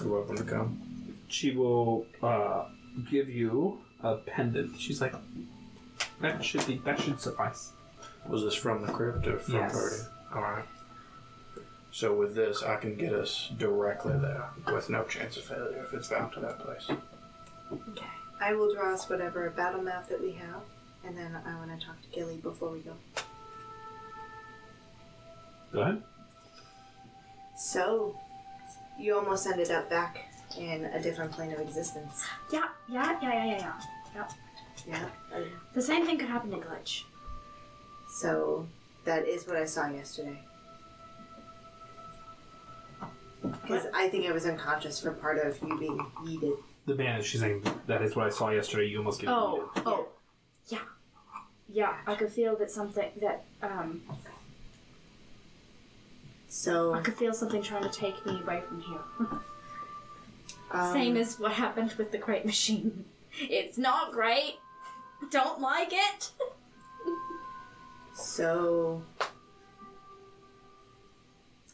Speaker 5: You're welcome to come.
Speaker 2: She will uh give you a pendant. She's like, that should be that should suffice.
Speaker 5: Was this from the crypt or from
Speaker 2: Yes.
Speaker 5: Birdie? Alright. So with this, I can get us directly there with no chance of failure if it's bound to that place.
Speaker 4: Okay. I will draw us whatever battle map that we have, and then I want to talk to Gilly before we go.
Speaker 2: Go ahead.
Speaker 4: So, you almost ended up back in a different plane of existence.
Speaker 7: Yeah, yeah, yeah, yeah, yeah, yeah.
Speaker 4: Yeah.
Speaker 7: The same thing could happen to Glitch.
Speaker 4: So, that is what I saw yesterday. Because I think I was unconscious for part of you being yeeted.
Speaker 2: The bandit. She's saying that is what I saw yesterday. You almost get
Speaker 7: Oh, oh, yeah, yeah. I could feel that something that um, I
Speaker 4: So,
Speaker 7: could feel something trying to take me away from here.
Speaker 4: um,
Speaker 7: same as what happened with the crate machine. It's not great. Don't like it.
Speaker 4: So,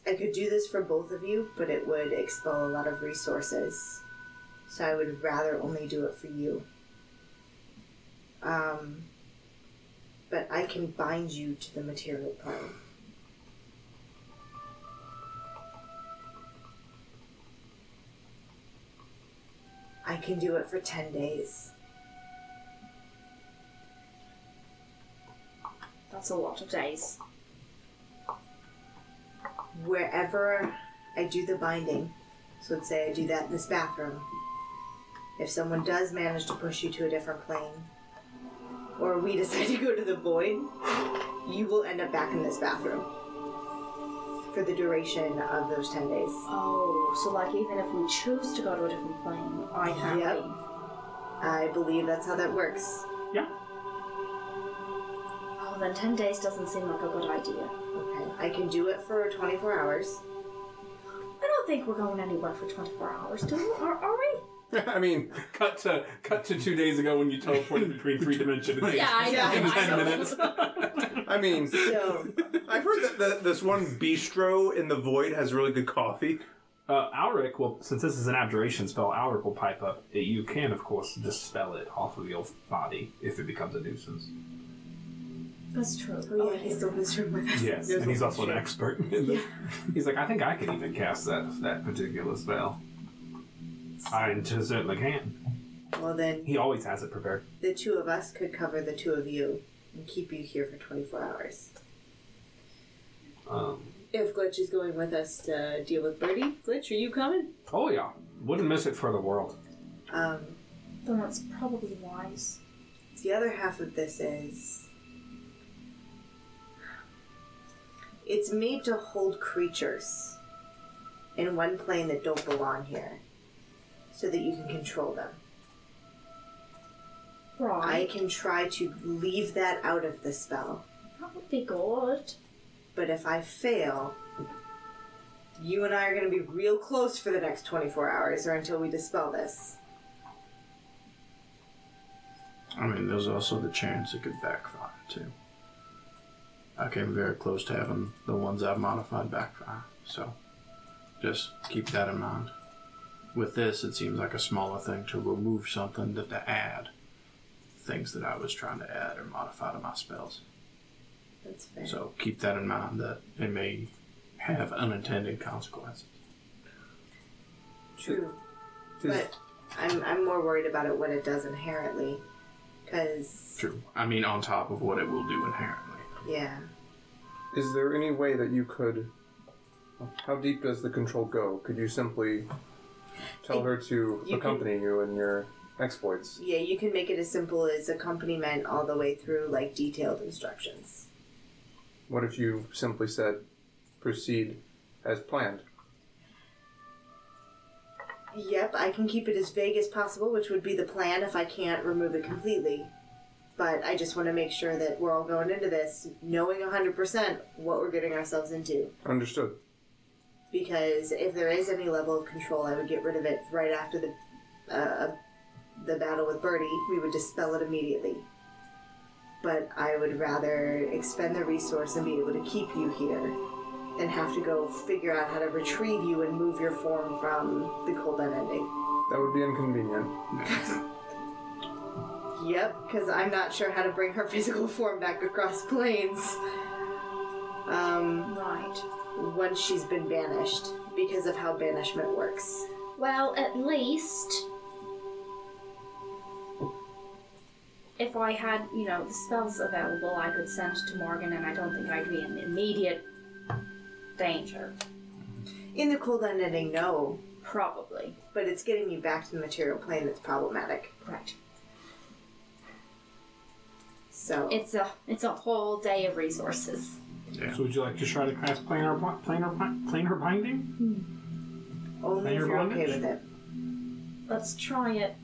Speaker 4: I could do this for both of you, but it would expel a lot of resources. So I would rather only do it for you. Um, but I can bind you to the material plane. I can do it for 10 days.
Speaker 7: That's a lot of days.
Speaker 4: wherever I do the binding, so let's say I do that in this bathroom, if someone does manage to push you to a different plane, or we decide to go to the void, you will end up back in this bathroom for the duration of those 10 days.
Speaker 7: Oh, so like even if we choose to go to a different plane, I can't
Speaker 4: Yep.
Speaker 7: leave.
Speaker 4: I believe that's how that works.
Speaker 2: Yeah.
Speaker 7: Oh, then ten days doesn't seem like a good idea.
Speaker 4: Okay. I can do it for 24 hours.
Speaker 7: I don't think we're going anywhere for 24 hours, do we? Are, are we?
Speaker 3: I mean,
Speaker 2: Cut to cut to two days ago when you teleported between three dimensions.
Speaker 7: Yeah, I know.
Speaker 2: In
Speaker 7: I
Speaker 2: ten
Speaker 7: know.
Speaker 2: minutes.
Speaker 3: I mean,
Speaker 4: So,
Speaker 3: I've heard that the, this one bistro in the void has really good coffee.
Speaker 2: Uh, Alric will, since this is an abjuration spell, Alric will pipe up. You can, of course, dispel it off of your body if it becomes a nuisance.
Speaker 7: That's true.
Speaker 4: oh yeah, he's still in this room with us.
Speaker 2: Yes,
Speaker 4: There's
Speaker 2: and he's
Speaker 4: a-
Speaker 2: also an expert. In this. He's like, I think I can even cast that that particular spell. I t- certainly can.
Speaker 4: Well, then
Speaker 2: He always has it prepared.
Speaker 4: the two of us could cover the two of you and keep you here for 24 hours.
Speaker 2: Um,
Speaker 4: if Glitch is going with us to deal with Birdie. Glitch, are you coming?
Speaker 2: Oh yeah, wouldn't miss it for the world.
Speaker 4: Um,
Speaker 1: Then that's probably wise.
Speaker 4: the other half of this is it's made to hold creatures in one plane that don't belong here so that you can control them. I
Speaker 1: Right.
Speaker 4: can try to leave that out of the spell,
Speaker 1: That would be good.
Speaker 4: but if I fail, you and I are going to be real close for the next 24 hours or until we dispel this.
Speaker 5: I mean, there's also the chance it could backfire too. I came very close to having the ones I've modified backfire, so just keep that in mind. With this, it seems like a smaller thing to remove something than to add things that I was trying to add or modify to my spells.
Speaker 4: That's fair.
Speaker 5: So keep that in mind that it may have unintended consequences.
Speaker 4: True.
Speaker 3: Does-
Speaker 4: But I'm, I'm more worried about it when it does inherently. Because,
Speaker 5: True. I mean, on top of what it will do inherently.
Speaker 4: yeah.
Speaker 3: Is there any way that you could? How deep does the control go? Could you simply tell her to
Speaker 4: You
Speaker 3: accompany you in your exploits?
Speaker 4: Yeah, you can make it as simple as accompaniment all the way through, like detailed instructions.
Speaker 3: What if you simply said, "Proceed as planned"?
Speaker 4: Yep, I can keep it as vague as possible, which would be the plan if I can't remove it completely. But I just want to make sure that we're all going into this knowing 100% what we're getting ourselves into.
Speaker 3: Understood.
Speaker 4: Because if there is any level of control, I would get rid of it right after the uh, the battle with Birdie. We would dispel it immediately. But I would rather expend the resource and be able to keep you here than have to go figure out how to retrieve you and move your form from the Kolben ending.
Speaker 3: That would be inconvenient.
Speaker 4: Yep, because I'm not sure how to bring her physical form back across planes. Um,
Speaker 1: Right.
Speaker 4: once she's been banished, because of how banishment works.
Speaker 1: Well, at least if I had, you know, the spells available, I could send to Morgan, and I don't think I'd be in immediate danger.
Speaker 4: In the cold ending, no,
Speaker 1: Probably.
Speaker 4: but it's getting you back to the material plane that's problematic.
Speaker 1: Correct.
Speaker 4: So
Speaker 1: It's a it's a whole day of resources.
Speaker 2: So would you like to try to craft planar bi- planar bi- planar binding?
Speaker 4: only if
Speaker 2: Minor
Speaker 4: you're okay
Speaker 2: bondage?
Speaker 4: with it.
Speaker 1: Let's try it.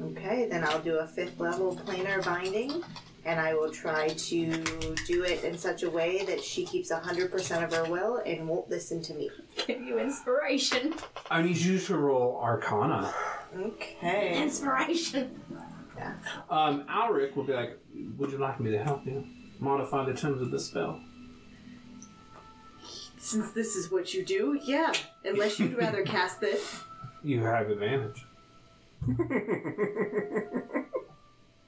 Speaker 4: Okay, then I'll do a fifth level planar binding, and I will try to do it in such a way that she keeps 100% of her will and won't listen to me.
Speaker 1: Give you inspiration.
Speaker 2: I need you to roll Arcana.
Speaker 4: Okay.
Speaker 1: Inspiration.
Speaker 2: Um, Alric will be like, "Would you like me to help you modify the terms of the spell?"
Speaker 4: Since this is what you do, yeah. Unless you'd rather cast this.
Speaker 2: You have advantage.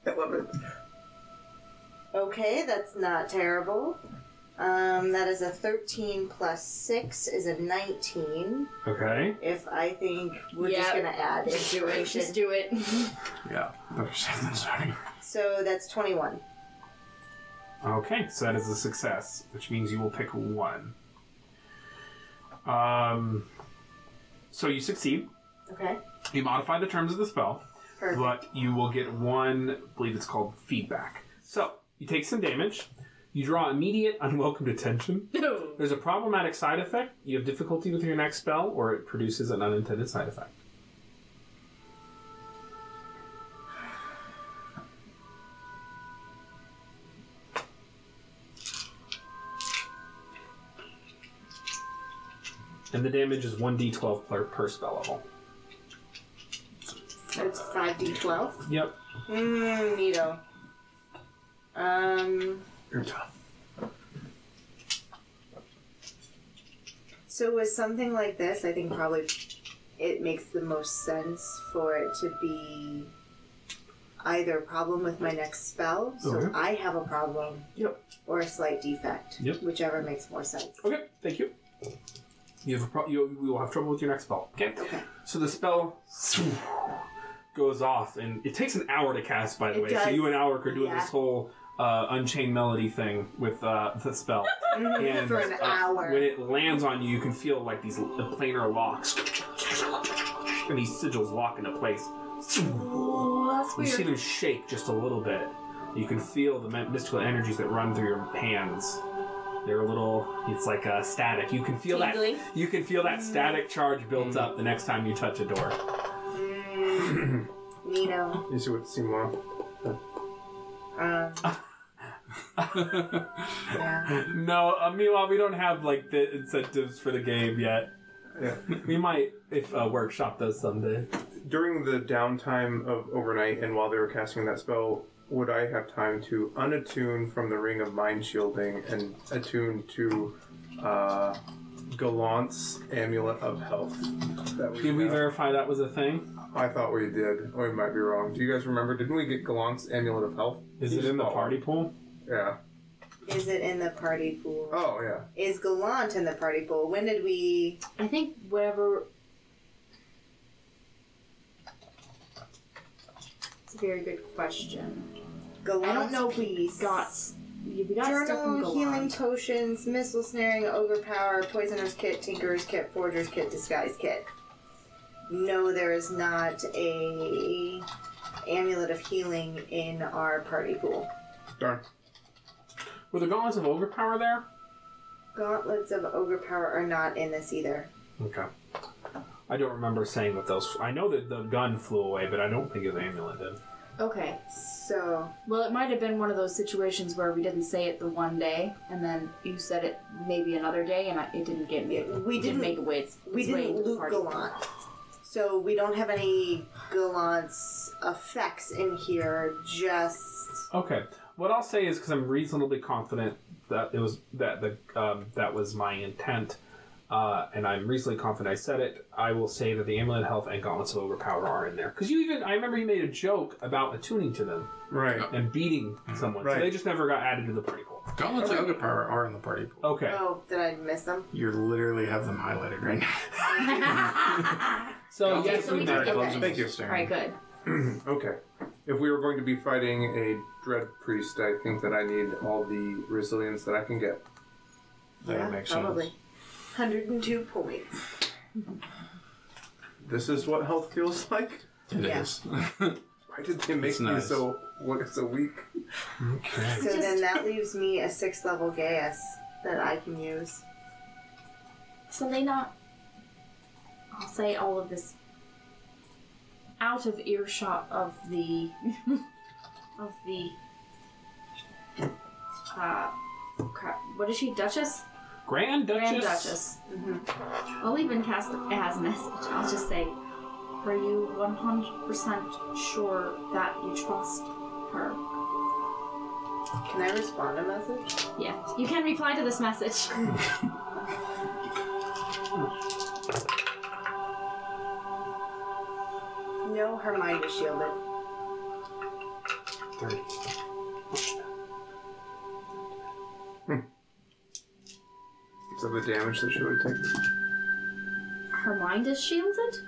Speaker 3: I love it.
Speaker 4: Okay, that's not terrible. Um, that is a 13 plus 6 is a 19.
Speaker 2: Okay.
Speaker 4: if I think we're just
Speaker 7: Yep.
Speaker 4: gonna add inspiration.
Speaker 7: Just do it.
Speaker 5: Yeah. There's something starting.
Speaker 4: so that's twenty one.
Speaker 2: Okay, so that is a success, which means you will pick one. Um, so you succeed.
Speaker 4: Okay.
Speaker 2: You modify the terms of the spell,
Speaker 4: Perfect.
Speaker 2: but you will get one. I believe it's called feedback. So you take some damage. You draw immediate unwelcome attention.
Speaker 7: No.
Speaker 2: There's a problematic side effect. You have difficulty with your next spell, or it produces an unintended side effect. And the damage is 1d12 per, per spell level.
Speaker 4: That's five D twelve.
Speaker 2: Yep.
Speaker 4: Mmm, neato. Um
Speaker 5: You're tough.
Speaker 4: so with something like this, I think probably it makes the most sense for it to be either a problem with my next spell, so
Speaker 2: Okay.
Speaker 4: I have a problem.
Speaker 2: Yep.
Speaker 4: Or a slight defect.
Speaker 2: Yep.
Speaker 4: Whichever makes more sense.
Speaker 2: Okay, thank you. You have a pro- you, you will have trouble with your next spell. Okay.
Speaker 4: Okay.
Speaker 2: So the spell goes off, and it takes an hour to cast, by the
Speaker 4: It
Speaker 2: way. So
Speaker 4: does.
Speaker 2: you and Alric are doing
Speaker 4: Yeah.
Speaker 2: this whole uh, Unchained Melody thing with uh, the spell. and
Speaker 4: Mm, For an
Speaker 2: uh,
Speaker 4: hour.
Speaker 2: when it lands on you, you can feel like these l- the planar locks and these sigils lock into place.
Speaker 7: Oh, that's
Speaker 2: You see
Speaker 7: weird.
Speaker 2: them shake just a little bit. You can feel the men- mystical energies that run through your hands. They're a little. It's like uh, static. You can feel
Speaker 7: Tingly.
Speaker 2: that. You can feel that static charge built up the next time you touch a door.
Speaker 4: Mm, Nino.
Speaker 3: You see what Seymour?
Speaker 4: Um, yeah.
Speaker 2: No, uh, meanwhile, we don't have like the incentives for the game yet.
Speaker 3: Yeah.
Speaker 2: We might if uh, workshop does someday.
Speaker 3: During the downtime of overnight and while they were casting that spell, would I have time to unattune from the ring of mind shielding and attune to uh, Gallant's amulet of health? That
Speaker 2: Did we
Speaker 3: have?
Speaker 2: verify that was a thing?
Speaker 3: I thought we did. Or we might be wrong. Do you guys remember? Didn't we get Gallant's amulet of health?
Speaker 2: Is it in the party pool?
Speaker 3: Yeah.
Speaker 4: Is it in the party pool?
Speaker 3: Oh yeah.
Speaker 4: Is Gallant in the party pool? When did we?
Speaker 1: I think whatever. It's a very good question.
Speaker 4: Gallant.
Speaker 1: I don't know if we
Speaker 4: piece.
Speaker 1: got. We got stuff from
Speaker 4: Journal,
Speaker 1: Galan.
Speaker 4: healing potions, missile snaring, overpower, poisoner's kit, tinkerer's kit, forger's kit, disguise kit. No, there is not a amulet of healing in our party pool.
Speaker 3: Darn.
Speaker 2: Were the gauntlets of ogre power there?
Speaker 4: Gauntlets of ogre power are not in this either.
Speaker 2: Okay. I don't remember saying what those. I know that the gun flew away, but I don't think his amulet did.
Speaker 1: Okay.
Speaker 4: So
Speaker 1: Well, it might have been one of those situations where we didn't say it the one day, and then you said it maybe another day, and I, it didn't get me.
Speaker 4: Yeah, we
Speaker 1: it didn't
Speaker 4: didn't-
Speaker 1: make it way. Its,
Speaker 4: we
Speaker 1: its way
Speaker 4: didn't
Speaker 1: into the
Speaker 4: loot
Speaker 1: party.
Speaker 4: Gallant. So we don't have any Gallant's effects in here, just
Speaker 2: Okay. What I'll say is because I'm reasonably confident that it was that the um, that was my intent, uh, and I'm reasonably confident I said it. I will say that the amulet of health and gauntlets of overpower are in there because you even I remember you made a joke about attuning to them
Speaker 3: Right.
Speaker 2: and beating someone, so
Speaker 3: Right.
Speaker 2: they just never got added to the party pool.
Speaker 5: Gauntlets of Ogre Power are in the party pool.
Speaker 2: Okay.
Speaker 4: oh, did I miss them?
Speaker 5: You literally have them highlighted right now.
Speaker 2: So yes,
Speaker 7: so
Speaker 2: we
Speaker 7: we
Speaker 2: did.
Speaker 7: did get that.
Speaker 3: Thank you.
Speaker 7: All right, good.
Speaker 3: Okay. If we were going to be fighting a dread priest, I think that I need all the resilience that I can get.
Speaker 5: That
Speaker 4: Yeah,
Speaker 5: makes
Speaker 4: probably.
Speaker 5: sense.
Speaker 4: 102 points.
Speaker 3: This is what health feels like.
Speaker 5: It
Speaker 4: Yeah.
Speaker 5: is.
Speaker 3: Why did they make
Speaker 5: It's
Speaker 3: me
Speaker 5: nice.
Speaker 3: so what, so weak?
Speaker 5: okay.
Speaker 4: So then that leaves me a sixth level Gaius that I can use.
Speaker 1: So they not. I'll say all of this out of earshot of the of the uh crap. What is she, Duchess?
Speaker 2: Grand Duchess.
Speaker 1: Grand Duchess. I'll even cast as message. I'll just say, "Are you one hundred percent sure that you trust her?"
Speaker 4: Can I respond to message?
Speaker 1: Yeah, you can reply to this message.
Speaker 4: No, her mind is shielded.
Speaker 3: Is that the damage that she would take?
Speaker 1: her mind is shielded.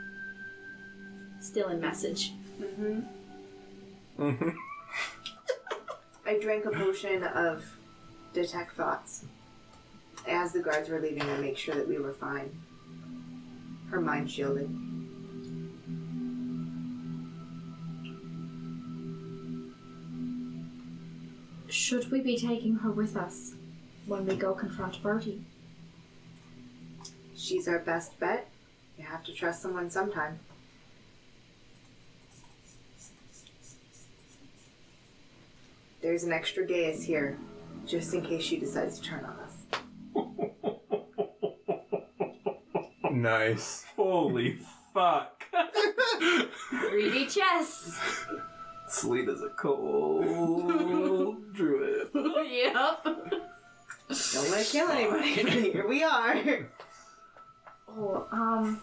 Speaker 1: Still in message.
Speaker 3: Mm-hmm.
Speaker 4: I drank a potion of detect thoughts as the guards were leaving to make sure that we were fine. Her mind shielded.
Speaker 1: Should we be taking her with us when we go confront Bertie?
Speaker 4: She's our best bet. You have to trust someone sometime. There's an extra Gaius here, just in case she decides to turn on us.
Speaker 3: Nice.
Speaker 2: Holy fuck!
Speaker 7: 3D chess.
Speaker 2: Sleet is a cold druid.
Speaker 7: yep.
Speaker 4: Don't want to kill anybody. Here we are.
Speaker 1: Oh, um.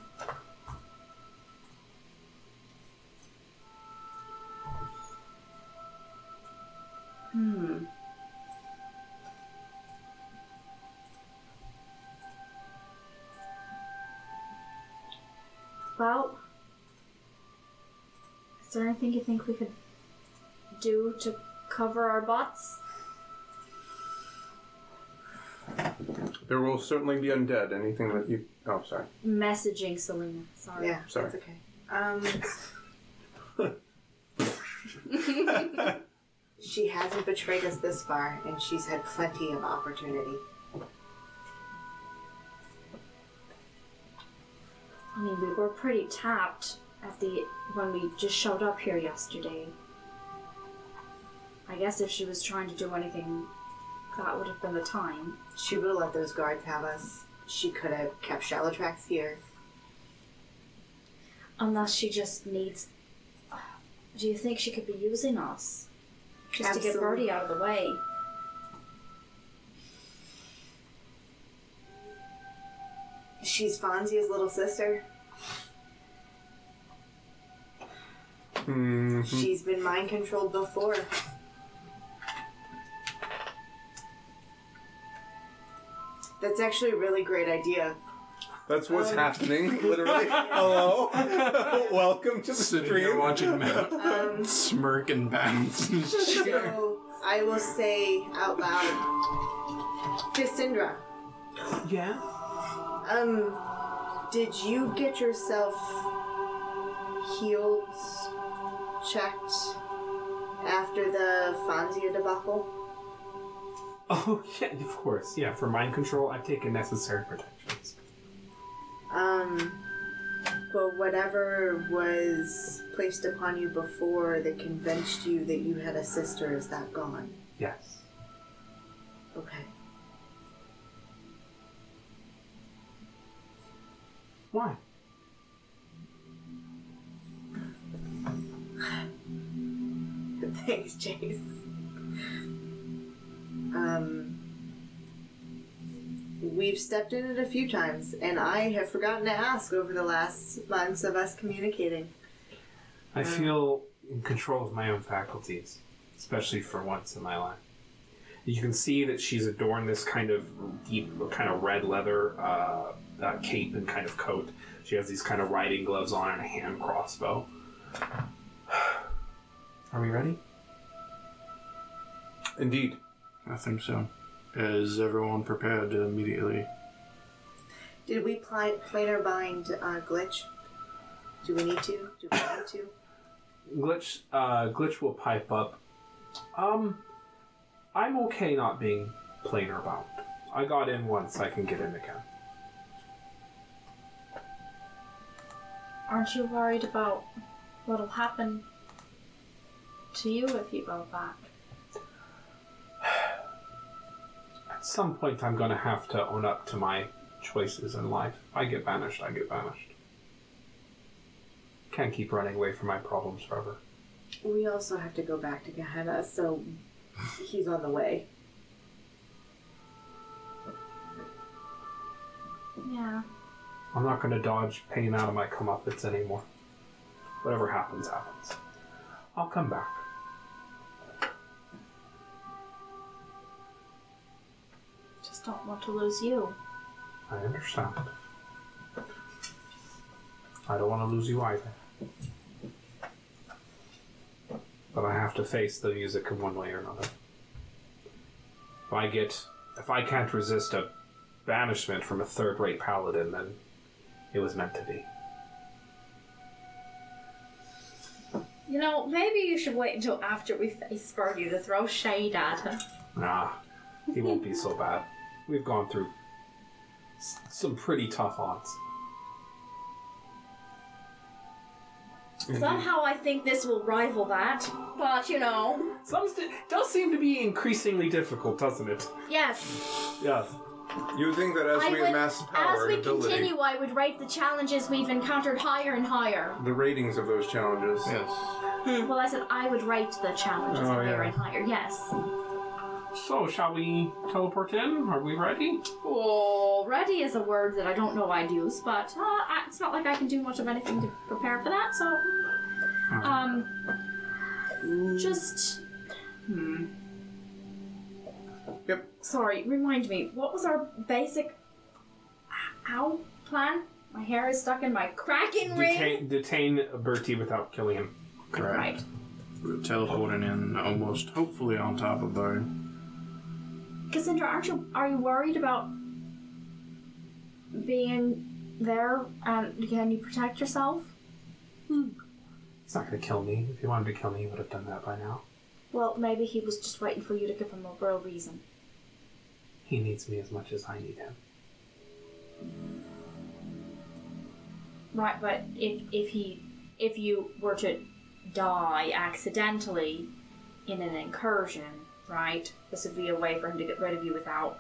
Speaker 1: Hmm. Well, is there anything you think we could do to cover our butts?
Speaker 3: There will certainly be undead. Anything that you. Oh, sorry.
Speaker 7: Messaging Selena. Sorry.
Speaker 4: Yeah,
Speaker 3: Sorry.
Speaker 4: that's okay. Um, she hasn't betrayed us this far, and she's had plenty of opportunity.
Speaker 1: I mean, we were pretty tapped at the when we just showed up here yesterday. I guess if she was trying to do anything, that would have been the time.
Speaker 4: She would have let those guards have us. She could have kept shallow tracks here.
Speaker 1: Unless she just needs. Do you think she could be using us just to get
Speaker 4: Absolutely.
Speaker 1: Birdie out of the way?
Speaker 4: She's Fonzie's little sister.
Speaker 3: Hmm.
Speaker 4: She's been mind controlled before. That's actually a really great idea.
Speaker 3: That's what's happening, literally. Hello. Welcome to the
Speaker 5: Sitting
Speaker 3: stream.
Speaker 5: here watching Matt
Speaker 4: Um,
Speaker 5: smirk and bounce. in his chair.
Speaker 4: so I will say out loud, Cassandra.
Speaker 2: Yeah.
Speaker 4: Um, did you get yourself healed, checked after the Fonzie debacle?
Speaker 2: Oh yeah, of course. Yeah, for mind control, I've taken necessary protections.
Speaker 4: Um, but whatever was placed upon you before that convinced you that you had a sister, is that gone?
Speaker 2: Yes.
Speaker 4: Okay.
Speaker 2: Why?
Speaker 4: Thanks, Chase. Um, we've stepped in it a few times, and I have forgotten to ask over the last months of us communicating.
Speaker 2: I feel in control of my own faculties, especially for once in my life. You can see that she's adorned this kind of deep, kind of red leather uh, uh, cape and kind of coat. She has these kind of riding gloves on and a hand crossbow. Are we ready?
Speaker 3: Indeed.
Speaker 5: I think so. Is everyone prepared to immediately?
Speaker 4: Did we pl- plan or bind uh, glitch? Do we need to? Do we want to?
Speaker 2: Glitch, uh, Glitch will pipe up. Um, I'm okay not being plain or bound. I got in once, I can get in again.
Speaker 1: Aren't you worried about what'll happen to you if you go back?
Speaker 2: At some point, I'm gonna have to own up to my choices in life. I get banished, I get banished. Can't keep running away from my problems forever.
Speaker 4: We also have to go back to Gehenna, so he's on the way.
Speaker 1: Yeah.
Speaker 2: I'm not gonna dodge pain out of my comeuppance anymore. Whatever happens, happens. I'll come back.
Speaker 1: Just don't want to lose you.
Speaker 2: I understand. I don't want to lose you either. But I have to face the music in one way or another. If I get if I can't resist a banishment from a third rate paladin, then it was meant to be.
Speaker 7: You know, maybe you should wait until after we face Birdie to throw shade at her.
Speaker 2: Nah, he won't be so bad. We've gone through s- some pretty tough odds.
Speaker 3: Mm-hmm.
Speaker 7: Somehow I think this will rival that. But, you know.
Speaker 2: Some st- does seem to be increasingly difficult, doesn't it?
Speaker 7: Yes.
Speaker 2: Yes.
Speaker 3: You would think that as
Speaker 7: I
Speaker 3: we
Speaker 7: would,
Speaker 3: amass power
Speaker 7: as we
Speaker 3: and ability,
Speaker 7: continue, I would rate the challenges we've encountered higher and higher.
Speaker 3: the ratings of those challenges.
Speaker 5: Yes.
Speaker 1: Well, I said I would rate the challenges
Speaker 3: Oh,
Speaker 1: higher
Speaker 3: yeah.
Speaker 1: and higher. Yes.
Speaker 2: So, shall we teleport in? Are we ready?
Speaker 7: Already is a word that I don't know I'd use, but uh, I- it's not like I can do much of anything to prepare for that. So, um, just hmm.
Speaker 3: Yep.
Speaker 7: Sorry, remind me. What was our basic how plan? My hair is stuck in my cracking ring.
Speaker 2: Detain, detain Bertie without killing him.
Speaker 5: Correct.
Speaker 7: Right.
Speaker 5: We're teleporting in almost, hopefully, on top of Bird.
Speaker 1: Cassandra, aren't you are you worried about
Speaker 7: being there, and can you protect yourself?
Speaker 6: It's not going to kill me. If he wanted to kill me, he would have done that by now.
Speaker 7: Well, maybe he was just waiting for you to give him a real reason.
Speaker 6: He needs me as much as I need him.
Speaker 7: Right, but if if he if you were to die accidentally in an incursion, right? This would be a way for him to get rid of you without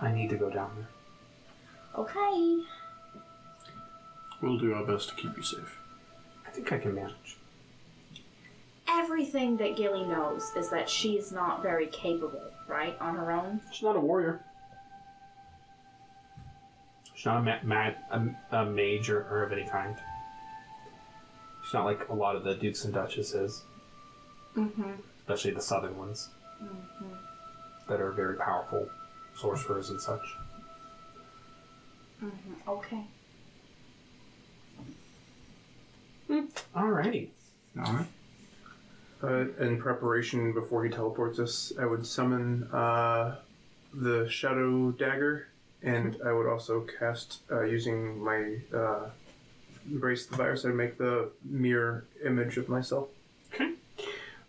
Speaker 6: I need to go down there.
Speaker 7: Okay.
Speaker 5: We'll do our best to keep you safe.
Speaker 6: I think I can manage.
Speaker 7: Everything that Gilly knows is that she is not very capable, right? On her own.
Speaker 2: She's not a warrior.
Speaker 6: She's not a, ma- ma- a, a mage or, or of any kind. She's not like a lot of the dukes and duchesses,
Speaker 7: Mm-hmm.
Speaker 6: especially the southern ones,
Speaker 7: Mm-hmm.
Speaker 6: that are very powerful sorcerers and such.
Speaker 7: Mm-hmm. Okay.
Speaker 6: Alrighty.
Speaker 5: All right.
Speaker 3: Uh, in preparation before he teleports us, I would summon uh, the Shadow Dagger, and I would also cast uh, using my uh, embrace the virus. I'd make the mirror image of myself.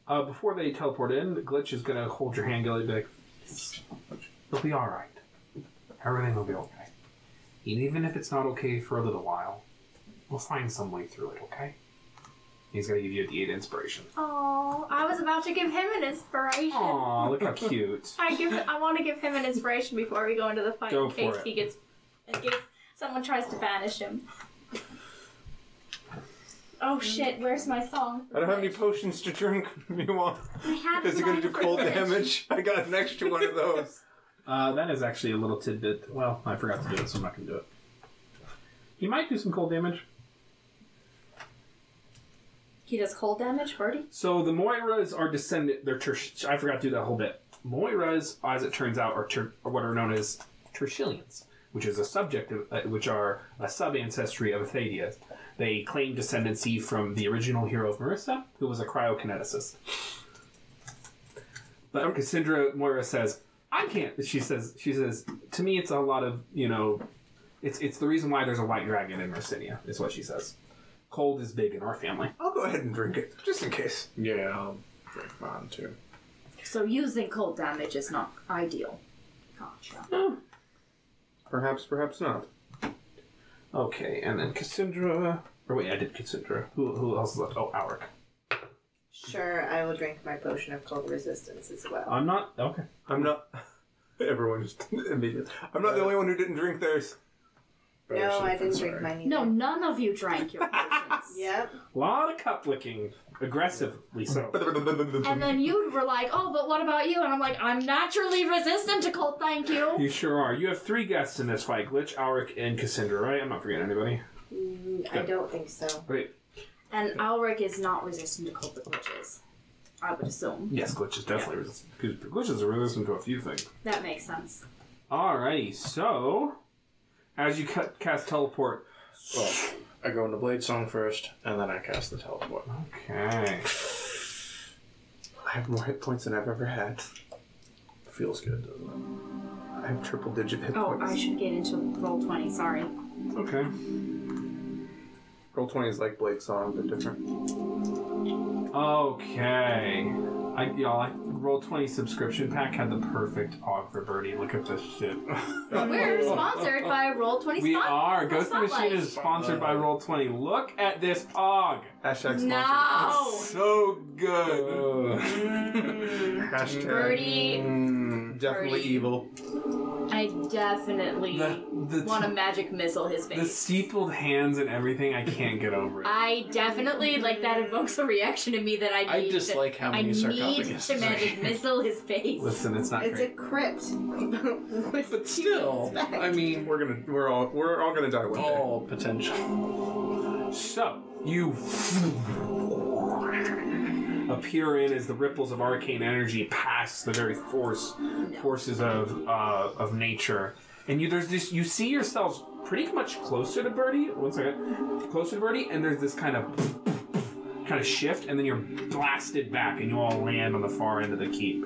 Speaker 2: Uh, before they teleport in, Glitch is gonna hold your hand, Gilly, and be like,
Speaker 6: You'll be alright. Everything will be okay. And even if it's not okay for a little while, we'll find some way through it, okay? He's gonna give you a D8 inspiration.
Speaker 7: Oh, I was about to give him an inspiration.
Speaker 2: Aw, look how cute.
Speaker 7: I give. I want to give him an inspiration before we go into the fight
Speaker 2: Go
Speaker 7: in
Speaker 2: for
Speaker 7: case
Speaker 2: it.
Speaker 7: he gets. In case someone tries to banish him. Oh shit! Where's my song?
Speaker 3: I don't have any potions to drink. If you want,
Speaker 7: I had
Speaker 3: is it going
Speaker 7: one
Speaker 3: to do
Speaker 7: for
Speaker 3: cold
Speaker 7: Glitch.
Speaker 3: damage? I got an extra one of those.
Speaker 2: Uh, that is actually a little tidbit. Well, I forgot to do it, so I'm not gonna do it. He might do some cold damage.
Speaker 7: He does cold damage, Birdie.
Speaker 2: So the Moiras are descendant. They're Tersh- I forgot to do that whole bit. Moiras, as it turns out, are, ter- are what are known as Tertullians, which is a subject of, uh, which are a sub ancestry of Athadias. They claim descendancy from the original hero of Marissa, who was a cryokineticist. But Cassandra Moira says, "I can't." She says, "She says to me, it's a lot of you know, it's it's the reason why there's a white dragon in Marsinia, is what she says. Cold is big in our family."
Speaker 3: I'll go ahead and drink it just in case.
Speaker 5: Yeah, I'll drink mine too.
Speaker 7: So using cold damage is not ideal. Gotcha.
Speaker 3: Perhaps, perhaps not.
Speaker 2: Okay, and then Cassandra. Or wait, I did Cassandra. Who, who else is left? Oh, Alaric.
Speaker 4: Sure, I will drink my potion of cold resistance as well.
Speaker 2: I'm not. Okay.
Speaker 3: I'm not. Everyone just immediately. I'm not the only one who didn't drink theirs.
Speaker 4: no, I didn't
Speaker 5: That's
Speaker 4: drink
Speaker 5: alright.
Speaker 4: mine either.
Speaker 7: No, none of you drank your potions.
Speaker 4: Yep.
Speaker 2: A lot of cup licking. Aggressively so.
Speaker 7: And then you were like, "Oh, but what about you?" And I'm like, "I'm naturally resistant to cold. Thank you."
Speaker 2: You sure are. You have three guests in this fight Glitch, Alaric, and Cassandra, right? I'm not forgetting anybody.
Speaker 4: Mm, I don't think so.
Speaker 2: Wait.
Speaker 7: And Alric is not resistant to cold, but which is, I would assume.
Speaker 2: Yes, Glitch is definitely resistant. Because Glitch is resistant to a few things.
Speaker 7: That makes sense.
Speaker 2: Alrighty, so. As you ca- cast teleport.
Speaker 5: Well, I go into Blade Song first, and then I cast the teleport.
Speaker 2: Okay.
Speaker 3: I have more hit points than I've ever had.
Speaker 5: Feels good, doesn't
Speaker 3: I have triple digit hit
Speaker 7: Oh,
Speaker 3: points.
Speaker 7: I should get into roll twenty. Sorry.
Speaker 2: Okay.
Speaker 3: Roll twenty is like Blade Song, but different.
Speaker 2: Okay. I, y'all, I, Roll20 subscription pack had the perfect og for Birdie. Look at this shit.
Speaker 7: We're sponsored by Roll Twenty.
Speaker 2: We are. Ghost the
Speaker 7: Spotlight.
Speaker 2: Machine is sponsored by Roll20. Look at this pog.
Speaker 3: Hashtag sponsor.
Speaker 7: No,
Speaker 3: So good. Hashtag.
Speaker 7: Birdie.
Speaker 3: Mm, definitely
Speaker 7: Birdie.
Speaker 3: evil.
Speaker 7: I definitely
Speaker 2: The, the,
Speaker 7: want to magic missile his
Speaker 2: the
Speaker 7: face.
Speaker 2: steepled hands and everything, I can't get over it.
Speaker 7: I definitely like that evokes a reaction in me that I need.
Speaker 5: I dislike how many
Speaker 7: I need
Speaker 5: sarcophagus.
Speaker 7: to magic missile his face.
Speaker 2: Listen, it's not
Speaker 4: It's a
Speaker 2: great.
Speaker 4: crypt.
Speaker 5: But still, I mean,
Speaker 3: We're gonna, we're all, we're all gonna die one day.
Speaker 5: all potential.
Speaker 2: So, you appear in as the ripples of arcane energy pass the very force forces of uh, of nature, and you there's this you see yourselves pretty much closer to Birdie. One second, closer to Birdie, and there's this kind of kind of shift, and then you're blasted back, and you all land on the far end of the keep.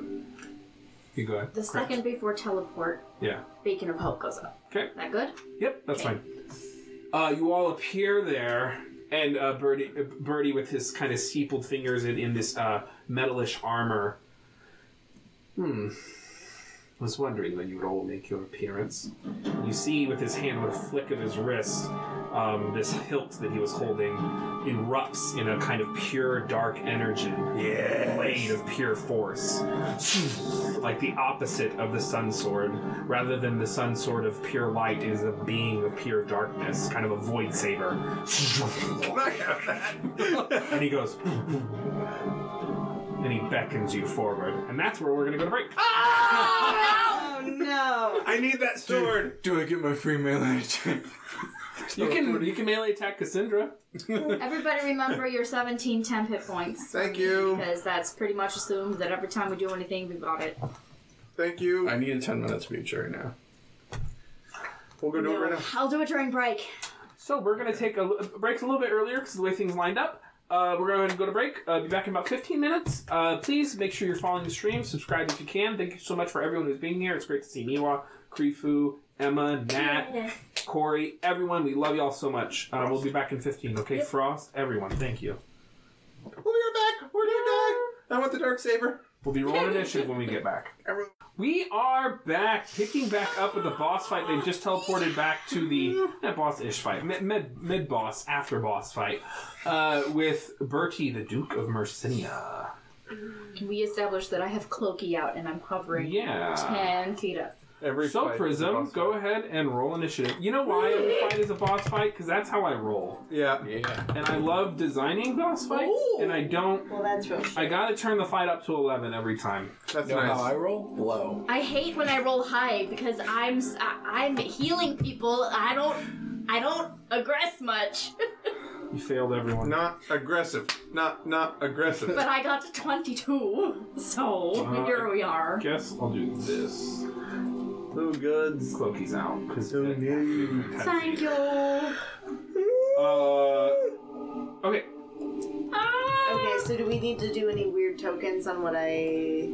Speaker 2: You go ahead.
Speaker 7: The second before teleport,
Speaker 2: Yeah.
Speaker 7: Beacon of Hope goes up.
Speaker 2: Okay.
Speaker 7: That good?
Speaker 2: Yep, that's fine. Uh, you all appear there, and uh, Birdie, uh, Birdie with his kind of steepled fingers in, in this uh, metalish armor. Hmm. Was wondering when you would all make your appearance. You see with his hand, with a flick of his wrist, um, this hilt that he was holding erupts in a kind of pure dark energy.
Speaker 3: Yeah.
Speaker 2: blade of pure force, like the opposite of the sun sword. Rather than the sun sword of pure light, is a being of pure darkness, kind of a void saber. and he goes, and he beckons you forward, and that's where we're gonna go to break.
Speaker 4: Oh no!
Speaker 3: Ah! I need that sword.
Speaker 5: Do I get my free melee attack?
Speaker 2: You can you can melee attack Cassandra.
Speaker 7: Everybody remember your 17 temp hit points.
Speaker 3: Thank you.
Speaker 7: Because that's pretty much assumed that every time we do anything, we got it.
Speaker 3: Thank you.
Speaker 5: I need a 10 minute speech right now.
Speaker 3: We'll go do it right now.
Speaker 7: I'll do it during break.
Speaker 2: So we're gonna take a l- breaks a little bit earlier because the way things lined up. Uh, we're going to go to break. Uh, be back in about 15 minutes. Uh, please make sure you're following the stream. Subscribe if you can. Thank you so much for everyone who's being here. It's great to see Miwa, Krifu, Emma, Nat, Corey, everyone. We love y'all so much. Uh, we'll be back in 15. Okay, Frost, everyone. Thank you.
Speaker 3: We'll be right back. We're gonna die. I want the dark saber.
Speaker 2: We'll be rolling initiative when we get back.
Speaker 3: Everyone-
Speaker 2: We are back, picking back up with the boss fight. They just teleported back to the not boss-ish fight, mid mid boss after boss fight, uh, with Bertie, the Duke of Mercinia.
Speaker 7: Can we establish that I have Cloaky out and I'm hovering
Speaker 2: Yeah.
Speaker 7: 10 feet up?
Speaker 3: Every
Speaker 2: So
Speaker 3: fight is a
Speaker 2: Prism,
Speaker 3: boss
Speaker 2: go
Speaker 3: fight.
Speaker 2: ahead and roll initiative. You know why every fight is a boss fight? Because that's how I roll,
Speaker 3: Yeah.
Speaker 5: Yeah.
Speaker 2: and I love designing boss fights, and I don't.
Speaker 4: Well, that's real.
Speaker 2: I gotta turn the fight up to eleven every time.
Speaker 3: That's
Speaker 5: know
Speaker 3: nice.
Speaker 5: how I roll? Low.
Speaker 7: I hate when I roll high because I'm s- I, am i am healing people. I don't I don't aggress much,
Speaker 2: You failed everyone.
Speaker 3: Not aggressive. Not not aggressive.
Speaker 7: but I got to 22. So
Speaker 2: Uh,
Speaker 7: here we are.
Speaker 2: Guess I'll do this.
Speaker 3: Who goods?
Speaker 2: Cloaky's out. 'cause-
Speaker 7: Thank you.
Speaker 2: Uh, okay.
Speaker 7: Ah!
Speaker 4: Okay, so do we need to do any weird tokens on what I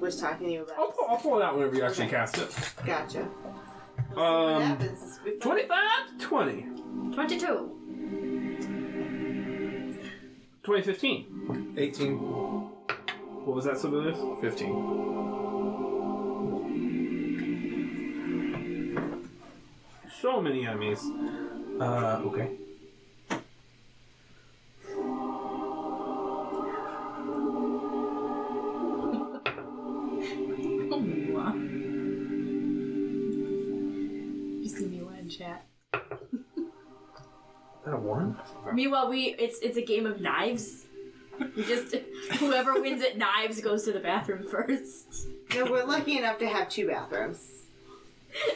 Speaker 4: was talking to you
Speaker 2: I'll
Speaker 4: about?
Speaker 2: pull, I'll pull it out whenever you actually cast it.
Speaker 4: Gotcha. what
Speaker 2: Um,
Speaker 4: happens is we
Speaker 2: 25? 20.
Speaker 7: 22.
Speaker 2: 2015.
Speaker 3: 18.
Speaker 2: What was that Sylvanus?
Speaker 5: 15.
Speaker 2: So many enemies. Uh, okay.
Speaker 7: You see Miwa in chat.
Speaker 2: That a one?
Speaker 7: Meanwhile, we it's it's a game of knives. We just whoever wins at knives goes to the bathroom first.
Speaker 4: No, we're lucky enough to have two bathrooms.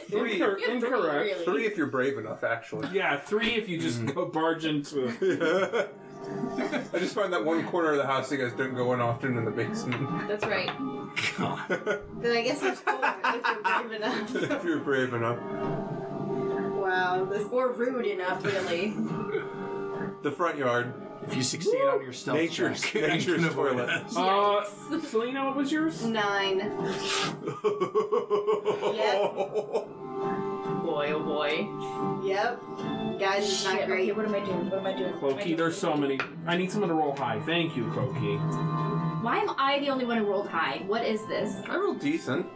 Speaker 3: Three.
Speaker 2: Incor-
Speaker 7: You have three,
Speaker 2: incorrect.
Speaker 7: really.
Speaker 3: Three if you're brave enough, actually.
Speaker 2: Yeah, three if you just go barge into.
Speaker 3: I just find that one corner of the house you guys don't go in often in the basement.
Speaker 7: That's right.
Speaker 4: Then I guess it's four if you're brave enough.
Speaker 3: if you're brave enough.
Speaker 4: Wow, this
Speaker 7: Or rude enough, really.
Speaker 3: The front yard.
Speaker 5: If you succeed on your stealth
Speaker 3: Nature's-
Speaker 5: check, you
Speaker 3: nature's
Speaker 5: can avoid
Speaker 3: toilet.
Speaker 5: us.
Speaker 2: Uh, Selena, what was yours?
Speaker 4: nine.
Speaker 7: Boy, oh boy.
Speaker 4: Yep. Guys, it's not
Speaker 7: Shit,
Speaker 4: great.
Speaker 7: okay, what am I doing? What am I doing? What am I
Speaker 2: Clokey,
Speaker 7: doing?
Speaker 2: there's so many. I need someone to roll high. Thank you, Clokey.
Speaker 7: Why am I the only one who rolled high? What is this?
Speaker 3: I rolled decent.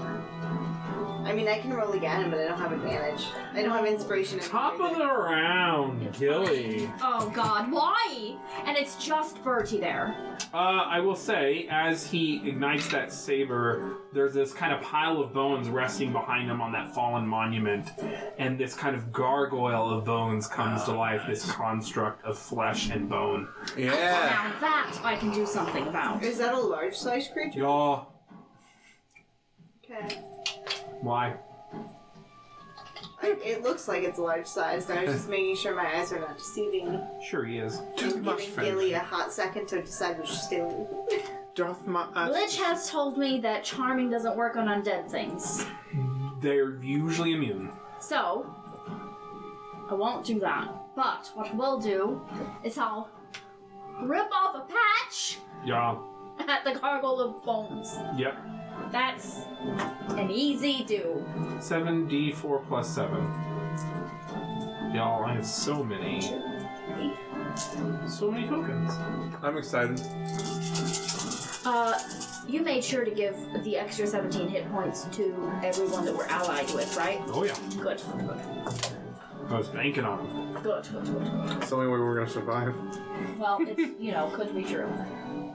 Speaker 4: I mean, I can roll again, but I don't have advantage. I don't have inspiration.
Speaker 2: Top of the round, Gilly.
Speaker 7: Oh god, why? And it's just Bertie there.
Speaker 2: Uh, I will say, as he ignites that saber, there's this kind of pile of bones resting behind him on that fallen monument, and this kind of gargoyle of bones comes to life, this construct of flesh and bone.
Speaker 3: Yeah.
Speaker 7: Now that I can do something about.
Speaker 4: Is that a large sized creature?
Speaker 2: Y'all,
Speaker 4: Okay.
Speaker 2: why?
Speaker 4: I, it looks like it's a large size. I was just making sure my eyes are not deceiving. me.
Speaker 2: Sure he is.
Speaker 4: I'm giving Gilly a hot second to decide what she's doing.
Speaker 3: Doth my
Speaker 7: Lich has told me that charming doesn't work on undead things.
Speaker 2: They're usually immune.
Speaker 7: So, I won't do that. But what I will do is I'll rip off a patch
Speaker 2: Y'all,
Speaker 7: at the cargo of bones.
Speaker 2: Yep.
Speaker 7: That's an easy do.
Speaker 2: Seven D four plus seven. Y'all, I have so many, so many tokens.
Speaker 3: I'm excited.
Speaker 7: Uh, you made sure to give the extra 17 hit points to everyone that we're allied with, right?
Speaker 2: Oh yeah,
Speaker 7: Good,
Speaker 2: I was banking on them.
Speaker 7: good, good, good.
Speaker 3: It's the only way we're gonna survive.
Speaker 7: Well, it's, you know, could be true.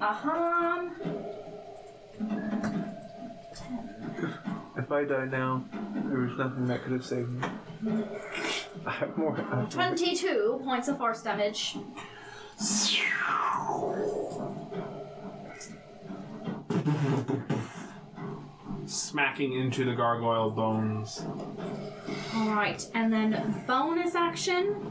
Speaker 7: Uh-huh.
Speaker 3: If I die now, there was nothing that could have saved me. I have more. I have more.
Speaker 7: 22 points of force damage.
Speaker 2: Smacking into the gargoyle bones.
Speaker 7: Alright, and then bonus action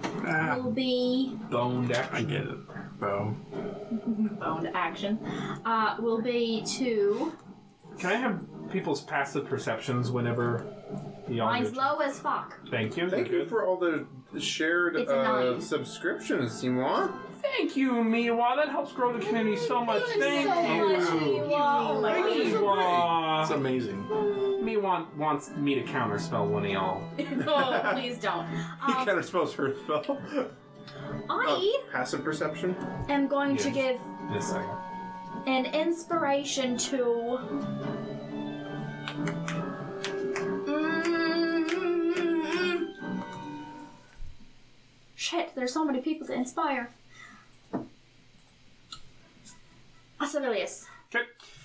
Speaker 7: will be.
Speaker 2: Bone deck.
Speaker 5: I get it. Bow.
Speaker 7: Boned action. Uh, will be to.
Speaker 2: Can I have people's passive perceptions whenever y'all?
Speaker 7: Mine's
Speaker 2: do-
Speaker 7: low as fuck.
Speaker 2: Thank you.
Speaker 3: Thank you for all the shared
Speaker 7: It's a
Speaker 3: uh,
Speaker 7: nine.
Speaker 3: subscriptions, Simon.
Speaker 2: Thank you, Miwa. That helps grow the community so much. Thank you. Miwa.
Speaker 5: It's amazing.
Speaker 2: Miwa wants me to counterspell one of y'all.
Speaker 7: oh, please don't.
Speaker 3: He
Speaker 7: Um,
Speaker 3: kind of spells her spell. Uh,
Speaker 7: I
Speaker 3: Passive perception.
Speaker 7: am going to
Speaker 2: Yes.
Speaker 7: give
Speaker 2: In a second.
Speaker 7: an inspiration to. Mm. Shit, there's so many people to inspire. Asavilius,
Speaker 2: Okay.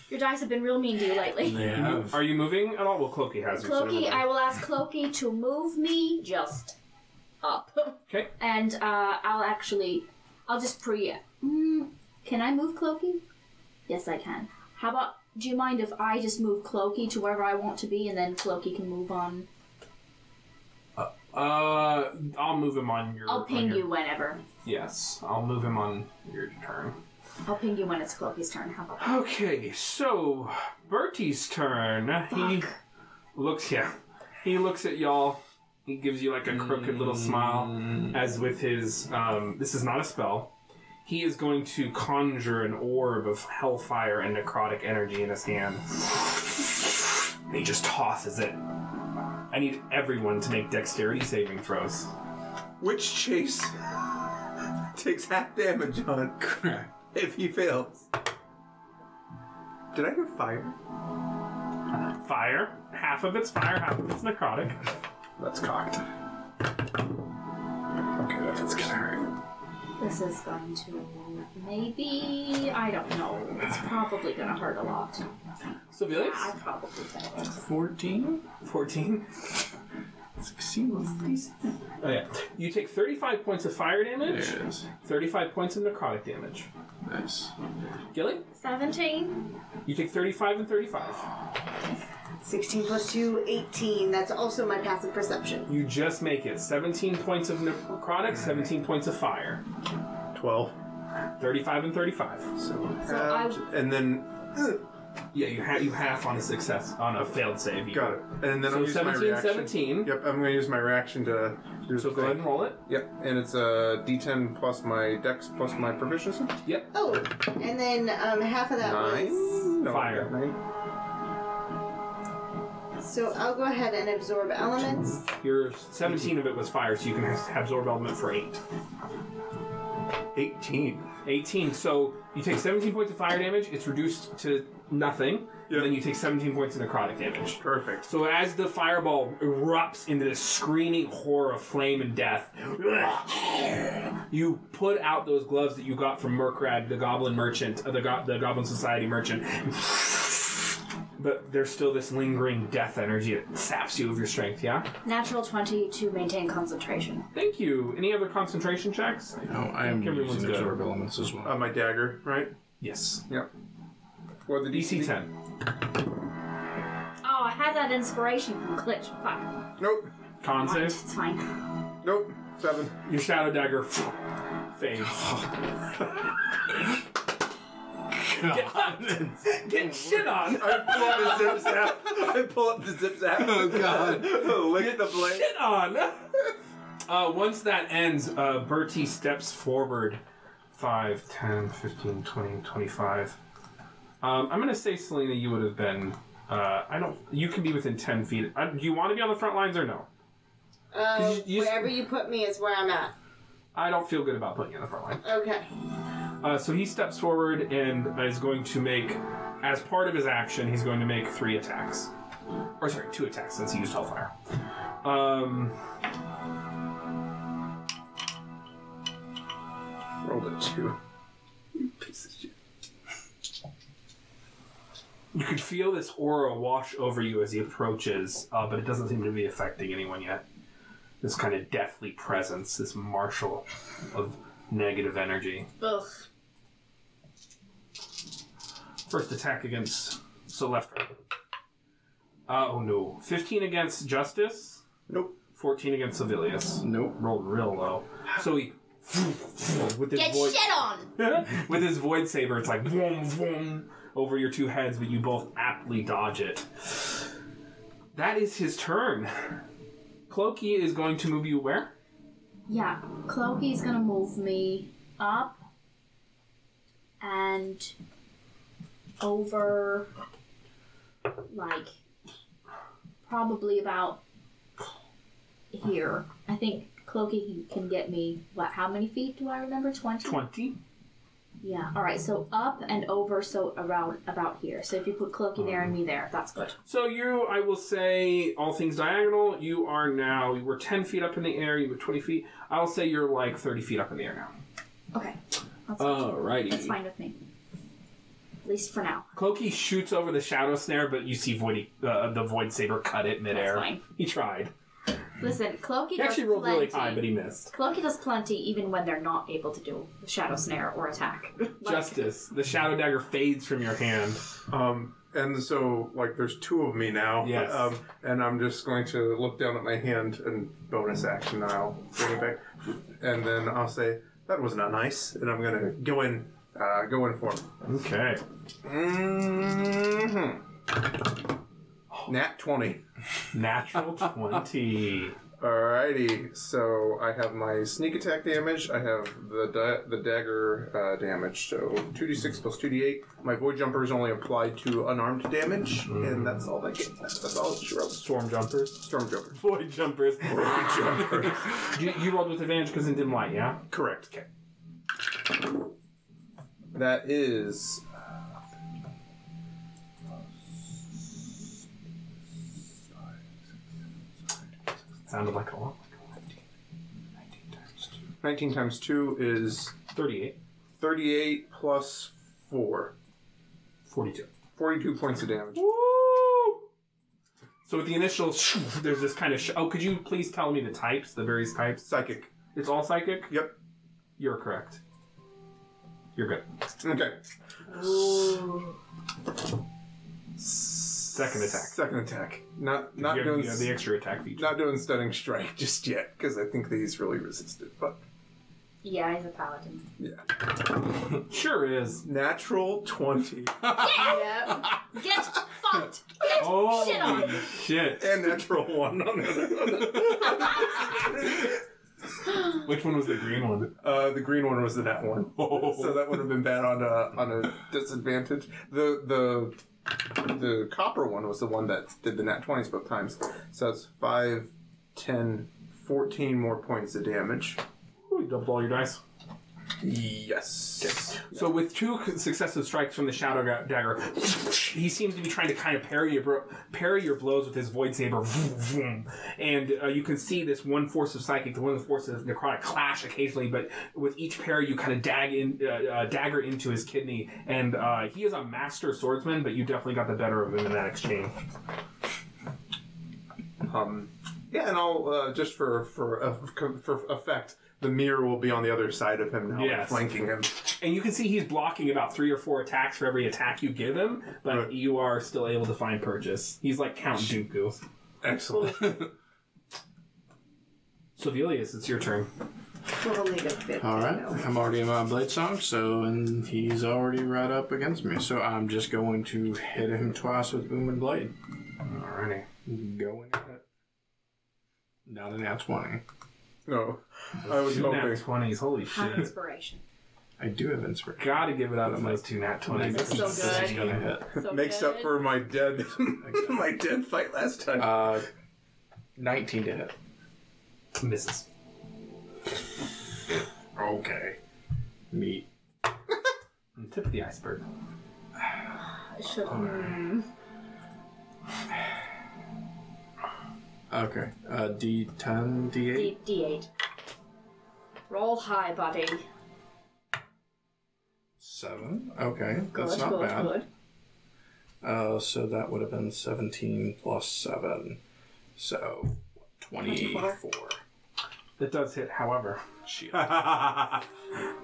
Speaker 7: your dice have been real mean to you lately.
Speaker 5: They have.
Speaker 2: Are you moving at all? Well, Cloaky has her, so never
Speaker 7: Cloaky,
Speaker 2: mind.
Speaker 7: I will ask Cloaky to move me just up.
Speaker 2: Okay.
Speaker 7: And uh, I'll actually, I'll just pre. Mm, can I move Cloaky? Yes, I can. How about? Do you mind if I just move Cloaky to wherever I want to be, and then Cloaky can move on?
Speaker 2: Uh, I'll move him on your.
Speaker 7: I'll
Speaker 2: on
Speaker 7: ping
Speaker 2: your-
Speaker 7: you whenever.
Speaker 2: Yes, I'll move him on your turn.
Speaker 7: I'll ping you when it's Cloaky's turn. How about?
Speaker 2: Okay, so Bertie's turn. He looks, yeah, he looks at y'all. He gives you like a crooked little smile, as with his. Um, this is not a spell. He is going to conjure an orb of hellfire and necrotic energy in his hand. And he just tosses it. I need everyone to make dexterity saving throws.
Speaker 3: Witch Chase takes half damage on if he fails. Did I hear fire?
Speaker 2: Fire. Half of it's fire, half of it's necrotic.
Speaker 5: That's cocked. Okay, that's gonna hurt.
Speaker 7: This is going to maybe I don't know. It's probably gonna hurt a lot. I
Speaker 2: Civilius?
Speaker 7: probably don't.
Speaker 5: 14?
Speaker 2: 14.
Speaker 5: 16?
Speaker 2: Oh, yeah. You take 35 points of fire
Speaker 5: There
Speaker 2: damage,
Speaker 5: it is.
Speaker 2: 35 points of necrotic damage.
Speaker 5: Nice.
Speaker 2: Gilly,
Speaker 7: Seventeen.
Speaker 2: you take 35 and 35.
Speaker 4: 16 plus 2, 18. That's also my passive perception.
Speaker 2: You just make it 17 points of necrotic, 17 points of fire.
Speaker 3: Twelve.
Speaker 2: 35 and 35.
Speaker 3: So,
Speaker 7: I-
Speaker 3: halved, Um, and then
Speaker 2: Yeah, you, ha- you half on a success, on a failed save.
Speaker 3: got it. And then
Speaker 2: So
Speaker 3: I'll use my
Speaker 2: 17,
Speaker 3: reaction.
Speaker 2: 17.
Speaker 3: Yep, I'm gonna use my reaction to do the
Speaker 2: So go ahead
Speaker 3: thing.
Speaker 2: and roll it.
Speaker 3: Yep, and it's a D10 plus my dex plus my proficiency.
Speaker 2: Yep.
Speaker 4: Oh, and then um, half of that was.
Speaker 3: Nine. No,
Speaker 2: Fire.
Speaker 3: Nine.
Speaker 4: So I'll go ahead and absorb elements.
Speaker 2: Your 17 of it was fire, so you can ha- absorb element for 8.
Speaker 3: Eighteen.
Speaker 2: 18. So you take 17 points of fire damage, it's reduced to nothing,
Speaker 3: Yep.
Speaker 2: and then you take 17 points of necrotic damage.
Speaker 3: Perfect.
Speaker 2: So as the fireball erupts into this screaming horror of flame and death, you put out those gloves that you got from Murkrad, the goblin merchant, uh, the, go- the goblin society merchant. But there's still this lingering death energy that saps you of your strength, yeah?
Speaker 7: Natural twenty to maintain concentration.
Speaker 2: Thank you. Any other concentration checks?
Speaker 5: No, I am
Speaker 2: Everyone's
Speaker 5: using
Speaker 2: good.
Speaker 5: absorb elements as well.
Speaker 3: Uh, my dagger, right?
Speaker 2: Yes.
Speaker 3: Yep. Well, the
Speaker 2: DC 10.
Speaker 7: Oh, I had that inspiration from Glitch. Fuck.
Speaker 3: Nope.
Speaker 2: Con save.
Speaker 7: Alright, It's fine.
Speaker 3: Nope. Seven.
Speaker 2: Your shadow dagger fades. Get fucked. Get shit on.
Speaker 3: I pull up the zip zap. I pull up the zip zap.
Speaker 5: Oh, God.
Speaker 3: Lick the blade.
Speaker 2: Shit on. Uh, once that ends, uh, Bertie steps forward 5, 10, 15, 20, 25, Um, I'm gonna say, Selena, you would have been. Uh, I don't. You can be within ten feet. Uh, do you want to be on the front lines or no?
Speaker 4: Uh,
Speaker 2: You- you-
Speaker 4: wherever you put me is where I'm at.
Speaker 2: I don't feel good about putting you on the front line.
Speaker 4: Okay.
Speaker 2: Uh, so he steps forward and is going to make, as part of his action, he's going to make three attacks, or sorry, two attacks since he used Hellfire. Um,
Speaker 3: Rolled a two. You Piece of shit.
Speaker 2: You can feel this aura wash over you as he approaches, uh, but it doesn't seem to be affecting anyone yet. This kind of deathly presence, this marshal of negative energy.
Speaker 4: Ugh.
Speaker 2: First attack against Celestra. Uh, oh no. 15 against Justice.
Speaker 3: Nope.
Speaker 2: 14 against Civilius.
Speaker 5: Nope.
Speaker 2: Rolled real low. So he. With his
Speaker 7: Get
Speaker 2: void,
Speaker 7: shit on!
Speaker 2: with his void saber, it's like vroom, vroom, over your two heads, but you both aptly dodge it. That is his turn. Clokey is going to move you where?
Speaker 7: Yeah, Clokey's gonna move me up and over, like, probably about here. I think Clokey can get me, what, how many feet do I remember? 20?
Speaker 2: 20.
Speaker 7: Yeah, alright, so up and over, so around about here. So if you put Clokey there and me there, that's good.
Speaker 2: So you, I will say, all things diagonal, you are now, you were 10 feet up in the air, you were 20 feet. I'll say you're like 30 feet up in the air now.
Speaker 7: Okay, that's,
Speaker 2: Alrighty.
Speaker 7: that's fine with me. At least for now.
Speaker 2: Clokey shoots over the shadow snare, but you see Void, uh, the Void Saber cut it midair.
Speaker 7: That's fine.
Speaker 2: He tried.
Speaker 7: Listen, Clokey
Speaker 2: He actually
Speaker 7: does
Speaker 2: rolled really
Speaker 7: plenty.
Speaker 2: high, but he missed.
Speaker 7: Cloaky does plenty even when they're not able to do the shadow snare or attack. Like,
Speaker 2: Justice, the shadow dagger fades from your hand.
Speaker 3: Um, and so, like, there's two of me now.
Speaker 2: Yes.
Speaker 3: Um, and I'm just going to look down at my hand and bonus action. I'll bring it back. And then I'll say, that was not nice. And I'm going to go in, uh, go in for him.
Speaker 2: Okay.
Speaker 3: Mm-hmm. Nat 20.
Speaker 2: Natural 20.
Speaker 3: Alrighty, so I have my sneak attack damage. I have the da- the dagger uh, damage. So two d six plus two d eight. My void jumper is only applied to unarmed damage, and that's all that gets. That's all it shrugs.
Speaker 2: Storm jumpers.
Speaker 3: Storm jumper.
Speaker 2: Void jumpers.
Speaker 3: Void jumper.
Speaker 2: you, you rolled with advantage because in dim light, yeah?
Speaker 3: Correct.
Speaker 2: Okay.
Speaker 3: That is.
Speaker 2: Sounded like a lot.
Speaker 3: 19 times 2 is
Speaker 2: 38.
Speaker 3: 38 plus 4.
Speaker 2: 42.
Speaker 3: 42 points of damage.
Speaker 2: Woo! So with the initial, shoo, there's this kind of. Sh- oh, could you please tell me the types, the various types?
Speaker 3: Psychic.
Speaker 2: It's all psychic?
Speaker 3: Yep.
Speaker 2: You're correct. You're good.
Speaker 3: Okay.
Speaker 2: Second attack.
Speaker 3: Second attack. Not not
Speaker 2: you have,
Speaker 3: doing
Speaker 2: you have the extra attack feature.
Speaker 3: Not doing stunning strike just yet because I think that he's really resistant. But
Speaker 7: Yeah, he's a paladin.
Speaker 3: yeah,
Speaker 2: Sure is.
Speaker 3: natural twenty
Speaker 4: Yep.
Speaker 7: Get fucked! Get
Speaker 2: Oh
Speaker 7: shit on!
Speaker 2: shit!
Speaker 3: and natural one on the other.
Speaker 2: Which one was the green one?
Speaker 3: uh, the green one was the nat one, so that would have been bad on a on a disadvantage. The the the copper one was the one that did the nat twenties both times. So that's 5, 10, 14 more points of damage.
Speaker 2: Ooh, you doubled all your dice.
Speaker 3: Yes. Yes.
Speaker 2: So with two c- successive strikes from the shadow Ga- dagger, he seems to be trying to kind of parry your bro- parry your blows with his void saber, Vroom, vroom. and uh, you can see this one force of psychic, the one force of necrotic clash occasionally. But with each parry, you kind of dag in, uh, uh, dagger into his kidney, and uh, he is a master swordsman. But you definitely got the better of him in that exchange.
Speaker 3: Um, yeah, and I'll uh, just for for uh, for effect, the mirror will be on the other side of him now, like,
Speaker 2: Yes.
Speaker 3: flanking him.
Speaker 2: And you can see he's blocking about three or four attacks for every attack you give him, but
Speaker 3: Right.
Speaker 2: you are still able to find purchase. He's like Count Dooku.
Speaker 3: Excellent.
Speaker 2: Silvilius, it's your turn.
Speaker 4: Totally good fit.
Speaker 5: All right, I'm already in my blade song, so and he's already right up against me. So I'm just going to hit him twice with boom and blade.
Speaker 2: Alrighty.
Speaker 5: Going at it. Not an at twenty.
Speaker 3: no, I was
Speaker 2: Two nat
Speaker 3: hoping.
Speaker 2: 20s, holy
Speaker 7: High
Speaker 2: shit.
Speaker 7: inspiration.
Speaker 5: I do have inspiration.
Speaker 2: Gotta give it out of my two nat twenties.
Speaker 5: That's
Speaker 7: So good.
Speaker 5: gonna hit.
Speaker 7: So
Speaker 3: Makes up
Speaker 7: good.
Speaker 3: for my dead my dead fight last time.
Speaker 5: Uh, 19 to hit.
Speaker 2: Misses.
Speaker 5: Okay. Meat.
Speaker 2: Tip of the iceberg.
Speaker 7: I should- hmm.
Speaker 5: Okay. Uh, D10, D8?
Speaker 7: D- D8. Roll high, buddy. Good,
Speaker 5: 7. Okay. That's not
Speaker 7: good,
Speaker 5: bad.
Speaker 7: good.
Speaker 5: Uh, so that would have been 17 plus 7. So 24.
Speaker 2: That does hit, however.
Speaker 5: Shit.
Speaker 3: Um,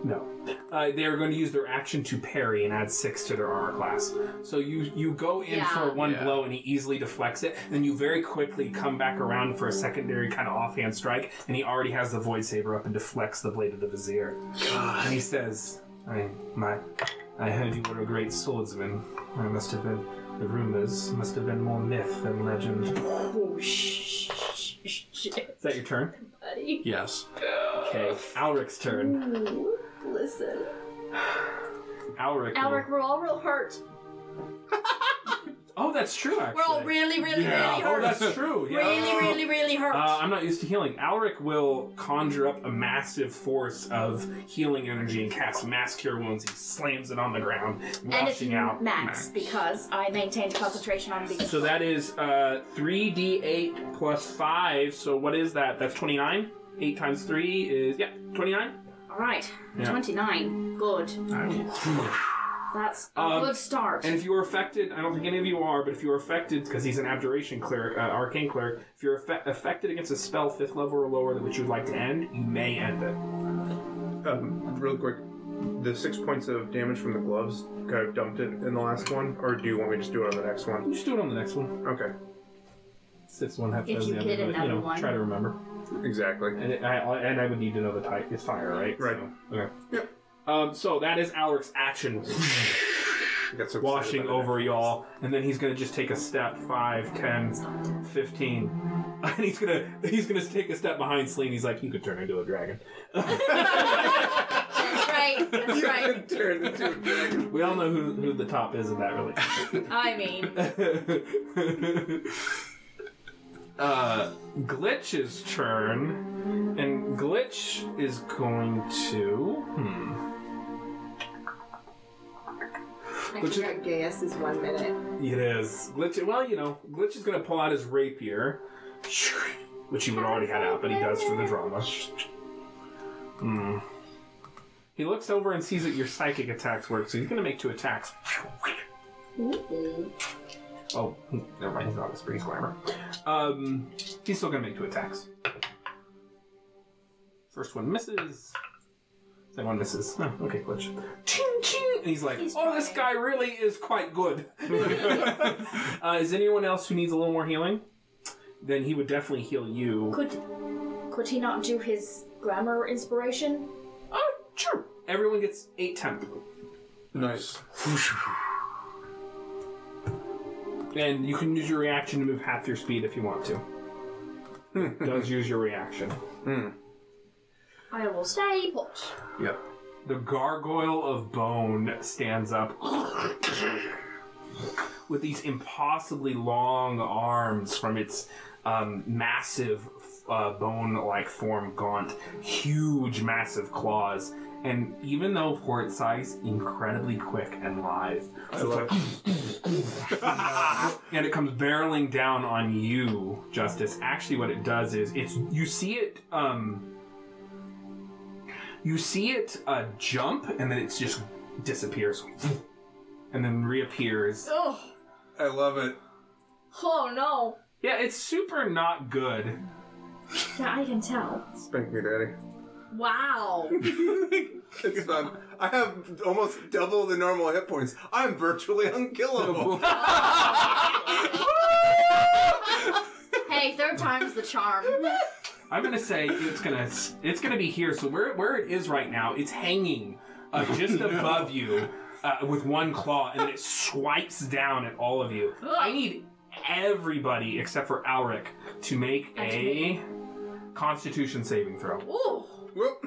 Speaker 2: No. Uh, they are going to use their action to parry and add six to their armor class. So you you go in
Speaker 7: Yeah.
Speaker 2: for one
Speaker 5: Yeah.
Speaker 2: blow and he easily deflects it. Then you very quickly come back around for a secondary kind of offhand strike, and he already has the void saber up and deflects the blade of the vizier. And he says, "I my, I heard you were a great swordsman. I must have been. The rumors must have been more myth than legend." Is
Speaker 7: Oh, sh- sh- sh- shit,
Speaker 2: that your turn?
Speaker 7: buddy.
Speaker 5: Yes.
Speaker 2: Okay, Alric's turn.
Speaker 7: Ooh, listen.
Speaker 2: Alric. will-
Speaker 7: Alric, we're all real hurt.
Speaker 2: Oh, that's true. Actually.
Speaker 7: We're all really, really, really
Speaker 2: Oh,
Speaker 7: hurt.
Speaker 2: that's true. Yeah.
Speaker 7: Really, really, really hurt.
Speaker 2: Uh, I'm not used to healing. Alric will conjure up a massive force of healing energy and cast mass cure wounds. He slams it on the ground,
Speaker 7: and it's
Speaker 2: washing out.
Speaker 7: max because I maintained concentration on being.
Speaker 2: So that is uh, 3d8 plus 5. So what is that? That's 29? 8 times 3 is, yeah, 29?
Speaker 7: all right,
Speaker 2: Yeah.
Speaker 7: 29. Good. That's a
Speaker 2: Um,
Speaker 7: good start.
Speaker 2: And if you were affected, I don't think any of you are, but if you were affected, because he's an abjuration cleric, uh, arcane cleric, if you're affe- affected against a spell fifth level or lower that which you would like to end, you may end it.
Speaker 3: Um, real quick, the six points of damage from the gloves. Kind of dumped it in the last one, or do you want me to just do it on the next one?
Speaker 2: You just do it on the next one.
Speaker 3: Okay,
Speaker 2: Six one half
Speaker 7: If
Speaker 2: dozen
Speaker 7: you
Speaker 2: the other,
Speaker 7: get
Speaker 2: but,
Speaker 7: another
Speaker 2: know,
Speaker 7: one.
Speaker 2: Try to remember.
Speaker 3: exactly.
Speaker 2: And it, I I- and I would need to know the type. It's fire, right?
Speaker 3: Right.
Speaker 2: So, okay.
Speaker 3: Yep.
Speaker 2: Um, so that is Alaric's action
Speaker 3: I got so excited
Speaker 2: washing
Speaker 3: about it.
Speaker 2: over y'all, and then he's gonna just take a step 5, 10, 15. And he's gonna he's gonna take a step behind Celine. He's like, you could turn into a dragon.
Speaker 7: that's right. That's right.
Speaker 3: Turn into a dragon.
Speaker 2: We all know who, who the top is in that
Speaker 7: I mean,
Speaker 2: relationship. uh, Glitch's turn, and Glitch is going to. Hmm.
Speaker 4: I
Speaker 2: Which is-
Speaker 4: forgot Gaius is one minute.
Speaker 2: It is. Glitch, well, you know, Glitch is going to pull out his rapier, which he would already had out, but he does for the drama. Hmm. He looks over and sees that your psychic attacks work, so he's going to make two attacks. Oh, never mind, he's not a spring slammer. Um, he's still going to make two attacks. First one misses. Second one misses. Oh, okay, glitch. Ching, ching. And he's like,
Speaker 7: He's
Speaker 2: oh, this guy
Speaker 7: trying.
Speaker 2: really is quite good. uh, is anyone else who needs a little more healing? Then he would definitely heal you.
Speaker 7: could could he not do his grammar inspiration?
Speaker 2: Oh, sure. Everyone gets 8 temp.
Speaker 3: Nice.
Speaker 2: And you can use your reaction to move half your speed if you want to. It does use your reaction.
Speaker 7: I will stay put.
Speaker 5: Yep.
Speaker 2: The gargoyle of bone stands up with these impossibly long arms from its um, massive uh, bone like form, gaunt, huge, massive claws. And even though for its size, incredibly quick and live. So it's like- and it comes barreling down on you, Justice. Actually, what it does is it's you see it um, you see it uh, jump and then it just disappears and then reappears.
Speaker 7: Oh,
Speaker 3: I love it.
Speaker 7: oh no.
Speaker 2: Yeah, it's super not good.
Speaker 7: Yeah, I can tell.
Speaker 3: Spank me, daddy.
Speaker 7: Wow.
Speaker 3: It's fun. I have almost double the normal hit points. I'm virtually unkillable.
Speaker 7: hey, third time's the charm.
Speaker 2: I'm gonna say it's gonna it's gonna be here. So where where it is right now, it's hanging uh, just above you uh, with one claw, and then it swipes down at all of you. I need everybody except for Alric to make a Constitution saving throw.
Speaker 7: Ooh.
Speaker 3: Whoop.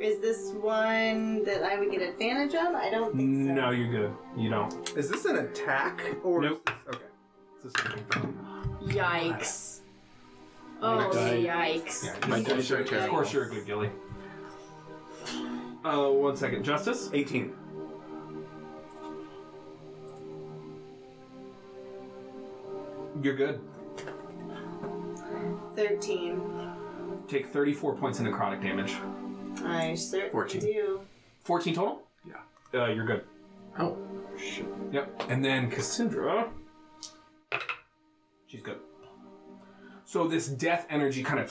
Speaker 4: Is this one that I would get advantage on? I don't think so.
Speaker 2: No, you're good. You don't.
Speaker 3: Is this an attack or?
Speaker 2: Nope.
Speaker 3: Okay.
Speaker 2: It's the same thing.
Speaker 7: Yikes. Oh, yikes.
Speaker 3: My dice are
Speaker 2: Of
Speaker 3: terrible.
Speaker 2: course, you're a good gilly. Uh, one second. Justice?
Speaker 3: 18.
Speaker 2: You're good.
Speaker 4: Thirteen.
Speaker 2: Take 34 points of necrotic damage.
Speaker 4: I certainly
Speaker 3: 14.
Speaker 4: do.
Speaker 2: 14 total?
Speaker 3: Yeah.
Speaker 2: Uh, you're good.
Speaker 5: Oh, shit.
Speaker 2: Yep. And then Cassandra. She's good. So this death energy kind of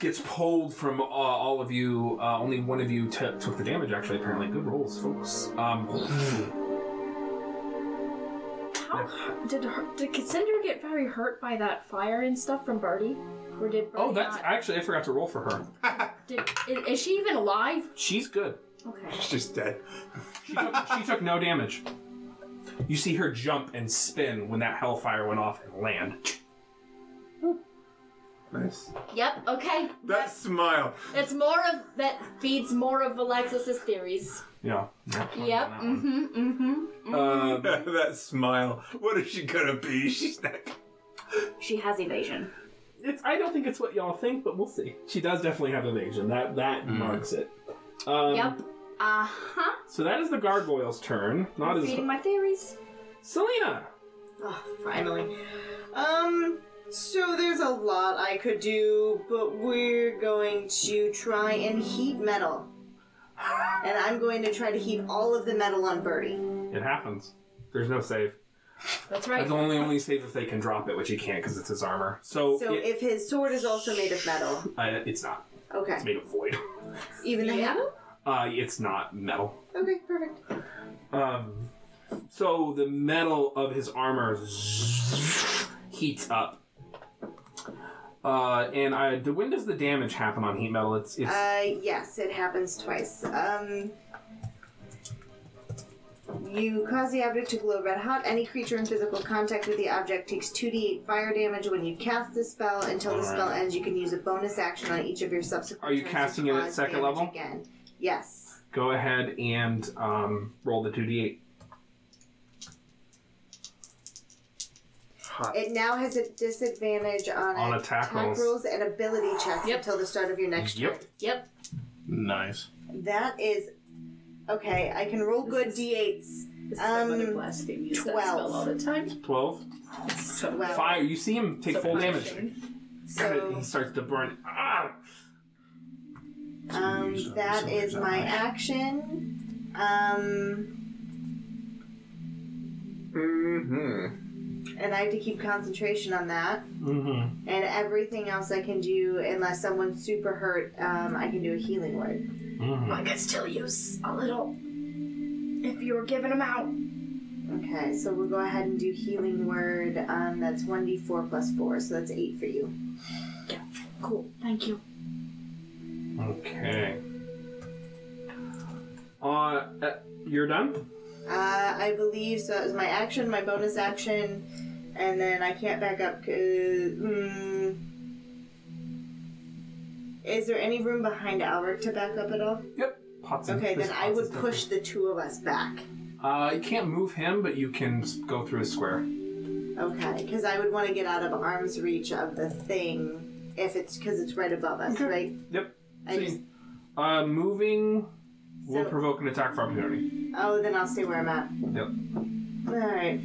Speaker 2: gets pulled from uh, all of you. Uh, only one of you t- took the damage, actually, apparently. Good rolls, folks. Um,
Speaker 7: How hu- did her, did Cassandra get very hurt by that fire and stuff from Birdie? Or did Birdie
Speaker 2: oh, that's.
Speaker 7: not-
Speaker 2: Actually, I forgot to roll for her.
Speaker 7: did, is, is she even alive?
Speaker 2: She's good.
Speaker 7: Okay.
Speaker 3: She's just dead.
Speaker 2: She took, she took no damage. You see her jump and spin when that hellfire went off and land.
Speaker 3: Nice.
Speaker 7: Yep. Okay.
Speaker 3: That smile.
Speaker 7: That's more of that feeds more of Alexis's theories.
Speaker 2: Yeah. Um,
Speaker 7: Yep. Mm-hmm. Mm-hmm.
Speaker 2: Uh,
Speaker 3: that smile. What is she gonna be? She's not.
Speaker 7: She has evasion.
Speaker 2: it's, I don't think it's what y'all think, but we'll see. She does definitely have evasion. That that marks it. Um,
Speaker 7: yep. Uh huh.
Speaker 2: So that is the gargoyle's turn. Not as
Speaker 7: Feeding my theories.
Speaker 2: Selena.
Speaker 4: Oh, finally. Um, so there's a lot I could do, but we're going to try and heat metal. And I'm going to try to heat all of the metal on Birdie.
Speaker 2: It happens. There's no save.
Speaker 7: That's right.
Speaker 2: That's only only save if they can drop it, which he can't because it's his armor. So,
Speaker 4: So
Speaker 2: it-
Speaker 4: if his sword is also made of metal,
Speaker 2: uh, it's not.
Speaker 4: okay.
Speaker 2: It's made of void.
Speaker 4: Even the handle?
Speaker 2: Uh, it's not metal.
Speaker 4: Okay, perfect.
Speaker 2: Um, so the metal of his armor heats up. Uh, and I, the, when does the damage happen on heat metal? It's it's
Speaker 4: Uh, yes, it happens twice. Um, you cause the object to glow red hot. Any creature in physical contact with the object takes 2d8 fire damage when you cast the spell. Until the spell ends, you can use a bonus action on each of your subsequent.
Speaker 2: Are you
Speaker 4: turns to
Speaker 2: casting it at
Speaker 4: cause
Speaker 2: second
Speaker 4: damage
Speaker 2: level?
Speaker 4: Again. Yes.
Speaker 2: go ahead and um, roll the two d eight.
Speaker 3: Hot.
Speaker 4: It now has a disadvantage on,
Speaker 2: On attack rolls.
Speaker 4: rolls and ability checks
Speaker 7: Yep.
Speaker 4: until the start of your next
Speaker 2: Yep.
Speaker 7: Yep.
Speaker 5: Nice.
Speaker 4: turn. That is okay. I can roll good
Speaker 7: is-
Speaker 4: d8s.
Speaker 7: This is
Speaker 4: Um,
Speaker 7: another blasphemy. Use that
Speaker 4: 12.
Speaker 7: spell all the time.
Speaker 2: Twelve.
Speaker 7: So
Speaker 4: Well,
Speaker 2: Fire. You see him take
Speaker 7: so
Speaker 2: full damage.
Speaker 7: punishing.
Speaker 2: he
Speaker 4: so
Speaker 2: starts to burn. Ah!
Speaker 4: Um, that is my action. Um,
Speaker 3: Mm-hmm.
Speaker 4: and I have to keep concentration on that.
Speaker 2: Mm-hmm.
Speaker 4: And everything else I can do, unless someone's super hurt, um, I can do a healing word.
Speaker 2: Mm-hmm.
Speaker 7: I could still use a little if you were giving them out.
Speaker 4: Okay, so we'll go ahead and do healing word. Um, that's 1d4 plus 4, so that's 8 for you.
Speaker 7: Cool. Thank you.
Speaker 2: Okay. Uh, uh, you're done.
Speaker 4: Uh, I believe so. That was my action, my bonus action, and then I can't back up. 'cause- mm, is there any room behind Albert to back up at all?
Speaker 2: Yep. Pots and-
Speaker 4: Okay,
Speaker 2: there's
Speaker 4: then I
Speaker 2: pots
Speaker 4: would
Speaker 2: and
Speaker 4: push the two of us back.
Speaker 2: stuff. Uh, you can't move him, but you can s- go through his square.
Speaker 4: Okay, because I would want to get out of arm's reach of the thing if it's because it's right above us, right?
Speaker 2: Yep.
Speaker 4: I
Speaker 2: See.
Speaker 4: just-
Speaker 2: Uh, moving will
Speaker 4: So-
Speaker 2: provoke an attack for opportunity.
Speaker 4: Oh, then I'll stay where I'm at.
Speaker 2: Yep.
Speaker 4: All right.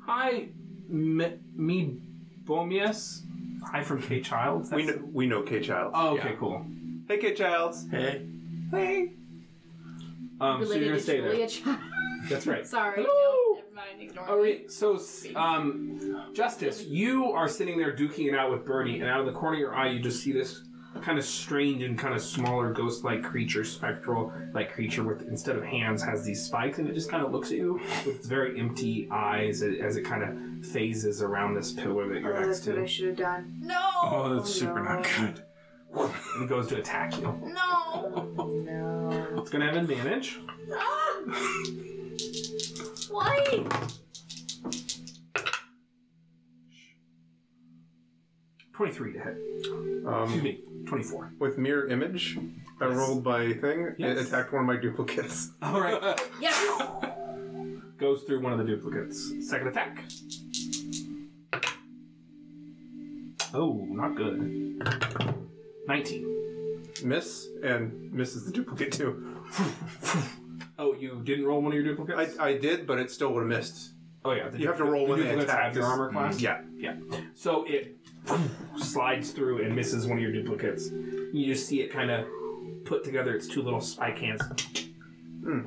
Speaker 2: Hi, me, me Bomius. Hi from K Child.
Speaker 3: We know, we know K Childs.
Speaker 2: Oh, okay,
Speaker 5: yeah.
Speaker 2: cool.
Speaker 3: Hey, K Childs.
Speaker 5: Hey.
Speaker 3: Hey.
Speaker 2: Um, so you're gonna stay there.
Speaker 7: Julia Child.
Speaker 2: That's right.
Speaker 7: Sorry.
Speaker 2: Hello.
Speaker 7: No, never mind. Ignore
Speaker 2: All
Speaker 7: me.
Speaker 2: right, so um, Justice, you are sitting there duking it out with Birdie, and out of the corner of your eye, you just see this kind of strange and kind of smaller ghost-like creature, spectral-like creature with instead of hands has these spikes, and it just kind of looks at you with its very empty eyes as as it kind of phases around this pillar that you're
Speaker 4: Oh,
Speaker 2: next
Speaker 4: that's what I
Speaker 2: to,
Speaker 4: should have done.
Speaker 7: No.
Speaker 5: Oh, that's super not good.
Speaker 2: and it goes to attack you.
Speaker 7: No.
Speaker 4: No.
Speaker 2: It's gonna have advantage.
Speaker 7: Ah. Why?
Speaker 2: 23 to hit. Excuse
Speaker 3: Um,
Speaker 2: me, 24.
Speaker 3: with mirror image, I rolled my thing.
Speaker 2: Yes.
Speaker 3: It attacked one of my duplicates.
Speaker 2: All right.
Speaker 7: Yes.
Speaker 2: Goes through one of the duplicates. Second attack. Oh, not good. 19.
Speaker 3: Miss and misses the duplicate too.
Speaker 2: Oh, you didn't roll one of your duplicates?
Speaker 3: I, I did, but it still would have missed.
Speaker 2: Oh yeah, the
Speaker 3: You have to roll
Speaker 2: the
Speaker 3: when they
Speaker 2: duplicates
Speaker 3: attack. Mm.
Speaker 2: Have your armor class.
Speaker 3: Yeah.
Speaker 2: yeah. So it slides through and misses one of your duplicates. You just see it kind of put together its two little spike hands.
Speaker 3: Hmm.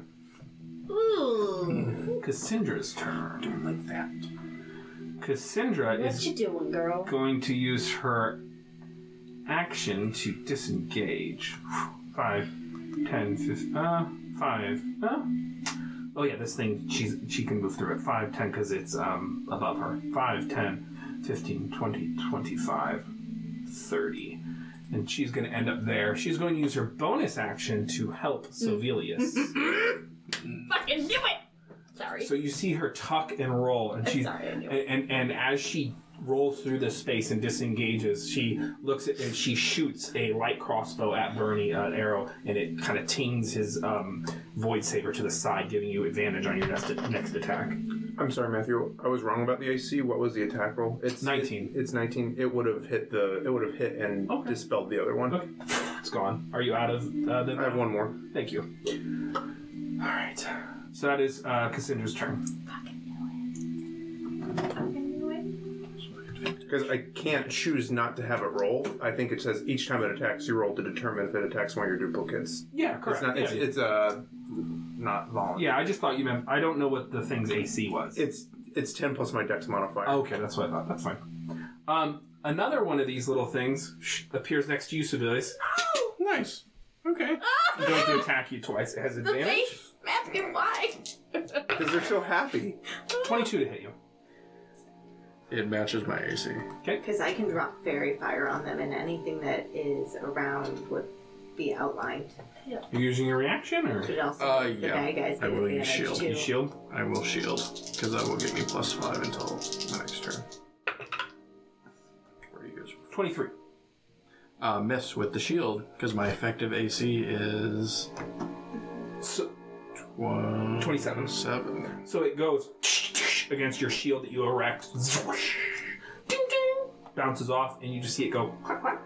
Speaker 7: Ooh.
Speaker 2: Cassandra's turn. Don't like that. Cassandra
Speaker 7: What
Speaker 2: is
Speaker 7: you doing, girl?
Speaker 2: going to use her action to disengage. 5, 10, 15, uh, 5, uh. Oh yeah, this thing, she's, she can move through it. 5, 10, because it's um, above her. 5, 10, 15, 20, 25, 30. And she's going to end up there. She's going to use her bonus action to help
Speaker 7: Mm.
Speaker 2: Sovelius.
Speaker 7: Fucking do it. Sorry.
Speaker 2: So you see her tuck and roll, and she
Speaker 7: sorry, I knew
Speaker 2: and, and and as she rolls through this space and disengages, she looks at and she shoots a light crossbow at Bernie, uh, an arrow, and it kind of tings his um, void saber to the side, giving you advantage on your next next attack.
Speaker 3: I'm sorry, Matthew. I was wrong about the AC. What was the attack roll? It's
Speaker 2: 19.
Speaker 3: it- it's 19. It would have hit the. It would have hit and
Speaker 2: Okay.
Speaker 3: dispelled the other one.
Speaker 2: Okay, it's gone. Are you out of uh, the?
Speaker 3: I have one more.
Speaker 2: Thank you. All right. So that is uh, Cassandra's turn.
Speaker 3: Because I can't choose not to have it roll. I think it says each time it attacks, you roll to determine if it attacks one of your duplicates.
Speaker 2: Yeah, correct.
Speaker 3: It's not. It's,
Speaker 2: yeah,
Speaker 3: it's uh, not voluntary.
Speaker 2: yeah, I just thought you meant. I don't know what the thing's AC was.
Speaker 3: It's it's ten plus my dex modifier.
Speaker 2: Okay, that's what I thought. That's fine. Um, another one of these little things sh- appears next to you, Civilius.
Speaker 5: Nice. Okay.
Speaker 2: It's going to attack you twice. It has advantage.
Speaker 7: Matthew, why?
Speaker 3: Because they're so happy.
Speaker 2: 22 to hit you.
Speaker 5: It matches my AC.
Speaker 4: Because I can drop fairy fire on them, and anything that is around would be outlined.
Speaker 2: You're using your reaction or
Speaker 4: It also
Speaker 5: Uh,
Speaker 4: gives the
Speaker 5: yeah.
Speaker 4: bad guys
Speaker 5: I will
Speaker 4: advantage,
Speaker 5: use shield.
Speaker 4: too.
Speaker 2: you shield?
Speaker 5: I will shield because that will give me plus five until my next turn. Where do you guys-
Speaker 2: 23.
Speaker 5: Uh, miss with the shield because my effective AC is
Speaker 2: So, 27.
Speaker 5: 27.
Speaker 2: so it goes against your shield that you erect. Ding, ding. Bounces off, and you just see it go. Quack, quack.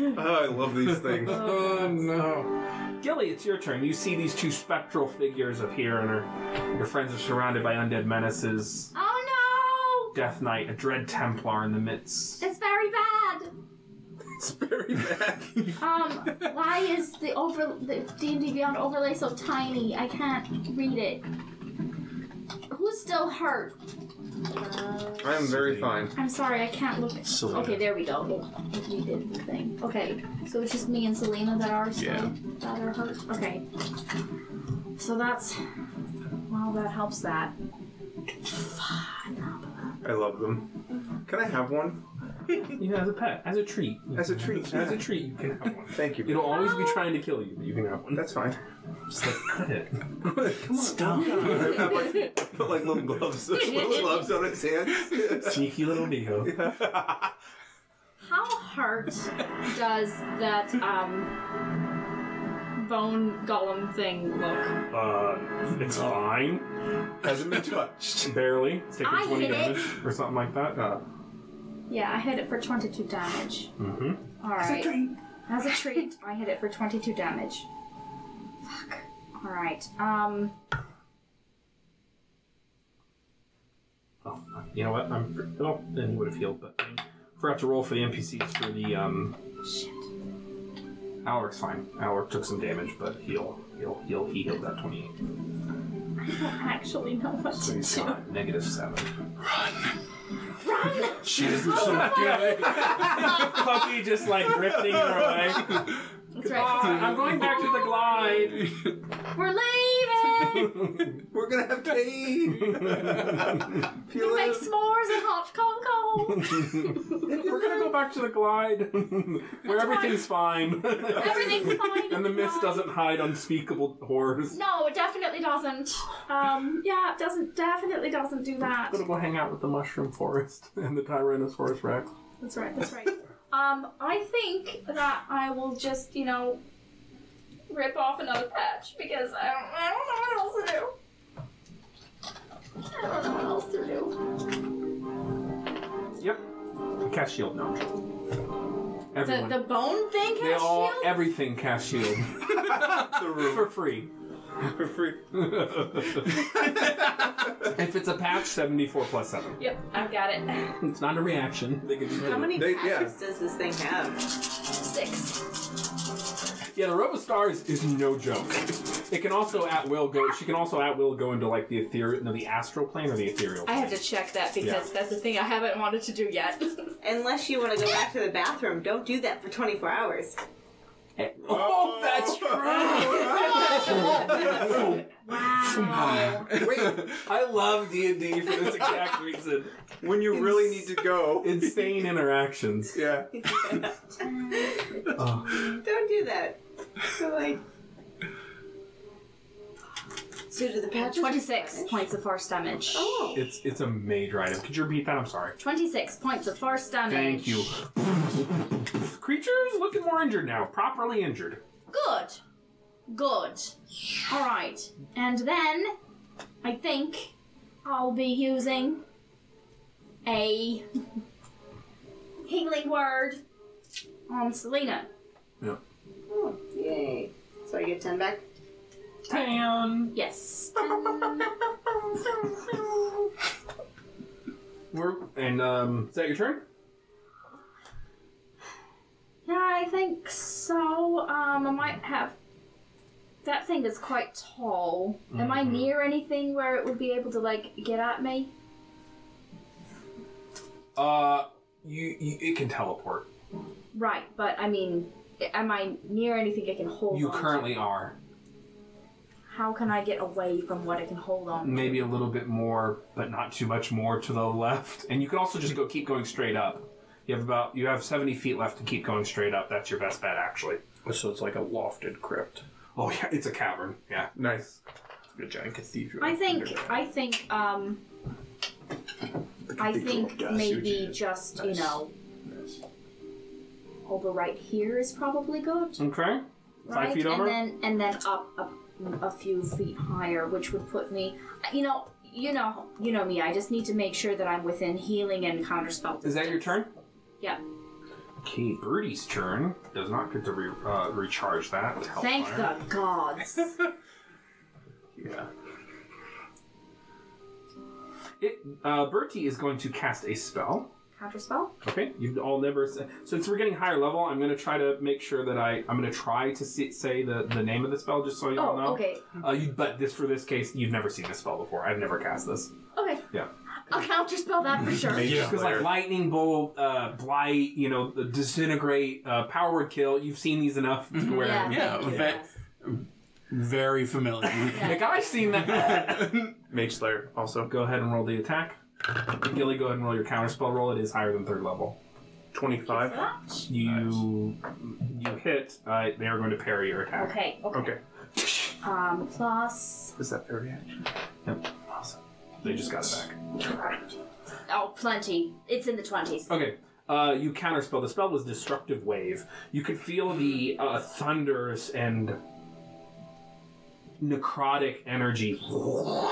Speaker 3: Oh, I love these things.
Speaker 5: Oh no.
Speaker 2: Gilly, it's your turn. You see these two spectral figures appear, and are, your friends are surrounded by undead menaces.
Speaker 7: Oh
Speaker 2: Death Knight, a Dread Templar in the midst.
Speaker 7: no! It's very bad.
Speaker 3: it's very bad.
Speaker 7: Um, why is the over the D and D Beyond overlay so tiny? I can't read it. Who's still hurt?
Speaker 3: I am very fine.
Speaker 7: I'm sorry, I can't look.
Speaker 5: Selena.
Speaker 7: Okay, there we go. We did the thing. Okay, so it's just me and Selena that are still
Speaker 5: Yeah.
Speaker 7: that are hurt. Okay, so that's well, that helps that.
Speaker 3: I love them. Can I have one
Speaker 2: You know, as a pet, as a treat.
Speaker 3: as a treat?
Speaker 2: As a treat, you can have one.
Speaker 3: Thank you.
Speaker 2: It'll always be trying to kill you, but you can have one.
Speaker 3: That's fine.
Speaker 2: Just like, cut it.
Speaker 3: I have, like, put like little gloves, little gloves on its hands.
Speaker 2: Sneaky little Nico.
Speaker 7: How hurt does that um bone golem thing look?
Speaker 2: Uh, it's fine.
Speaker 3: Hasn't been touched.
Speaker 2: Barely. It's taking
Speaker 7: I
Speaker 2: 20
Speaker 7: hit it.
Speaker 2: damage or something like that.
Speaker 3: Uh,
Speaker 7: Yeah, I hit it for 22 damage.
Speaker 2: Mm-hmm.
Speaker 7: All right. As a treat, I hit it for 22 damage. Fuck. Alright, um,
Speaker 2: Oh, you know what? I'm. Well, then he would have healed, but. Forgot to roll for the NPCs for the, um.
Speaker 7: shit.
Speaker 2: Alaric's fine. Alaric took some damage, but he'll. He'll. He'll. He healed that 28.
Speaker 7: I don't actually know what
Speaker 2: So
Speaker 7: to
Speaker 2: he's
Speaker 7: do.
Speaker 2: got negative 7.
Speaker 7: Run! Oh,
Speaker 5: She is so good.
Speaker 2: Puppy just like drifting her way.
Speaker 7: That's right.
Speaker 2: I'm going back to the glide.
Speaker 7: We're leaving!
Speaker 3: we're gonna have to eat.
Speaker 7: We'll make s'mores and hot cocoa!
Speaker 2: We're gonna go back to the glide, where everything's fine,
Speaker 7: Everything's fine.
Speaker 2: and the mist doesn't hide unspeakable horrors.
Speaker 7: No, it definitely doesn't. Um, yeah, it doesn't, definitely doesn't do that.
Speaker 2: Gonna go hang out with the mushroom forest and the Tyrannosaurus Rex.
Speaker 7: That's right, that's right. Um, I think that I will just, you know, rip off another patch because I don't, I don't know what else to do. I don't know what else to do.
Speaker 2: Yep. Cast shield now.
Speaker 7: The,
Speaker 2: Everyone.
Speaker 7: the bone thing
Speaker 2: they
Speaker 7: has
Speaker 2: all
Speaker 7: shield?
Speaker 2: everything cast shield
Speaker 3: the room
Speaker 2: for free.
Speaker 3: for free.
Speaker 2: If it's a patch, seventy-four plus seven.
Speaker 7: Yep, I've got it.
Speaker 2: It's not a reaction. They can just
Speaker 4: How many
Speaker 3: They-
Speaker 4: patches
Speaker 3: yeah.
Speaker 4: does this thing have?
Speaker 7: Six.
Speaker 2: Yeah, the Robostars is no joke. It can also at will go. She can also at will go into like the ethereal, no, the astral plane or the ethereal.
Speaker 7: I
Speaker 2: Plane.
Speaker 7: have to check that because that's the thing I haven't wanted to do yet.
Speaker 4: Unless you want to go back to the bathroom, don't do that for 24 hours.
Speaker 2: Oh, that's true.
Speaker 7: wow.
Speaker 2: Wait, I love D and D for this exact reason.
Speaker 3: When you really need to go.
Speaker 2: Insane interactions. Oh,
Speaker 3: Yeah.
Speaker 4: Don't do that. So like. So do the patches.
Speaker 7: 26 points of force damage.
Speaker 4: Oh.
Speaker 2: It's it's a major item. Could you repeat that? I'm sorry.
Speaker 7: 26 points of force damage.
Speaker 2: Thank you. Creature's looking more injured now. Properly injured.
Speaker 7: Good. Good. Alright. And then I think I'll be using a healing word on Selena.
Speaker 4: Oh, yay. So I get 10 back?
Speaker 2: Tan.
Speaker 7: Yes.
Speaker 2: We're and um. Is that your turn?
Speaker 7: Yeah, I think so. Um I might have that thing is quite tall. Am I
Speaker 2: Mm-hmm.
Speaker 7: near anything where it would be able to like get at me?
Speaker 2: Uh, you, you it can teleport.
Speaker 7: Right, but I mean am I near anything I can hold
Speaker 2: You
Speaker 7: on to?
Speaker 2: currently are.
Speaker 7: How can I get away from what I can hold on to?
Speaker 2: maybe a little bit more, but not too much more to the left. And you can also just go keep going straight up. You have about you have seventy feet left to keep going straight up. That's your best bet, actually.
Speaker 5: So it's like a lofted crypt,
Speaker 2: Oh yeah, it's a cavern. Yeah,
Speaker 3: Nice.
Speaker 5: a giant cathedral.
Speaker 7: I think I think um I think maybe just you
Speaker 5: Nice.
Speaker 7: know over right here is probably good.
Speaker 2: okay. Five
Speaker 7: Right?
Speaker 2: feet over.
Speaker 7: And then and then up up a few feet higher, which would put me you know you know you know me, I just need to make sure that I'm within healing and counterspell.
Speaker 2: Is that your
Speaker 7: distance.
Speaker 2: turn?
Speaker 7: Yeah.
Speaker 2: Okay, Birdie's turn does not get to re- uh, recharge that. with
Speaker 7: Thank
Speaker 2: Hellfire.
Speaker 7: the gods.
Speaker 5: Yeah.
Speaker 2: It uh, Bertie is going to cast a spell.
Speaker 7: counterspell?
Speaker 2: Okay, you've all never. s- Since we're getting higher level, I'm going to try to make sure that I I'm going to try to see, say the the name of the spell just so you all know.
Speaker 7: Oh, okay.
Speaker 2: Uh, you, but this for this case, you've never seen this spell before. I've never cast this.
Speaker 7: Okay.
Speaker 2: Yeah.
Speaker 7: I'll counterspell that for sure.
Speaker 5: Yeah.
Speaker 2: Because like lightning bolt, uh, blight, you know, the disintegrate, uh, power word kill. You've seen these enough to where
Speaker 7: Yeah.
Speaker 5: Yeah,
Speaker 7: thank you.
Speaker 5: okay.
Speaker 7: Yes.
Speaker 5: Very familiar.
Speaker 2: like I've seen that.
Speaker 3: Mage Slayer also.
Speaker 2: go ahead and roll the attack. Gilly, go ahead and roll your counterspell roll. It is higher than third level.
Speaker 7: For
Speaker 3: 25.
Speaker 7: that?
Speaker 2: You you hit. Uh, they are going to parry your attack.
Speaker 7: Okay. Okay.
Speaker 3: Okay.
Speaker 7: Um, plus.
Speaker 3: Is that parry action?
Speaker 2: Awesome. They just got it back.
Speaker 7: Oh, plenty. It's in the 20s.
Speaker 2: Okay. Uh, you counterspell. The spell was Destructive Wave. You could feel the uh, thunders and necrotic energy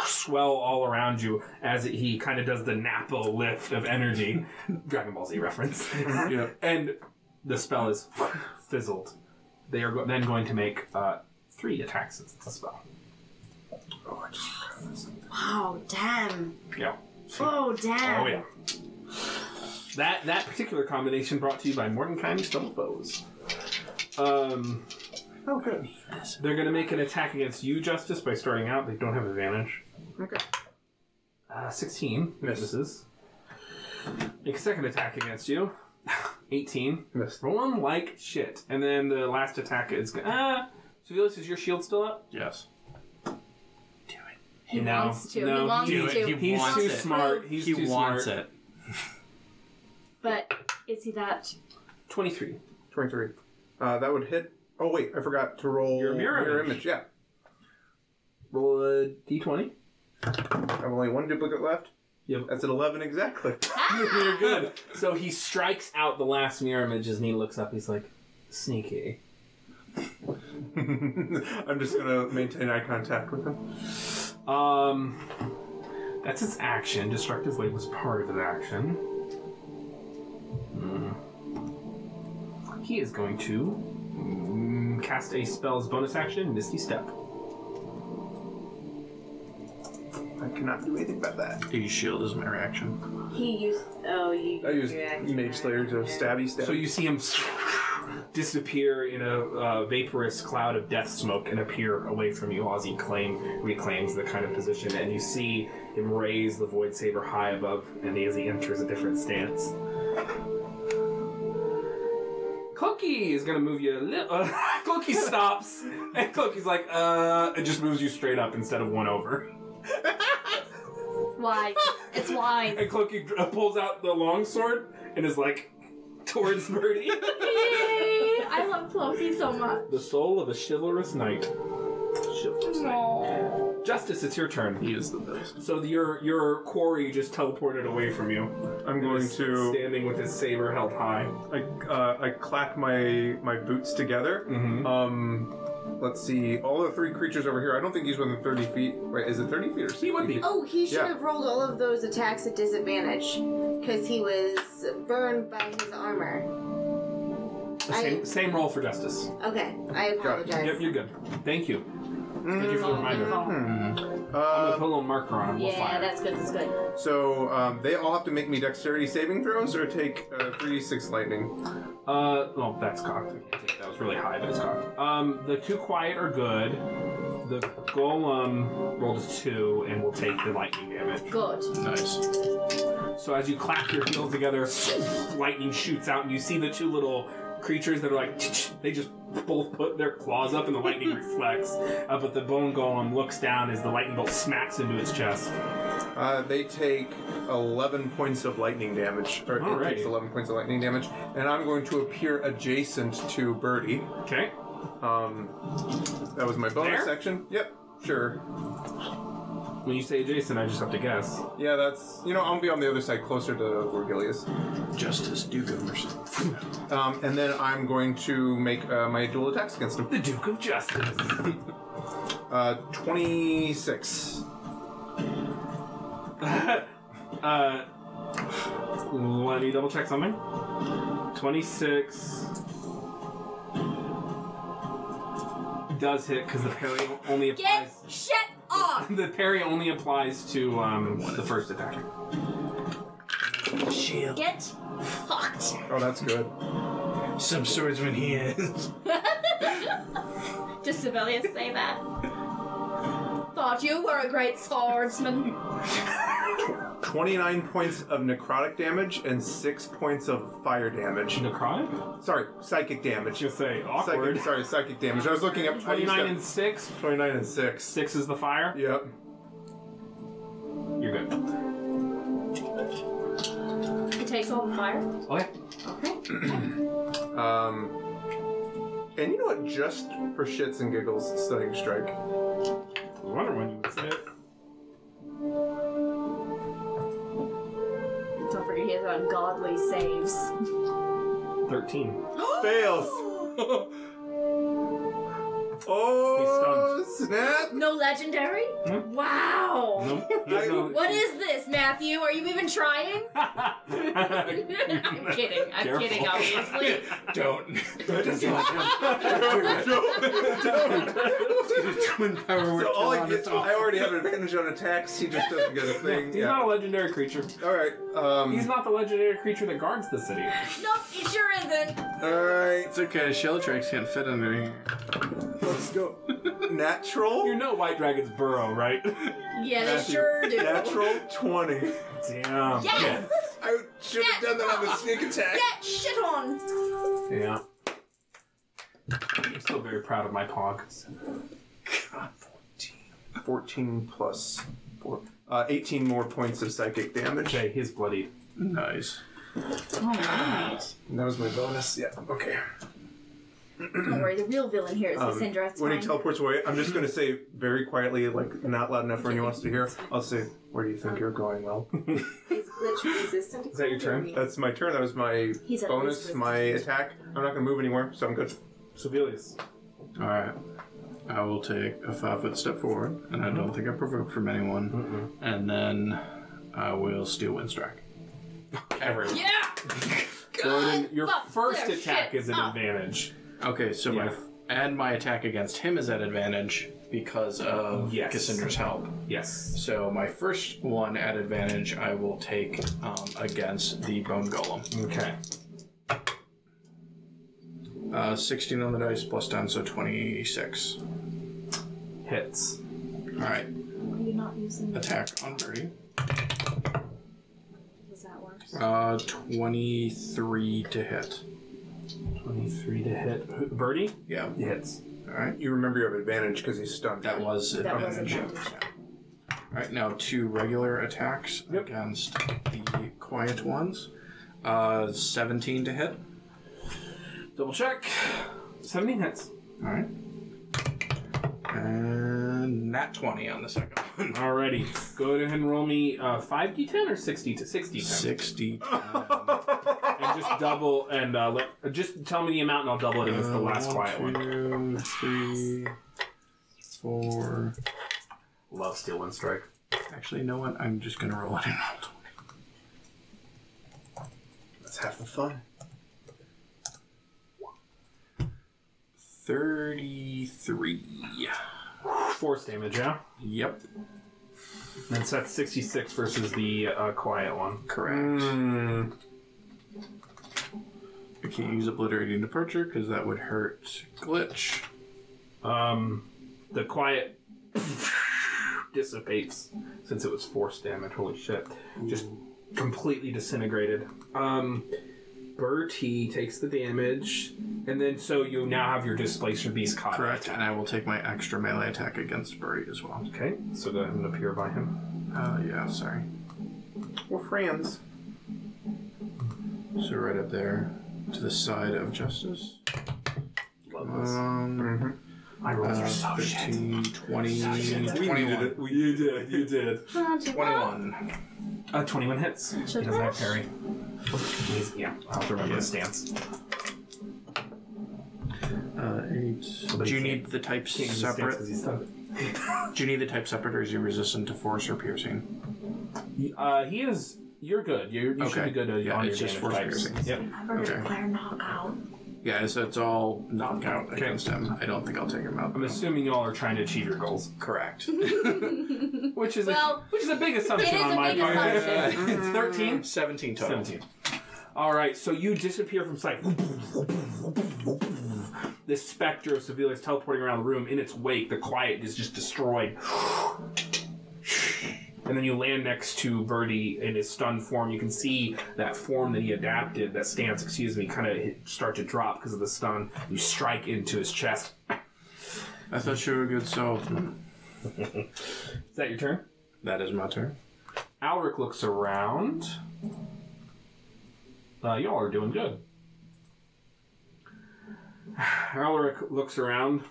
Speaker 2: swell all around you as he kind of does the Napa lift of energy. Dragon Ball Z reference.
Speaker 3: Mm-hmm.
Speaker 5: yeah.
Speaker 2: and the spell is fizzled. They are go- then going to make uh, three attacks. since It's a spell.
Speaker 3: Oh, I just forgot this.
Speaker 7: Wow, Oh, damn.
Speaker 2: Yeah.
Speaker 7: Oh, damn.
Speaker 2: Oh yeah. That that particular combination brought to you by Mordenkainen Stonefoes. Um,
Speaker 3: Oh, good.
Speaker 2: they're going to make an attack against you, Justice, by starting out. They don't have advantage.
Speaker 3: Okay.
Speaker 2: Uh, Sixteen
Speaker 3: Miss.
Speaker 2: misses. Make a second attack against you. Eighteen.
Speaker 3: Missed.
Speaker 2: Rolling like shit. And then the last attack is go- ah. Civilis, is your shield still up?
Speaker 5: Yes.
Speaker 7: He
Speaker 2: No,
Speaker 7: wants to.
Speaker 2: no,
Speaker 7: he wants
Speaker 5: do it.
Speaker 7: to.
Speaker 5: He
Speaker 2: He's
Speaker 5: wants
Speaker 2: too
Speaker 5: it.
Speaker 2: smart. He's
Speaker 5: he
Speaker 2: too
Speaker 5: wants
Speaker 2: smart.
Speaker 5: it.
Speaker 7: But is he that?
Speaker 2: Twenty-three.
Speaker 3: 23. Uh, that would hit. Oh, wait. I forgot to roll
Speaker 2: Your mirror image.
Speaker 3: image. Yeah.
Speaker 2: Roll a d twenty.
Speaker 3: I have only one duplicate left.
Speaker 2: Yep.
Speaker 3: That's an 11 exactly.
Speaker 2: You're good. So he strikes out the last mirror images and he looks up. He's like, sneaky.
Speaker 3: I'm just gonna maintain eye contact with him.
Speaker 2: Um, that's its action. Destructive wave was part of his action. Hmm. He is going to mm, cast a spell's bonus action, Misty Step.
Speaker 3: I cannot do anything about that.
Speaker 5: Use shield as my reaction.
Speaker 4: He used. Oh, you.
Speaker 3: I used
Speaker 4: you actually-
Speaker 3: Mage Slayer to stabby stab.
Speaker 2: So you see him disappear in a uh, vaporous cloud of death smoke and appear away from you as he claim reclaims the kind of position, and you see him raise the void saber high above, and as he enters a different stance. Cookie is gonna move you a little. Uh, Cookie stops, and Cookie's like, uh, it just moves you straight up instead of one over.
Speaker 7: Why? It's wise.
Speaker 2: And Cookie dr- pulls out the longsword and is like, towards Birdie.
Speaker 7: Yay! I love Clokey so much.
Speaker 2: The soul of a chivalrous knight. Chivalrous
Speaker 7: Aww.
Speaker 2: Justice, it's your turn.
Speaker 5: He is the best.
Speaker 2: So your your quarry just teleported away from you.
Speaker 3: I'm going
Speaker 2: He's
Speaker 3: to.
Speaker 2: standing with his saber held high.
Speaker 3: I, uh, I clack my my boots together.
Speaker 2: Mhm.
Speaker 3: Um, let's see. All the three creatures over here. I don't think he's within 30 feet. Wait, is it 30 feet or 60
Speaker 2: He would be.
Speaker 3: feet?
Speaker 4: Oh, he should
Speaker 3: Yeah.
Speaker 4: have rolled all of those attacks at disadvantage because he was burned by his armor.
Speaker 2: Same, same roll for justice.
Speaker 4: Okay, I apologize.
Speaker 2: Yep, you're good. Thank you. Thank you for the reminder. I'm gonna put a
Speaker 3: Hmm. Uh,
Speaker 2: little marker on him. We'll
Speaker 7: Mm. Yeah,
Speaker 2: fire.
Speaker 7: that's good. That's good.
Speaker 3: so um, they all have to make me dexterity saving throws or take uh, 3d6 lightning.
Speaker 2: Uh, well, that's cocked. I think that was really high, but it's cocked. Um, the two quiet are good. The golem rolled a two and will take the lightning damage.
Speaker 7: Good.
Speaker 5: Nice.
Speaker 2: So as you clap your heels together, lightning shoots out, and you see the two little creatures that are like, they just both put their claws up, and the lightning reflects. Uh, but the bone golem looks down as the lightning bolt smacks into its chest.
Speaker 3: Uh, they take 11 points of lightning damage. Or it
Speaker 2: Alrighty.
Speaker 3: takes 11 points of lightning damage. And I'm going to appear adjacent to Birdie.
Speaker 2: Okay.
Speaker 3: Um, that was my bonus
Speaker 2: There?
Speaker 3: section. Yep, sure.
Speaker 2: When you say Jason, I just have to guess.
Speaker 3: Yeah, that's you know I'll be on the other side, closer to Orgilius.
Speaker 5: Justice, do good mercy.
Speaker 3: Um, and then I'm going to make uh, my dual attacks against him.
Speaker 2: The Duke of Justice.
Speaker 3: Uh, 26.
Speaker 2: uh, let me double check something. 26 does hit because the parry only applies.
Speaker 7: Get shit off!
Speaker 2: The parry only applies to um, the first attack.
Speaker 5: Shield.
Speaker 7: Get fucked.
Speaker 3: Oh, that's good.
Speaker 5: Some swordsman he is.
Speaker 7: Does Sibelius say that? Thought you were a great swordsman.
Speaker 3: 29 points of necrotic damage and 6 points of fire damage.
Speaker 2: Necrotic?
Speaker 3: Sorry, psychic damage.
Speaker 2: Just say awkward.
Speaker 3: Psychic, sorry, psychic damage. I was looking up
Speaker 2: 29
Speaker 3: 27.
Speaker 2: and 6.
Speaker 3: 29 and 6.
Speaker 2: 6 is the fire.
Speaker 3: Yep.
Speaker 2: You're good.
Speaker 7: It takes all the fire.
Speaker 2: Okay.
Speaker 7: Okay.
Speaker 3: Um, and you know what? Just for shits and giggles, stunning strike.
Speaker 2: I wonder when you would say it.
Speaker 7: Don't forget he has ungodly saves.
Speaker 2: 13.
Speaker 3: Fails. oh, snap.
Speaker 7: No legendary?
Speaker 2: Nope.
Speaker 7: Wow.
Speaker 2: Nope. He has Hmm? no-
Speaker 7: What is this, Matthew? Are you even trying? I'm kidding. I'm
Speaker 2: Careful.
Speaker 7: kidding, obviously.
Speaker 5: Don't. Twin power
Speaker 3: So
Speaker 5: with
Speaker 3: all I,
Speaker 5: Piranha
Speaker 3: get,
Speaker 5: Top.
Speaker 3: I already have an advantage on attacks. He just doesn't get a thing.
Speaker 2: He's
Speaker 3: yeah.
Speaker 2: not a legendary creature.
Speaker 3: all right. Um,
Speaker 2: He's not the legendary creature that guards the city.
Speaker 7: nope, it sure isn't.
Speaker 3: All right.
Speaker 5: It's okay, shell tracks can't fit under here.
Speaker 3: Let's go.
Speaker 2: You
Speaker 3: Natural.
Speaker 2: know White Dragon's burrow, right?
Speaker 7: Yeah, they
Speaker 3: Matthew.
Speaker 7: sure do.
Speaker 3: Natural twenty.
Speaker 2: Damn.
Speaker 7: Yes!
Speaker 3: I should have done that on the sneak attack.
Speaker 7: Get shit on!
Speaker 2: Yeah. I'm still very proud of my pog.
Speaker 3: Fourteen plus four. Uh, 18 more points of psychic damage.
Speaker 2: Okay, he's bloody.
Speaker 5: Nice.
Speaker 7: Alright.
Speaker 3: And That was my bonus. Yeah. Okay.
Speaker 7: Don't worry, the real villain here is
Speaker 3: Um,
Speaker 7: Cassandra. It's
Speaker 3: when
Speaker 7: fine.
Speaker 3: he teleports away, I'm just going to say very quietly, like not loud enough for anyone else to hear. I'll say, "Where do you think you're going, Well,
Speaker 4: Is glitch resistant?
Speaker 2: Is that your turn?
Speaker 3: That's my turn. That was my
Speaker 7: He's at
Speaker 3: bonus,
Speaker 7: least
Speaker 3: my attack. I'm not going to move anywhere, so I'm good.
Speaker 2: Sevelius.
Speaker 5: All right. I will take a five foot step forward, and I don't think I provoke from anyone. And then I will steal wind strike. Everyone.
Speaker 7: yeah.
Speaker 2: Gordon, your
Speaker 7: fuck
Speaker 2: first
Speaker 7: their
Speaker 2: attack
Speaker 7: shit
Speaker 2: is an
Speaker 7: up.
Speaker 2: advantage.
Speaker 5: Okay, so my and my attack against him is at advantage because of
Speaker 2: Yes.
Speaker 5: Cassandra's help.
Speaker 2: Yes.
Speaker 5: So my first one at advantage, I will take um, against the bone golem.
Speaker 2: Okay.
Speaker 5: Uh, Sixteen on the dice plus ten, so twenty six.
Speaker 2: Hits.
Speaker 5: All right,
Speaker 7: Are you not using?
Speaker 5: attack on Birdie.
Speaker 7: Does that work?
Speaker 5: Uh, twenty three to hit.
Speaker 2: 23 to hit. Who- Birdie?
Speaker 5: Yeah.
Speaker 2: Hits.
Speaker 5: All right.
Speaker 3: You remember you have advantage because he's stunned.
Speaker 5: That was
Speaker 7: That was
Speaker 5: advantage.
Speaker 7: advantage.
Speaker 5: yeah. Alright, now two regular attacks
Speaker 2: Yep.
Speaker 5: against the quiet ones. Uh, 17 to hit.
Speaker 2: Double check. 17 hits.
Speaker 5: Alright. And nat 20 on the second one.
Speaker 2: Alrighty. Go ahead and roll me uh, 5d10 or 60 to 60
Speaker 5: 60.
Speaker 2: And just double and uh, let, just tell me the amount and I'll double it against the last quiet Uh, one.
Speaker 5: Uh, Two, three, four.
Speaker 2: Love steal one strike.
Speaker 5: Actually, you know what? I'm just gonna roll it in nat 20.
Speaker 3: Let's have the fun.
Speaker 5: 33.
Speaker 2: Force damage, yeah?
Speaker 5: Yep,
Speaker 2: And so that's 66 versus the uh, quiet one.
Speaker 5: correct.
Speaker 3: Hmm.
Speaker 5: I can't use obliterating departure because that would hurt glitch.
Speaker 2: Um, the quiet dissipates since it was force damage. Holy shit. Just completely disintegrated. Um, Bertie takes the damage, and then so you now have your displacer beast caught.
Speaker 5: Correct, and I will take my extra melee attack against Bury as well.
Speaker 2: Okay, so go ahead and appear by him.
Speaker 5: Uh, yeah, sorry.
Speaker 3: We're friends.
Speaker 5: So right up there, to the side of Justice.
Speaker 2: Uh,
Speaker 5: Um,
Speaker 3: Mm-hmm.
Speaker 2: My rolls
Speaker 5: uh,
Speaker 2: are so shit.
Speaker 5: 15, 20,
Speaker 3: We needed
Speaker 5: 21.
Speaker 3: it. We,
Speaker 2: You did, you did.
Speaker 5: 21.
Speaker 2: Uh, 21 hits. He doesn't have parry. He's- yeah, I'll have to remember his stance.
Speaker 5: Uh, 8.
Speaker 2: But
Speaker 5: Do
Speaker 2: he
Speaker 5: you
Speaker 2: can't-
Speaker 5: need the type
Speaker 2: Can't use his stance 'cause
Speaker 5: separate?
Speaker 2: he's stunned.
Speaker 5: Do you need the type separate, or is he resistant to force or piercing?
Speaker 2: Uh, he is. You're good. You're, you should
Speaker 5: Okay.
Speaker 2: be good uh,
Speaker 5: Yeah,
Speaker 2: on
Speaker 5: it's
Speaker 2: your
Speaker 5: just
Speaker 2: damage
Speaker 5: force
Speaker 2: dice. Yep.
Speaker 7: Remember to
Speaker 5: Okay.
Speaker 7: declare knockout.
Speaker 5: Yeah, so it's all knockout against him. I don't think I'll take him out.
Speaker 2: I'm
Speaker 5: though.
Speaker 2: assuming y'all are trying to achieve your goals,
Speaker 5: Correct.
Speaker 2: which is
Speaker 7: Well,
Speaker 2: a, which is a big assumption
Speaker 7: it is
Speaker 2: on
Speaker 7: a
Speaker 2: my
Speaker 7: big
Speaker 2: part.
Speaker 7: assumption.
Speaker 2: it's 13,
Speaker 5: 17 total.
Speaker 2: 17. All right, so you disappear from sight. This specter of Seville is teleporting around the room. In its wake, the quiet is just destroyed. And then you land next to Birdie in his stunned form. You can see that form that he adapted, that stance, excuse me, kind of start to drop because of the stun. You strike into his chest.
Speaker 5: I thought you were a good salesman.
Speaker 2: Is that your turn?
Speaker 5: That is my turn.
Speaker 2: Alric looks around. Uh, y'all are doing good. Alric looks around.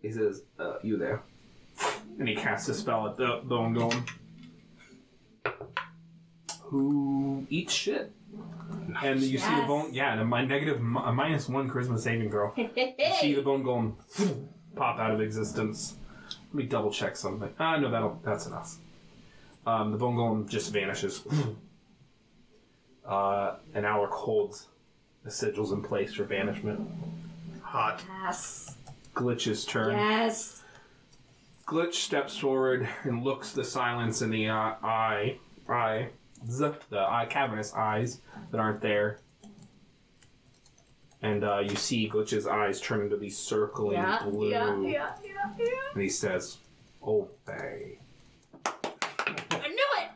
Speaker 2: He says, uh, "You there?" And he casts a spell at the the one going. Who eats shit? And you see the
Speaker 7: Yes.
Speaker 2: bone. Yeah, and a mi- negative mi- a minus one charisma saving throw. You see the bone golem pop out of existence. Let me double check something. Ah, no, that'll that's enough. Um, the bone golem just vanishes. uh, and Alaric holds the sigils in place for banishment.
Speaker 3: Hot.
Speaker 7: Yes.
Speaker 2: Glitch's turn.
Speaker 7: Yes.
Speaker 2: Glitch steps forward and looks the silence in the uh, eye, eye, the, the eye, cavernous eyes that aren't there. And uh, you see Glitch's eyes turn into these circling
Speaker 7: Yeah.
Speaker 2: blue.
Speaker 7: Yeah. Yeah. Yeah. Yeah.
Speaker 2: And he says, Obey.
Speaker 7: I knew it.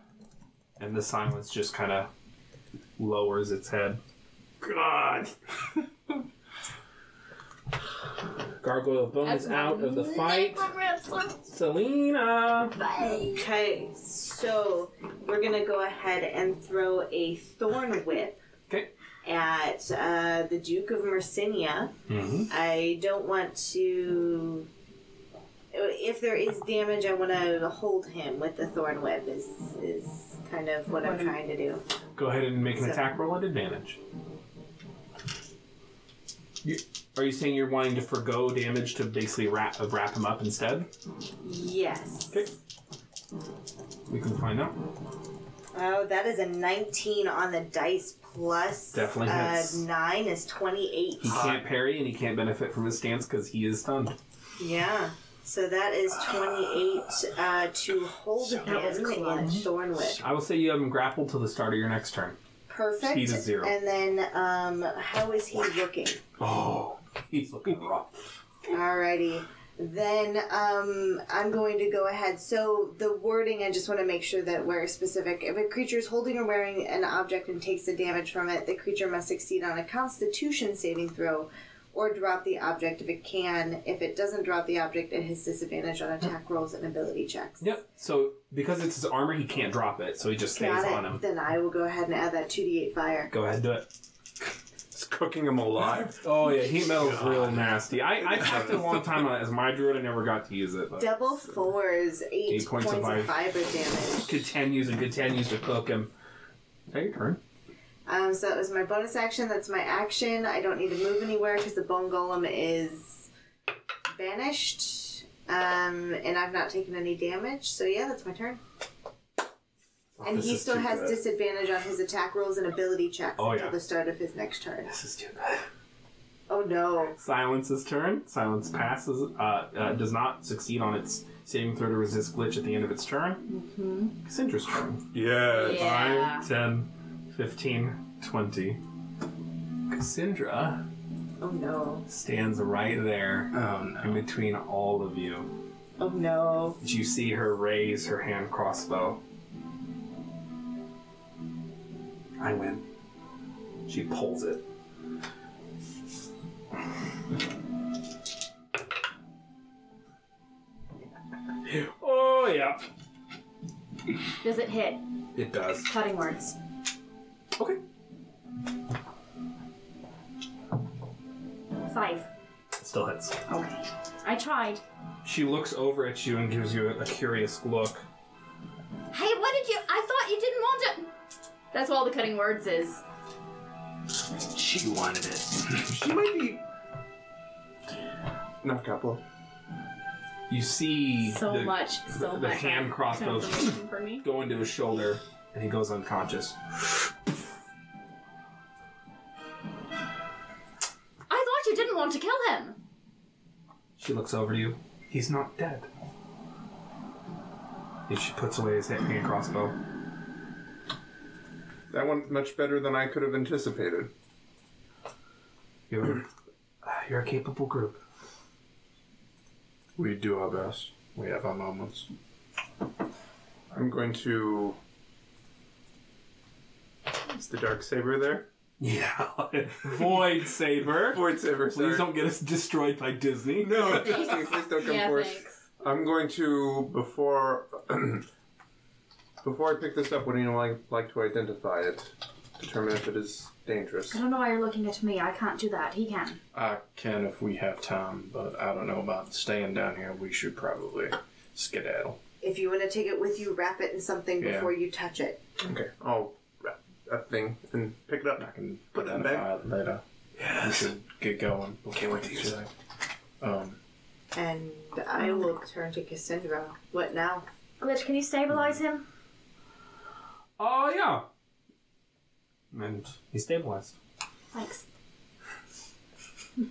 Speaker 2: And the silence just kind of lowers its head. God! Gargoyle Bone is out of the fight. Selena!
Speaker 4: Okay, so we're gonna go ahead and throw a thorn whip
Speaker 2: Okay.
Speaker 4: at uh, the Duke of Mercinia.
Speaker 2: Mm-hmm.
Speaker 4: I don't want to. If there is damage, I want to hold him with the thorn whip. Is is kind of what I'm trying to do.
Speaker 2: Go ahead and make an
Speaker 4: So-
Speaker 2: attack roll at advantage. You, are you saying you're wanting to forego damage to basically wrap uh, wrap him up instead?
Speaker 4: Yes.
Speaker 2: Okay. We can find out.
Speaker 4: Oh, that is a 19 on the dice plus.
Speaker 2: Definitely
Speaker 4: uh,
Speaker 2: hits.
Speaker 4: Nine is 28.
Speaker 2: He can't parry and he can't benefit from his stance because he is stunned.
Speaker 4: Yeah. So that is 28 uh, to hold him in Thorn Whip.
Speaker 2: I will say you have him grappled till the start of your next turn.
Speaker 4: Perfect.
Speaker 2: Speed is zero.
Speaker 4: And then, um, how is he looking?
Speaker 2: Oh, he's looking rough.
Speaker 4: Alrighty. Then um, I'm going to go ahead. So the wording, I just want to make sure that we're specific. If a creature is holding or wearing an object and takes the damage from it, the creature must succeed on a Constitution saving throw, or drop the object if it can. If it doesn't drop the object, it has disadvantage on attack rolls and ability checks.
Speaker 2: Yep. So because it's his armor, he can't drop it, so he just stays
Speaker 4: Got
Speaker 2: on
Speaker 4: it.
Speaker 2: him.
Speaker 4: Then I will go ahead and add that two d eight fire.
Speaker 2: Go ahead, do it.
Speaker 3: It's cooking him alive.
Speaker 2: Oh yeah, heat metal's real nasty. I I kept it a long time on it as my druid. I never got to use it. But
Speaker 4: Double fours, eight,
Speaker 2: Eight points of
Speaker 4: of fiber damage.
Speaker 2: continues and continues to cook him. Take your turn.
Speaker 4: Um, so that was my bonus action. That's my action. I don't need to move anywhere because the bone golem is banished, um, and I've not taken any damage. So yeah, that's my turn.
Speaker 2: Oh,
Speaker 4: and he still has disadvantage on his attack rolls and ability checks
Speaker 2: Oh,
Speaker 4: until
Speaker 2: yeah.
Speaker 4: the start of his next turn.
Speaker 2: This is too good.
Speaker 4: Oh no!
Speaker 2: Silence's turn. Silence passes. Uh, uh, does not succeed on its saving throw to resist glitch at the end of its turn. Mm-hmm. Cassandra's turn.
Speaker 3: Yeah.
Speaker 7: Yeah.
Speaker 2: 5, 10, 15, 20. Cassandra
Speaker 4: Oh no!
Speaker 2: stands right there
Speaker 5: Oh no.
Speaker 2: in between all of you.
Speaker 4: Oh no!
Speaker 2: You see her raise her hand crossbow. I win. She pulls it. Oh, yeah.
Speaker 7: Does it hit?
Speaker 2: It does.
Speaker 7: Cutting words.
Speaker 2: Okay.
Speaker 7: Five.
Speaker 2: Still hits.
Speaker 7: Okay. I tried.
Speaker 2: She looks over at you and gives you a, a curious look.
Speaker 7: Hey, what did you? I thought you didn't want it. That's all the cutting words is.
Speaker 5: She wanted it.
Speaker 3: She might be. Not couple.
Speaker 2: You see
Speaker 7: So
Speaker 2: the,
Speaker 7: much. So
Speaker 2: the
Speaker 7: much.
Speaker 2: hand crossbow
Speaker 7: confirmation for me.
Speaker 2: go into his shoulder, and he goes unconscious.
Speaker 7: I thought you didn't want to kill him.
Speaker 2: She looks over to you. He's not dead. And she puts away his hand crossbow.
Speaker 3: That went much better than I could have anticipated.
Speaker 2: You're, ah, you're a capable group.
Speaker 5: We do our best. We have our moments.
Speaker 3: I'm going to. Is the dark saber there?
Speaker 2: Yeah. Void Saber.
Speaker 3: Void saber. Sorry.
Speaker 2: Please don't get us destroyed by Disney.
Speaker 3: No, please don't come
Speaker 7: yeah,
Speaker 3: for us.
Speaker 7: thanks.
Speaker 3: I'm going to before before I pick this up. Would anyone like, like to identify it? Determine if it is dangerous.
Speaker 7: I don't know why you're looking at me. I can't do that. He can.
Speaker 5: I can if we have time, but I don't know about staying down here. We should probably skedaddle.
Speaker 4: If you want to take it with you, wrap it in something
Speaker 5: Yeah.
Speaker 4: before you touch it.
Speaker 3: Okay, I'll wrap that thing and pick it
Speaker 5: I
Speaker 3: up.
Speaker 5: can
Speaker 3: Put them
Speaker 5: identify it later. We should get going.
Speaker 2: Can't wait to use
Speaker 5: it. Um,
Speaker 4: And I will turn to Cassandra. What now?
Speaker 7: Glitch, can you stabilize him?
Speaker 2: Oh, yeah. And he's stabilized.
Speaker 7: Thanks.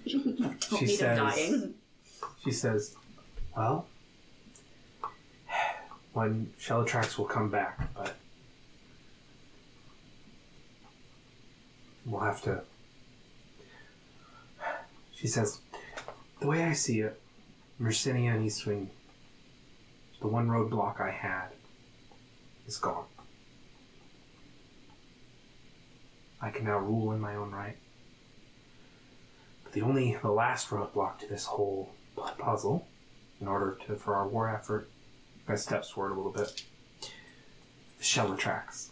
Speaker 2: She
Speaker 7: Don't need
Speaker 2: says-
Speaker 7: him dying.
Speaker 2: She says, Well, when Shelltrax will come back, but we'll have to. She says, The way I see it, Mercinia and Eastwing, the one roadblock I had, is gone. I can now rule in my own right. But the only, the last roadblock to this whole pu- puzzle, in order to for our war effort, if I step forward a little bit, the shell tracks.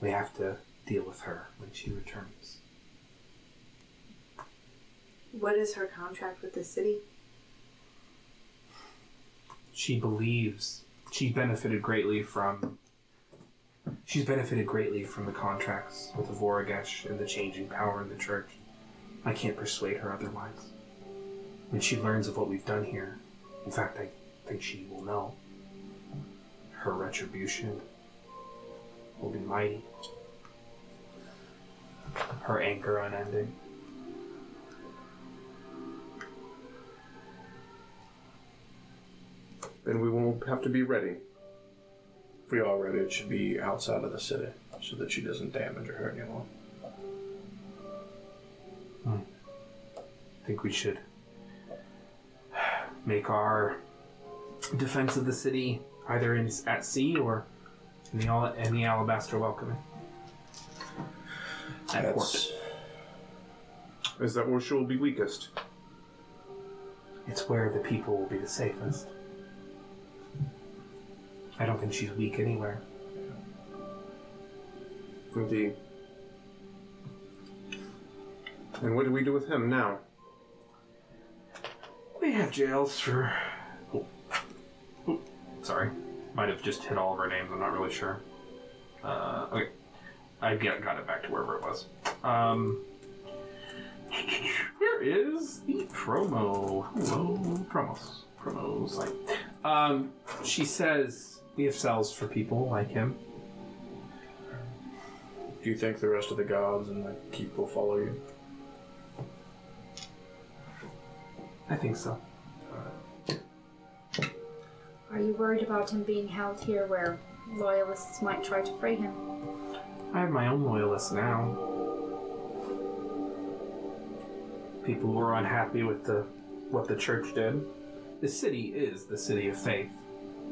Speaker 2: We have to deal with her when she returns.
Speaker 4: What is her contract with the city?
Speaker 2: She believes she benefited greatly from. She's benefited greatly from the contracts with the Voragesh and the changing power in the church. I can't persuade her otherwise. When she learns of what we've done here, in fact, I think she will know. Her retribution will be mighty. Her anger unending.
Speaker 3: Then we won't have to be ready.
Speaker 5: If we are ready, it should be outside of the city so that she doesn't damage or hurt anyone.
Speaker 2: I think we should make our defense of the city either in, at sea or in the, Al- in the alabaster welcoming. At
Speaker 5: That's
Speaker 2: port.
Speaker 3: Is that where she'll be weakest?
Speaker 2: It's where the people will be the safest. I don't think she's weak anywhere.
Speaker 3: Indeed. And what do we do with him now?
Speaker 2: We have jails for. Sorry. Might have just hit all of our names, I'm not really sure. Uh, okay. I get, got it back to wherever it was. Um, where is the promo? Hello, promos. Promo site. Um, she says we have cells for people like him.
Speaker 5: Do you think the rest of the gods and the keep will follow you?
Speaker 2: I think so.
Speaker 7: Are you worried about him being held here where loyalists might try to free him?
Speaker 2: I have my own loyalists now. People who are unhappy with the what the church did. The city is the city of faith.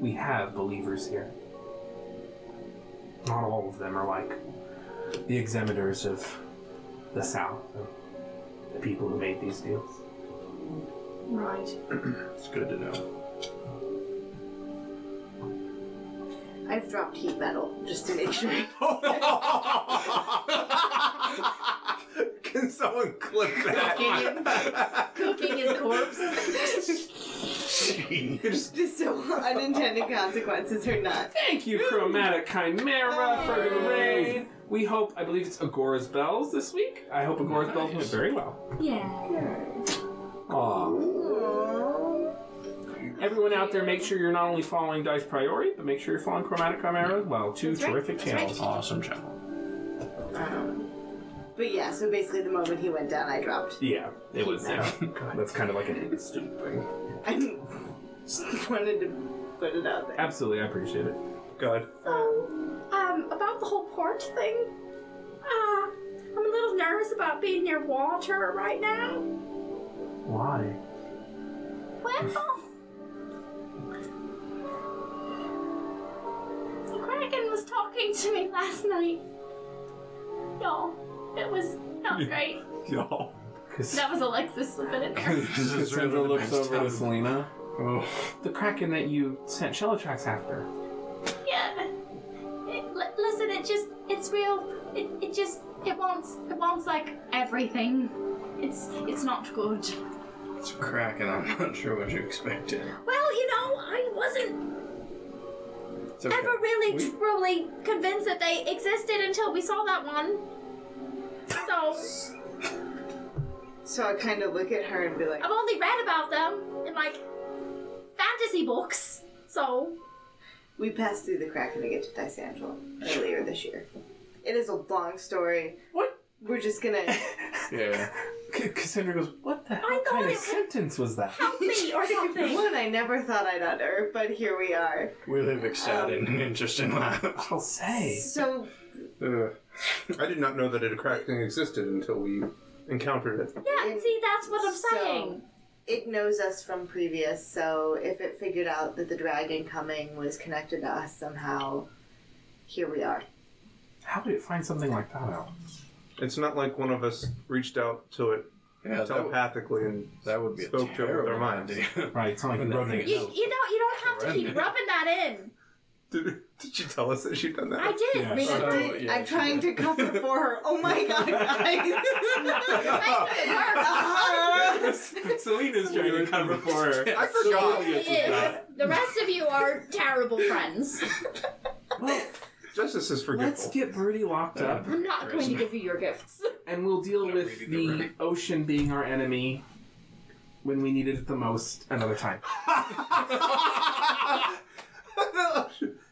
Speaker 2: We have believers here. Not all of them are like the examiners of the South, the people who made these deals.
Speaker 7: Right.
Speaker 5: It's good to know.
Speaker 4: I've dropped heat metal just to make sure.
Speaker 3: Can someone clip that?
Speaker 7: Cooking his corpse.
Speaker 4: just so unintended consequences are not.
Speaker 8: Thank you, Chromatic Chimera, for the raid. We hope, I believe it's Agora's Bells this week. I hope Agora's Bells went very well.
Speaker 7: Yeah.
Speaker 8: Aww. Everyone out there, make sure you're not only following Dice Priori, but make sure you're following Chromatic Chimera as well. Two
Speaker 7: That's right,
Speaker 8: terrific
Speaker 7: that's
Speaker 8: channels.
Speaker 5: Awesome channel.
Speaker 4: Um, But yeah, so basically the moment he went down, I dropped.
Speaker 8: Yeah, it was. Yeah. That's kind of like an instant thing.
Speaker 4: I just wanted to put it out there.
Speaker 8: Absolutely, I appreciate it.
Speaker 3: God.
Speaker 7: So, um, about the whole port thing, uh, I'm a little nervous about being near water right now.
Speaker 2: Why?
Speaker 7: Well, the Kraken was talking to me last night. No, it was not great.
Speaker 3: No.
Speaker 7: That was Alexis slipping in there.
Speaker 8: Cassandra looks over to Selena.
Speaker 5: Oh,
Speaker 2: The Kraken that you sent shell tracks after.
Speaker 7: Yeah. It, li- listen, it just, it's real. It, it just, it wants, it wants like everything. It's, it's not good.
Speaker 5: it's a crack, and I'm not sure what you expected.
Speaker 7: Well, you know, I wasn't
Speaker 5: It's okay.
Speaker 7: ever really
Speaker 5: We-
Speaker 7: truly convinced that they existed until we saw that one. So
Speaker 4: So I kind of look at her and be like,
Speaker 7: I've only read about them in like fantasy books. So
Speaker 4: we passed through the Kraken to get to Dysangela earlier this year. It is a long story.
Speaker 2: What?
Speaker 4: We're just gonna.
Speaker 5: yeah.
Speaker 2: C- Cassandra goes, What the hell
Speaker 7: thought
Speaker 2: kind
Speaker 7: it
Speaker 2: of
Speaker 7: was-
Speaker 2: sentence was that?
Speaker 7: help me or something.
Speaker 4: One I never thought I'd utter, but here we are.
Speaker 5: We live exciting and interesting lives.
Speaker 2: I'll say.
Speaker 4: So
Speaker 3: Ugh. I did not know that a cracking existed until we encountered it.
Speaker 7: Yeah, see, that's what I'm
Speaker 4: So-
Speaker 7: saying.
Speaker 4: it knows us from previous, so if it figured out that the dragon coming was connected to us somehow, here we are.
Speaker 2: How did it find something like that out?
Speaker 3: It's not like one of us reached out to it
Speaker 5: Yeah, that, w-
Speaker 3: telepathically and
Speaker 5: that would be a
Speaker 3: spoke to it with our
Speaker 5: terrible
Speaker 3: minds.
Speaker 5: idea.
Speaker 2: Right, it's not like
Speaker 5: And
Speaker 2: you wrote
Speaker 5: nothing
Speaker 2: it.
Speaker 7: You, you know, you don't have to keep rubbing that in.
Speaker 3: Did, did she tell us that she'd done that?
Speaker 7: I did.
Speaker 5: Yeah.
Speaker 4: She
Speaker 5: Oh,
Speaker 4: did.
Speaker 5: yeah,
Speaker 4: I'm
Speaker 5: she
Speaker 4: trying to cover for her. Oh my god, guys. Uh-huh.
Speaker 2: Selena's trying to cover for her.
Speaker 3: I forgot.
Speaker 7: She is. The rest of you are terrible friends.
Speaker 3: Justice is
Speaker 2: Let's
Speaker 3: forgetful.
Speaker 2: get Birdie locked up,
Speaker 7: I'm not going to give you your gifts.
Speaker 2: and we'll deal with
Speaker 5: reading the
Speaker 2: the ocean being our enemy when we needed it the most another time.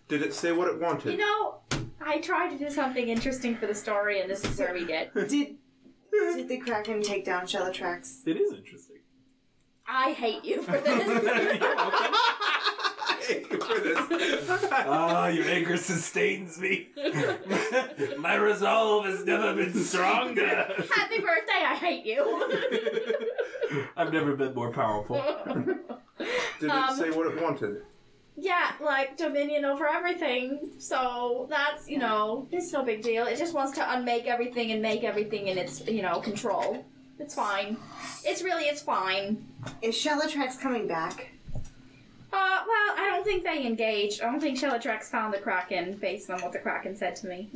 Speaker 3: Did it say what it wanted?
Speaker 7: You know, I tried to do something interesting for the story, and this is where we get.
Speaker 4: Did did the Kraken take down Shella Tracks?
Speaker 2: It is interesting.
Speaker 7: I hate you for this.
Speaker 3: Thank you for this.
Speaker 6: Ah, your anger sustains me. My resolve has never been stronger.
Speaker 7: Happy birthday! I hate you.
Speaker 6: I've never been more powerful.
Speaker 3: Did it
Speaker 7: Um,
Speaker 3: say what it wanted?
Speaker 7: yeah, like dominion over everything. So that's you know, it's no big deal. It just wants to unmake everything and make everything in its you know control. It's fine. It's really it's fine.
Speaker 4: Is Shella Tracks coming back?
Speaker 7: Uh, well, I don't think they engaged. I don't think Shellatrax found the Kraken based on what the Kraken said to me.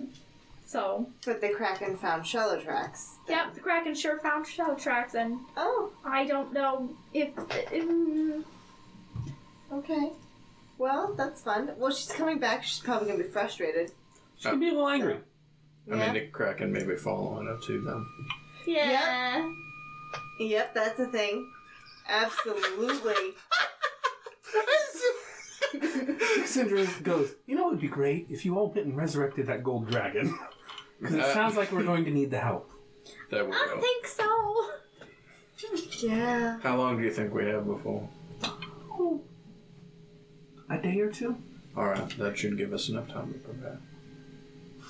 Speaker 7: So,
Speaker 4: But the Kraken found Shella Tracks.
Speaker 7: yep, the Kraken sure found Shellatrax, and
Speaker 4: Oh,
Speaker 7: I don't know if. mm,
Speaker 4: okay. Well, that's fun. Well, she's coming back. She's probably gonna be frustrated.
Speaker 2: She can be a little angry.
Speaker 4: Yeah.
Speaker 5: I mean, the Kraken may be following up to them.
Speaker 7: yeah.
Speaker 4: Yep, that's a thing. Absolutely.
Speaker 2: Cassandra goes, You know what would be great if you all went and resurrected that gold dragon? Because it
Speaker 5: Uh,
Speaker 2: sounds like we're going to need the help.
Speaker 5: That would
Speaker 7: I
Speaker 5: help.
Speaker 7: don't think so.
Speaker 4: Yeah.
Speaker 5: How long do you think we have before?
Speaker 2: A day or two?
Speaker 5: All right, that should give us enough time to prepare.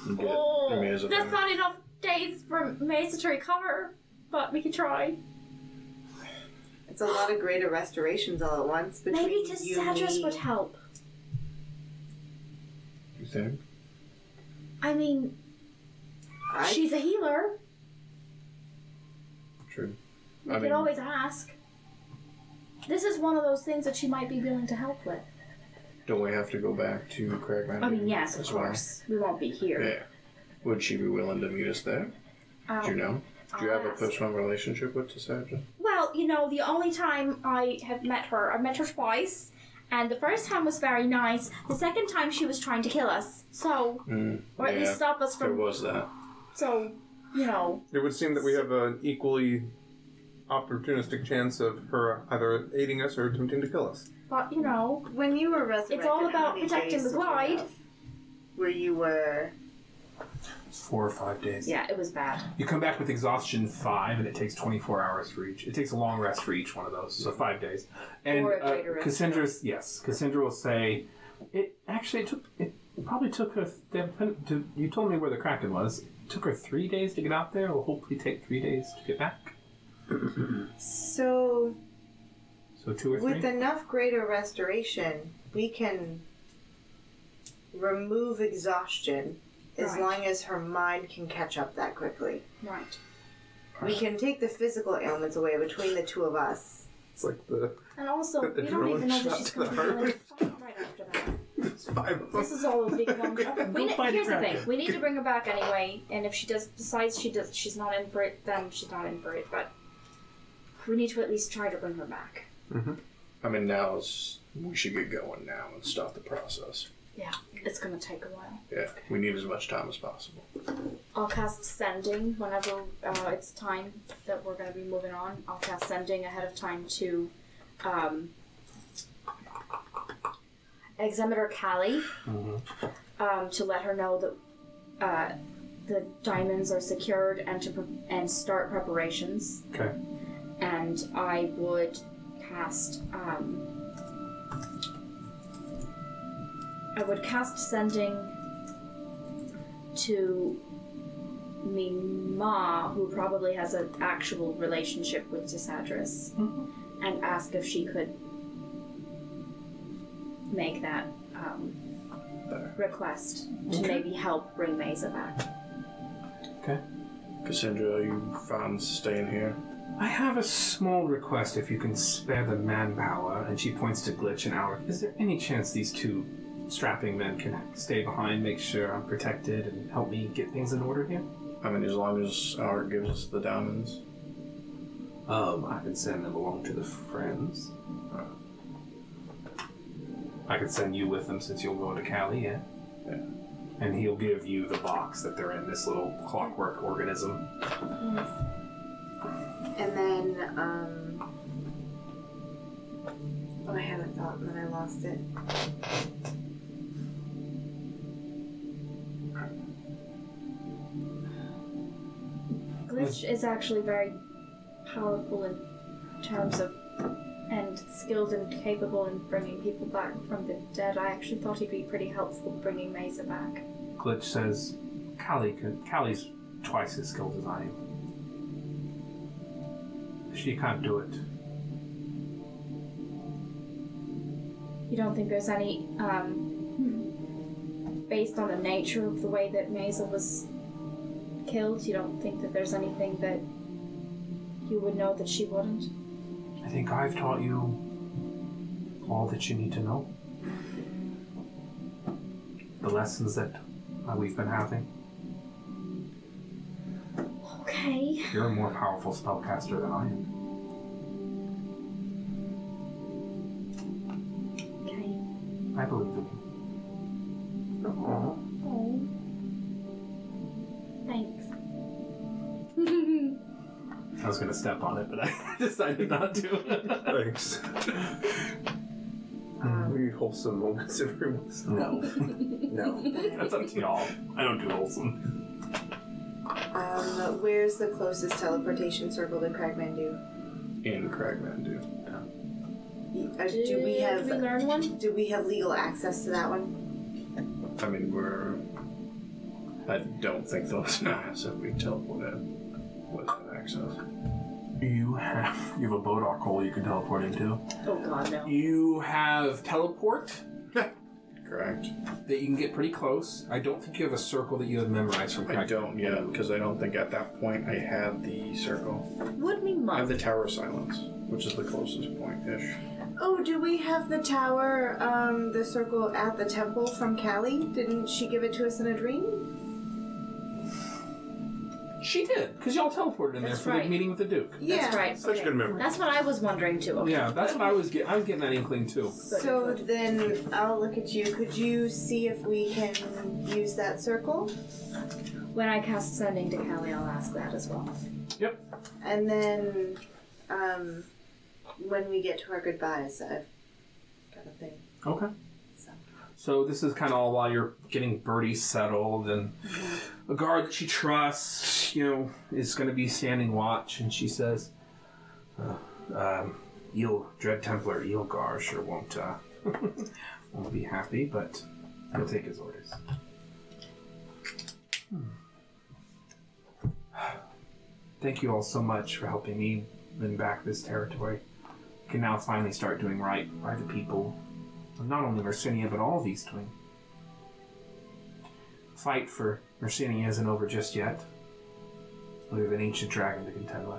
Speaker 5: And get
Speaker 7: Oh,
Speaker 5: Mesa
Speaker 7: that's
Speaker 5: back.
Speaker 7: not enough days for Mesa to recover, but we can try.
Speaker 4: It's a lot of greater restorations all at once. Between
Speaker 7: Maybe just
Speaker 4: you, me.
Speaker 7: Sadras would help.
Speaker 5: You think?
Speaker 7: I mean,
Speaker 4: I-
Speaker 7: she's a healer.
Speaker 5: True.
Speaker 7: You
Speaker 5: I
Speaker 7: could
Speaker 5: mean-
Speaker 7: always ask. This is one of those things that she might be willing to help with.
Speaker 5: Don't we have to go back to Craigman?
Speaker 7: I mean, yes, of
Speaker 5: as well?
Speaker 7: course. We won't be here.
Speaker 5: Yeah. Would she be willing to meet us there? Do you
Speaker 7: Um,
Speaker 5: know? Do you
Speaker 7: I'll
Speaker 5: have a
Speaker 7: ask.
Speaker 5: personal relationship with the sergeant?
Speaker 7: Well, you know, the only time I have met her, I met her twice, and the first time was very nice. The second time, she was trying to kill us. So,
Speaker 5: Mm,
Speaker 7: or at
Speaker 5: yeah,
Speaker 7: least stop us
Speaker 5: There
Speaker 7: from.
Speaker 5: was that.
Speaker 7: So, you know,
Speaker 3: It would seem that we have an equally opportunistic chance of her either aiding us or attempting to kill us.
Speaker 7: but you know,
Speaker 4: When you were resurrected,
Speaker 7: It's all
Speaker 4: how
Speaker 7: about
Speaker 4: many
Speaker 7: protecting
Speaker 4: days
Speaker 7: the
Speaker 4: did you
Speaker 7: glide.
Speaker 4: have Where you were.
Speaker 2: Four or five days.
Speaker 7: yeah, it was bad.
Speaker 2: You come back with exhaustion five, and it takes 24 hours for each. It takes a long rest for each one of those, so five days. And
Speaker 7: Or a
Speaker 2: uh,
Speaker 7: greater rest.
Speaker 2: Cassandra's, yes, Cassandra will say, it actually took, it probably took her, depend- to, you told me where the Kraken was. It took her three days to get out there. It will hopefully take three days to get back.
Speaker 4: So,
Speaker 2: So two or three?
Speaker 4: with enough greater restoration, we can remove exhaustion as
Speaker 7: Right.
Speaker 4: long as her mind can catch up that quickly.
Speaker 7: Right.
Speaker 4: We can take the physical ailments away between the two of us.
Speaker 3: It's like the
Speaker 7: And also, we don't even know that she's going to be able to fight right after that.
Speaker 3: it's five of
Speaker 7: This
Speaker 3: us.
Speaker 7: is all a big long. We ne-
Speaker 2: fight
Speaker 7: here's
Speaker 2: it
Speaker 7: the
Speaker 2: right.
Speaker 7: thing: we need to bring her back anyway, and if she does decides she does she's not in for it, then she's not in for it. But we need to at least try to bring her back.
Speaker 5: I mean, now it's, we should get going now and stop the process.
Speaker 7: Yeah, it's gonna take a while.
Speaker 5: Yeah, we need as much time as possible.
Speaker 7: I'll cast sending whenever uh, it's time that we're gonna be moving on. I'll cast sending ahead of time to um, Examiner Callie um, to let her know that uh, the diamonds are secured and to pre- and start preparations.
Speaker 2: Okay.
Speaker 7: And I would cast. Um, I would cast sending to me ma, who probably has an actual relationship with Tisadris, and ask if she could make that um, request to maybe help bring Mesa back.
Speaker 5: Cassandra, are you fine staying here?
Speaker 2: I have a small request if you can spare the manpower, and she points to Glitch and Alric. Is there any chance these two strapping men can stay behind, make sure I'm protected, and help me get things in order here?
Speaker 5: I mean, as long as our gives us the diamonds.
Speaker 6: Um, I can send them along to the friends. I could send you with them since you'll go to Cali, yeah?
Speaker 5: Yeah.
Speaker 6: And he'll give you the box that they're in, this little clockwork organism.
Speaker 4: And then, um. Oh, I had a thought and then I lost it.
Speaker 7: Glitch is actually very powerful in terms of and skilled and capable in bringing people back from the dead. I actually thought he'd be pretty helpful bringing Mesa back.
Speaker 2: Glitch says, Callie could, Callie's twice as skilled as I am. She can't do it.
Speaker 7: You don't think there's any, um, based on the nature of the way that Mesa was killed, you don't think that there's anything that you would know that she wouldn't?
Speaker 2: I think I've taught you all that you need to know. The lessons that uh, we've been having.
Speaker 7: Okay.
Speaker 2: You're a more powerful spellcaster than I am.
Speaker 7: Okay.
Speaker 2: I believe in you.
Speaker 7: Oh. Thanks.
Speaker 2: I was going to step on it, but I decided not to.
Speaker 3: Thanks.
Speaker 4: Um,
Speaker 3: we wholesome moments every once in a
Speaker 6: No.
Speaker 3: while. No.
Speaker 2: That's up to y'all. I don't do wholesome.
Speaker 4: Um, where's the closest teleportation circle to Cragmandu?
Speaker 5: In Cragmandu.
Speaker 4: Uh, do we
Speaker 7: Did Mm, we
Speaker 4: have
Speaker 7: learn one?
Speaker 4: do we have legal access to that one?
Speaker 5: I mean, we're. I don't think they'll deny us if we teleport in with access.
Speaker 6: You have you have a Bodok hole you can teleport into.
Speaker 7: Oh god, no.
Speaker 2: You have teleport
Speaker 5: Correct.
Speaker 2: that you can get pretty close. I don't think you have a circle that you have memorized from
Speaker 5: I don't yet, because I don't think at that point I had the circle.
Speaker 7: Would we
Speaker 5: I have
Speaker 7: mug?
Speaker 5: the Tower of Silence, which is the closest point ish.
Speaker 4: Oh, do we have the tower, um, the circle at the temple from Callie? Didn't she give it to us in a dream?
Speaker 2: She did, because y'all teleported in
Speaker 7: That's
Speaker 2: there for the
Speaker 7: right.
Speaker 2: meeting with the Duke.
Speaker 4: Yeah.
Speaker 7: That's right.
Speaker 3: Such
Speaker 7: okay.
Speaker 3: good memory.
Speaker 7: That's what I was wondering too. Okay.
Speaker 2: Yeah, that's what I was getting. I was getting that inkling too.
Speaker 4: So then I'll look at you. Could you see if we can use that circle?
Speaker 7: When I cast sending to Callie, I'll ask that as well.
Speaker 4: And then, um, when we get to our goodbyes, I've got a thing.
Speaker 2: Okay.
Speaker 4: So.
Speaker 2: So this is kind of all while you're getting Birdie settled, and a guard that she trusts, you know, is going to be standing watch, and she says, uh, um, "Eel Dread Templar Eelgar sure won't uh, won't be happy, but he'll take his orders." Hmm. Thank you all so much for helping me win back this territory. I can now finally start doing right by the people not only Mercinia, but all of East Wing. The fight for Mercinia isn't over just yet. We have an ancient dragon to contend with.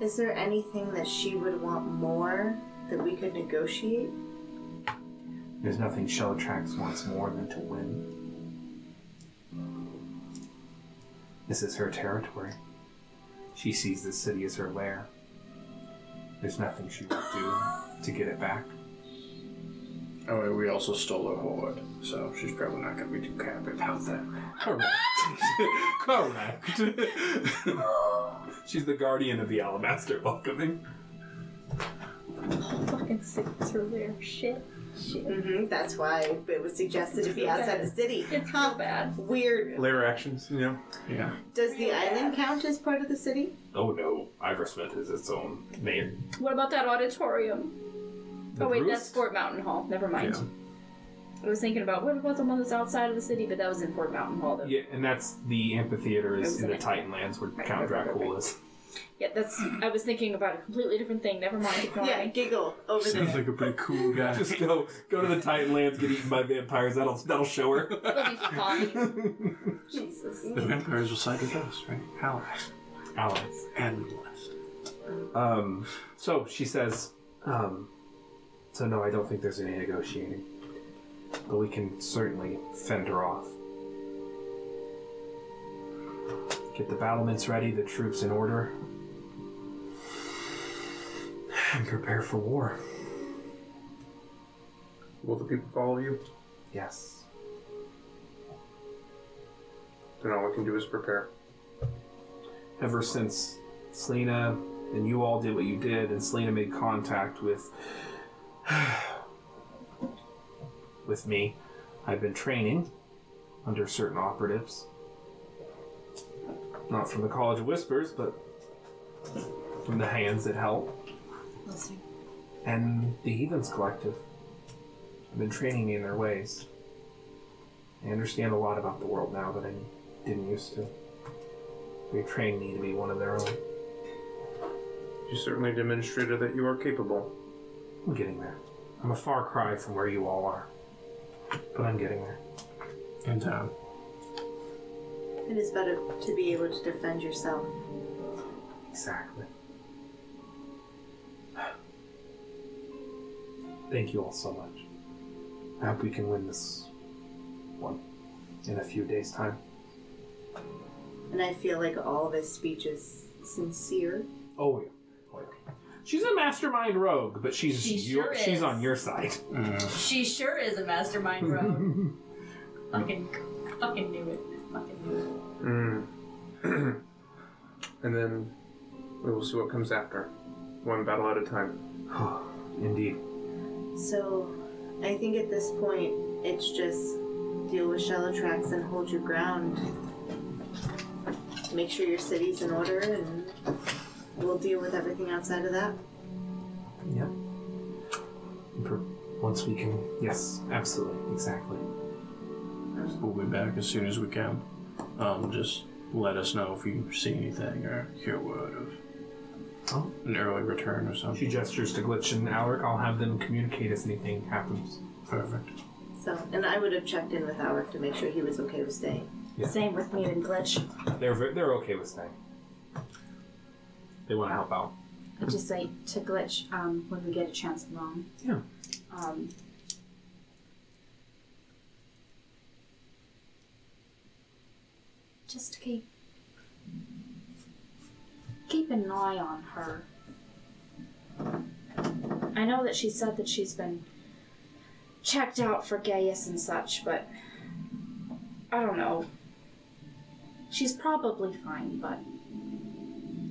Speaker 4: Is there anything that she would want more that we could negotiate?
Speaker 2: There's nothing Shellatrax wants more than to win. This is her territory. She sees this city as her lair. There's nothing she will do to get it back.
Speaker 5: Oh, and we also stole her hoard, so she's probably not going to be too happy about that.
Speaker 2: Correct. Correct. She's the guardian of the Alabaster welcoming.
Speaker 7: Fucking sick through there. Shit. Shit.
Speaker 4: Mm-hmm. That's why it was suggested to be outside the city.
Speaker 7: It's real bad.
Speaker 4: Weird.
Speaker 3: Layer actions, you know?
Speaker 5: Yeah.
Speaker 4: Does the island count as part of the city?
Speaker 6: Oh no, Iversmith is its own mayor.
Speaker 7: What about that auditorium?
Speaker 2: The
Speaker 7: oh wait,
Speaker 2: roost?
Speaker 7: that's Fort Mountain Hall. Never mind. I was thinking about what about the one that's outside of the city, but that was in Fort Mountain Hall. Though.
Speaker 2: Yeah, and that's the amphitheater is in the Titanlands where Count Dracula is.
Speaker 7: Yeah, that's. I was thinking about a completely different thing. Never mind. Ignore
Speaker 4: Yeah,
Speaker 7: me.
Speaker 4: giggle over there.
Speaker 3: like a pretty cool guy.
Speaker 2: Just go go to the Titanlands, get eaten by vampires. That'll that'll show her.
Speaker 7: It'll be fine. Jesus.
Speaker 5: The vampires will side with us, right? Allies.
Speaker 2: Allies.
Speaker 5: And less.
Speaker 2: Um, so she says, um,
Speaker 6: So no, I don't think there's any negotiating. But we can certainly fend her off. Get the battlements ready, the troops in order, and prepare for war.
Speaker 3: Will the people follow you?
Speaker 6: Yes.
Speaker 3: Then all we can do is prepare.
Speaker 2: ever since Selena and you all did what you did, and Selena made contact with with me, I've been training under certain operatives. Not from the College of Whispers, but from the hands that help,
Speaker 7: Listening.
Speaker 2: and the Heathens Collective. I've been training in their ways. I understand a lot about the world now that I didn't used to. They trained me to be one of their own.
Speaker 3: You certainly demonstrated that you are capable.
Speaker 2: I'm getting there. I'm a far cry from where you all are. But I'm getting there.
Speaker 5: In time.
Speaker 4: It is better to be able to defend yourself.
Speaker 2: Exactly. Thank you all so much. I hope we can win this one in a few days' time.
Speaker 4: And I feel like all of his speech is sincere.
Speaker 2: Oh yeah. Oh, yeah. She's a mastermind rogue, but she's
Speaker 7: She
Speaker 2: your,
Speaker 7: sure
Speaker 2: she's
Speaker 7: is.
Speaker 2: on your side.
Speaker 5: Mm.
Speaker 7: She sure is a mastermind rogue. fucking, fucking knew it. Fucking knew it.
Speaker 3: Mm. and then we will see what comes after. One battle at a time.
Speaker 2: Indeed.
Speaker 4: So, I think at this point, it's just deal with shallow tracks and hold your ground. Make sure your city's in order, and we'll deal with everything outside of that.
Speaker 2: Yep. Per- Once we can, yes, absolutely, exactly.
Speaker 5: We'll be back as soon as we can. Um, just let us know if you see anything or hear word of
Speaker 2: Oh.
Speaker 5: an early return or
Speaker 2: She
Speaker 5: something.
Speaker 2: gestures to Glitch and Alaric. I'll have them communicate if anything happens.
Speaker 5: Perfect.
Speaker 4: So, and I would have checked in with Albert to make sure he was okay with staying.
Speaker 7: Same with me and Glitch.
Speaker 2: They're ver- they're okay with staying. They want to help out.
Speaker 7: I just say to Glitch um, when we get a chance along.
Speaker 2: Yeah.
Speaker 7: Um, just keep keep an eye on her. I know that she said that she's been checked out for Gaius and such, but I don't know. She's probably fine, but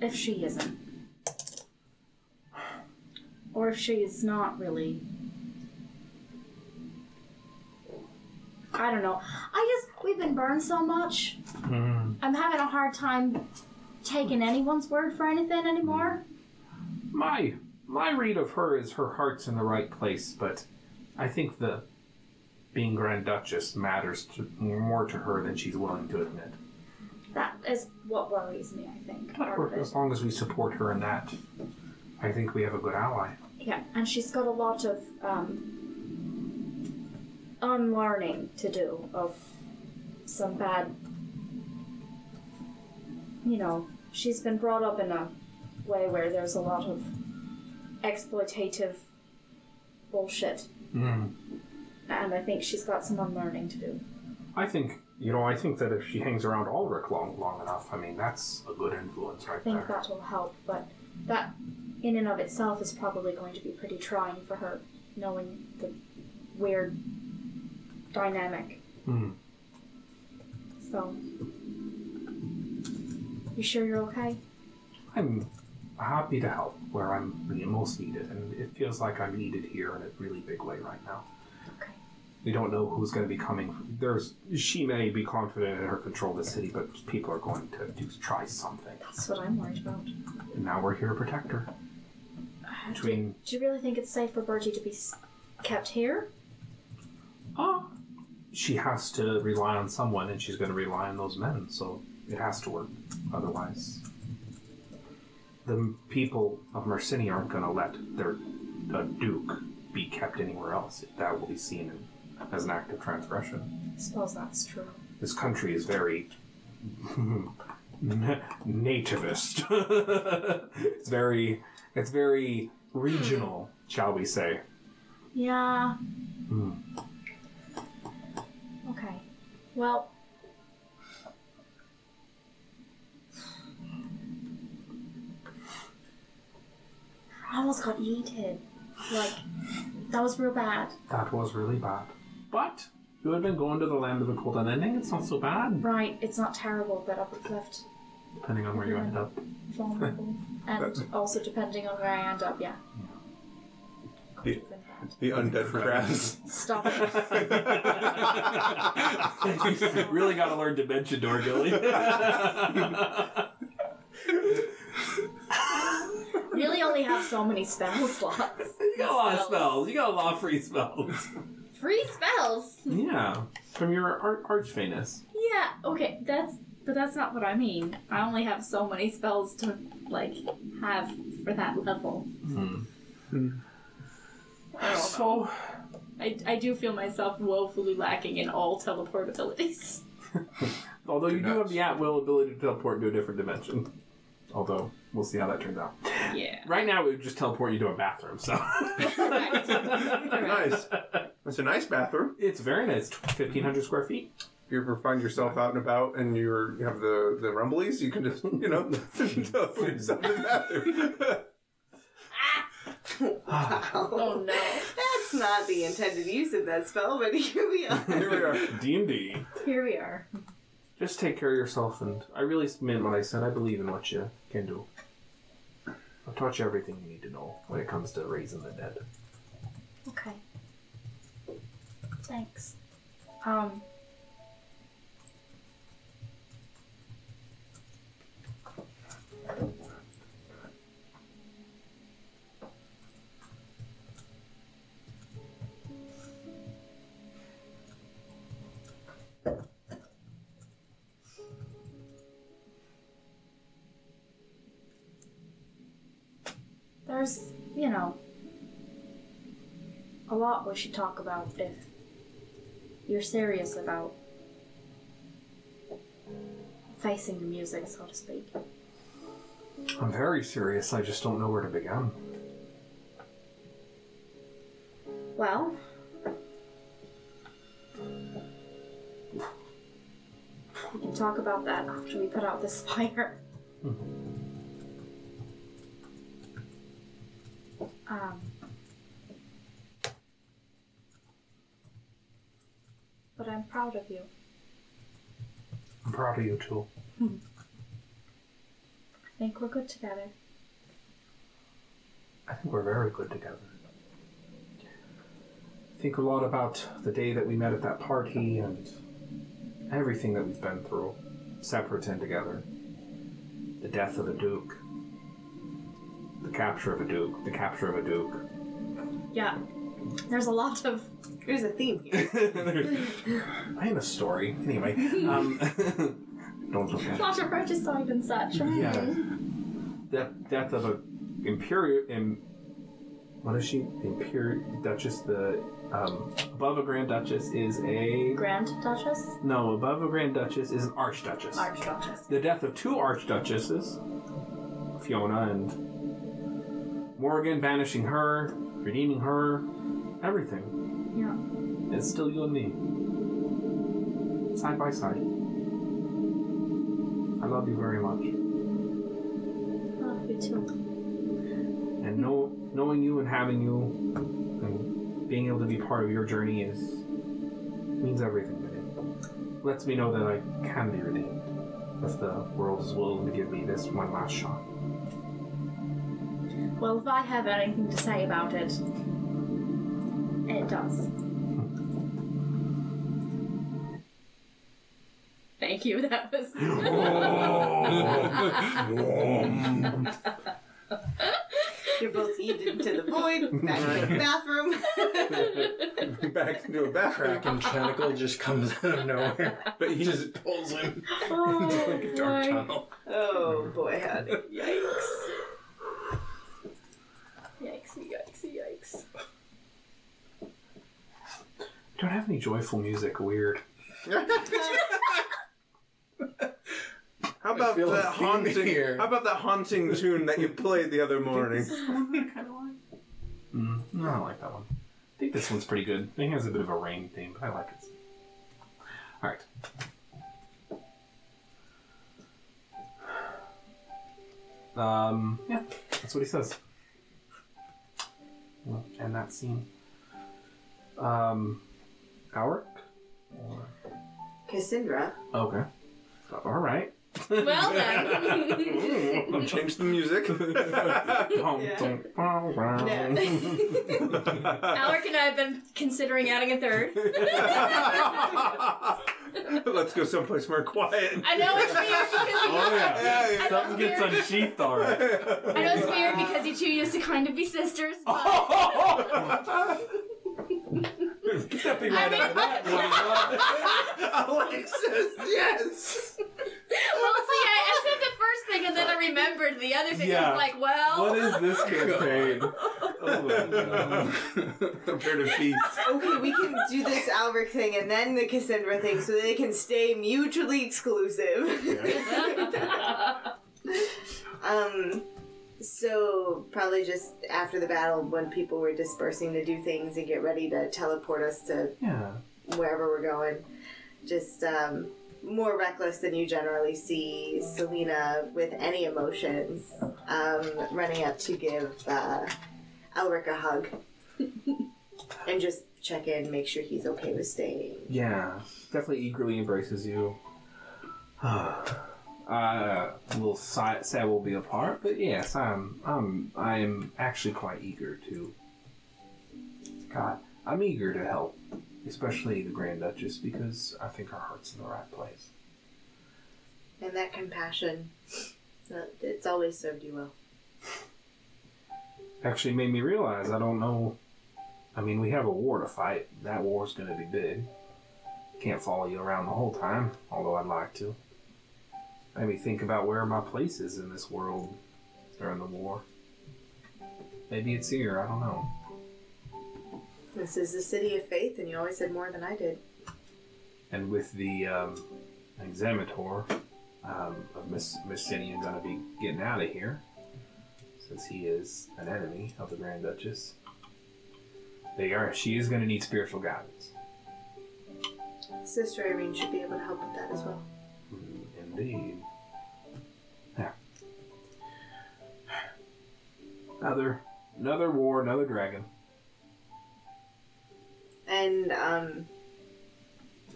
Speaker 7: if she isn't, or if she is not really. I don't know. I just we've been burned so much. I'm having a hard time taking anyone's word for anything anymore.
Speaker 2: My my read of her is her heart's in the right place, but I think the being Grand Duchess matters to, more to her than she's willing to admit.
Speaker 7: That is what worries me. I think. part of it.
Speaker 2: As long as we support her in that, I think we have a good ally.
Speaker 7: Yeah, and she's got a lot of um, unlearning to do of some bad. You know, she's been brought up in a way where there's a lot of exploitative bullshit, and I think she's got some unlearning to do.
Speaker 2: I think you know. I think that if she hangs around Ulrich long long enough, I mean that's a good influence
Speaker 7: I
Speaker 2: right
Speaker 7: think
Speaker 2: there.
Speaker 7: that will help, but that in and of itself is probably going to be pretty trying for her, knowing the weird dynamic.
Speaker 2: Hmm.
Speaker 7: So, you sure you're okay?
Speaker 2: I'm happy to help where I'm most needed, and it feels like I'm needed here in a really big way right now.
Speaker 7: Okay.
Speaker 2: We don't know who's going to be coming. There's she may be confident in her control of the city, but people are going to do try something.
Speaker 7: That's what I'm worried about.
Speaker 2: And now we're here to protect her. Between
Speaker 7: Do you really think it's safe for Bertie to be s- kept here?
Speaker 2: ah, she has to rely on someone, and she's going to rely on those men. So it has to work. Otherwise, the m- people of Mercini aren't going to let their a duke be kept anywhere else. That will be seen as an act of transgression.
Speaker 7: I suppose that's true.
Speaker 2: this country is very na- nativist. it's very it's very regional, shall we say?
Speaker 1: Yeah.
Speaker 6: Hmm.
Speaker 1: Okay. Well. I almost got yeeted. Like, that was real bad.
Speaker 6: That was really bad.
Speaker 2: But you had been going to the land of the cold ending. It's not so bad,
Speaker 1: Right, it's not terrible, but I've left
Speaker 6: Depending on where you end up.
Speaker 1: vulnerable. and also depending on where I end up, yeah. Could have been bad.
Speaker 3: The undead crabs.
Speaker 1: Stop it.
Speaker 2: really got to learn dementia door, Gilly.
Speaker 1: really only have so many spell slots.
Speaker 2: you got a lot of spells. You got a lot of free spells.
Speaker 7: Free spells.
Speaker 2: yeah, from your ar- archfeyness.
Speaker 7: Yeah, okay, that's but that's not what I mean. I only have so many spells to like have for that level. I, don't know.
Speaker 2: So
Speaker 7: I, I do feel myself woefully lacking in all teleport abilities.
Speaker 2: Although you do have the at will ability to teleport to a different dimension. Although we'll see how that turns out.
Speaker 7: Yeah.
Speaker 2: Right now, we would just teleport you to a bathroom. So
Speaker 3: nice. That's a nice bathroom.
Speaker 2: it's very nice. Fifteen hundred square feet.
Speaker 3: If you ever find yourself out and about and you're, you have the, the rumblies, you can just, you know, teleport yourself to the bathroom.
Speaker 7: Oh no.
Speaker 4: That's not the intended use of that spell, but here we are.
Speaker 3: Here we are.
Speaker 2: D and D.
Speaker 7: Here we are.
Speaker 2: Just take care of yourself, and I really meant what I said. I believe in what you can do. I've taught you everything you need to know when it comes to raising the dead.
Speaker 1: Okay. Thanks. Um. There's, you know, a lot we should talk about if you're serious about facing the music, so to speak.
Speaker 6: I'm very serious, I just don't know where to begin.
Speaker 1: Well, we can talk about that after we put out this fire. Um, but I'm proud of you.
Speaker 6: I'm proud of you too.
Speaker 1: I think we're good together.
Speaker 6: I think we're very good together.
Speaker 2: Think a lot about the day that we met at that party and everything that we've been through, separate and together.
Speaker 6: The death of a duke. The capture of a duke. The capture of a duke.
Speaker 1: Yeah. There's a lot of
Speaker 4: There's a theme here.
Speaker 2: I am a story, anyway. Um,
Speaker 6: Don't look at it.
Speaker 7: Plot of regicide and such. right?
Speaker 2: yeah, death, death of a imperial. Im, what is she? Imperial Duchess. The um, above a Grand Duchess is a
Speaker 1: Grand Duchess,
Speaker 2: no. Above a Grand Duchess is an Archduchess.
Speaker 1: Archduchess.
Speaker 2: the death of two archduchesses, Fiona and Morgan, banishing her, redeeming her, everything.
Speaker 1: Yeah.
Speaker 2: It's still you and me, side by side. I love you very much,
Speaker 7: Oh,
Speaker 1: Love you too.
Speaker 2: and know, knowing you and having you, and being able to be part of your journey is means everything to me. Lets me know that I can be redeemed if the world is willing to give me this one last shot.
Speaker 1: Well, if I have anything to say about it, it does.
Speaker 7: Thank you. That was
Speaker 4: You're both yeeted into the void, back to the bathroom.
Speaker 3: Back into a bathroom.
Speaker 5: Fucking tentacle just comes out of nowhere.
Speaker 3: But he just pulls him.
Speaker 7: oh, boy.
Speaker 4: oh boy, howdy.
Speaker 7: Yikes. Yikes, yikes, yikes.
Speaker 2: Don't have any joyful music. Weird.
Speaker 3: How about
Speaker 5: feel a
Speaker 3: that
Speaker 5: theme
Speaker 3: haunting?
Speaker 5: here.
Speaker 3: How about that haunting tune that you played the other morning?
Speaker 2: No, Mm, I don't like that one. I think this one's pretty good. I think it has a bit of a rain theme, but I like it. All right. Um, yeah, that's what he says. Well, And that scene. Um, Auric?
Speaker 4: Cassandra.
Speaker 2: Okay. All right.
Speaker 7: Well then.
Speaker 3: Change the music.
Speaker 4: Yeah.
Speaker 7: Alaric and I have been considering adding a third.
Speaker 3: Let's go someplace more quiet.
Speaker 7: I know it's weird because
Speaker 2: Oh, yeah.
Speaker 3: Yeah, yeah.
Speaker 2: Something gets unsheathed already.
Speaker 7: I know it's weird because you two used to kind of be sisters.
Speaker 2: Oh.
Speaker 7: But
Speaker 2: Stepping
Speaker 7: I
Speaker 2: right
Speaker 7: mean,
Speaker 2: up to that one.
Speaker 3: Alexis, yes.
Speaker 7: well, see, I, I said the first thing and then I remembered the other thing. I
Speaker 2: Yeah.
Speaker 7: was like, well,
Speaker 2: What is this campaign? Oh, my God.
Speaker 3: Comparative feats.
Speaker 4: Okay, we can do this Albert thing and then the Cassandra thing so they can stay mutually exclusive. um, so probably just after the battle when people were dispersing to do things and get ready to teleport us to
Speaker 2: Yeah.
Speaker 4: wherever we're going. Just um, more reckless than you generally see Selena with any emotions, um, running up to give uh, Elric a hug and just check in, make sure he's okay with staying.
Speaker 2: Yeah, definitely eagerly embraces you. uh, will si- sad will be apart, but yes, I'm I'm I am actually quite eager to. God, I'm eager to help, especially the Grand Duchess, because I think her heart's in the right place.
Speaker 4: And that compassion, uh, it's always served you well.
Speaker 2: Actually, made me realize I don't know. I mean, we have a war to fight. That war's going to be big. Can't follow you around the whole time, although I'd like to. Made me think about where my place is in this world during the war. Maybe it's here, I don't know.
Speaker 4: This is the city of faith, and you always said more than I did.
Speaker 2: And with the um, examinator um, of Miss Miss Sinian going to be getting out of here, since he is an enemy of the Grand Duchess, they are. She is going to need spiritual guidance.
Speaker 4: Sister Irene should be able to help with that as well.
Speaker 2: Mm, Indeed. Yeah. Another, another war, another dragon.
Speaker 4: And um,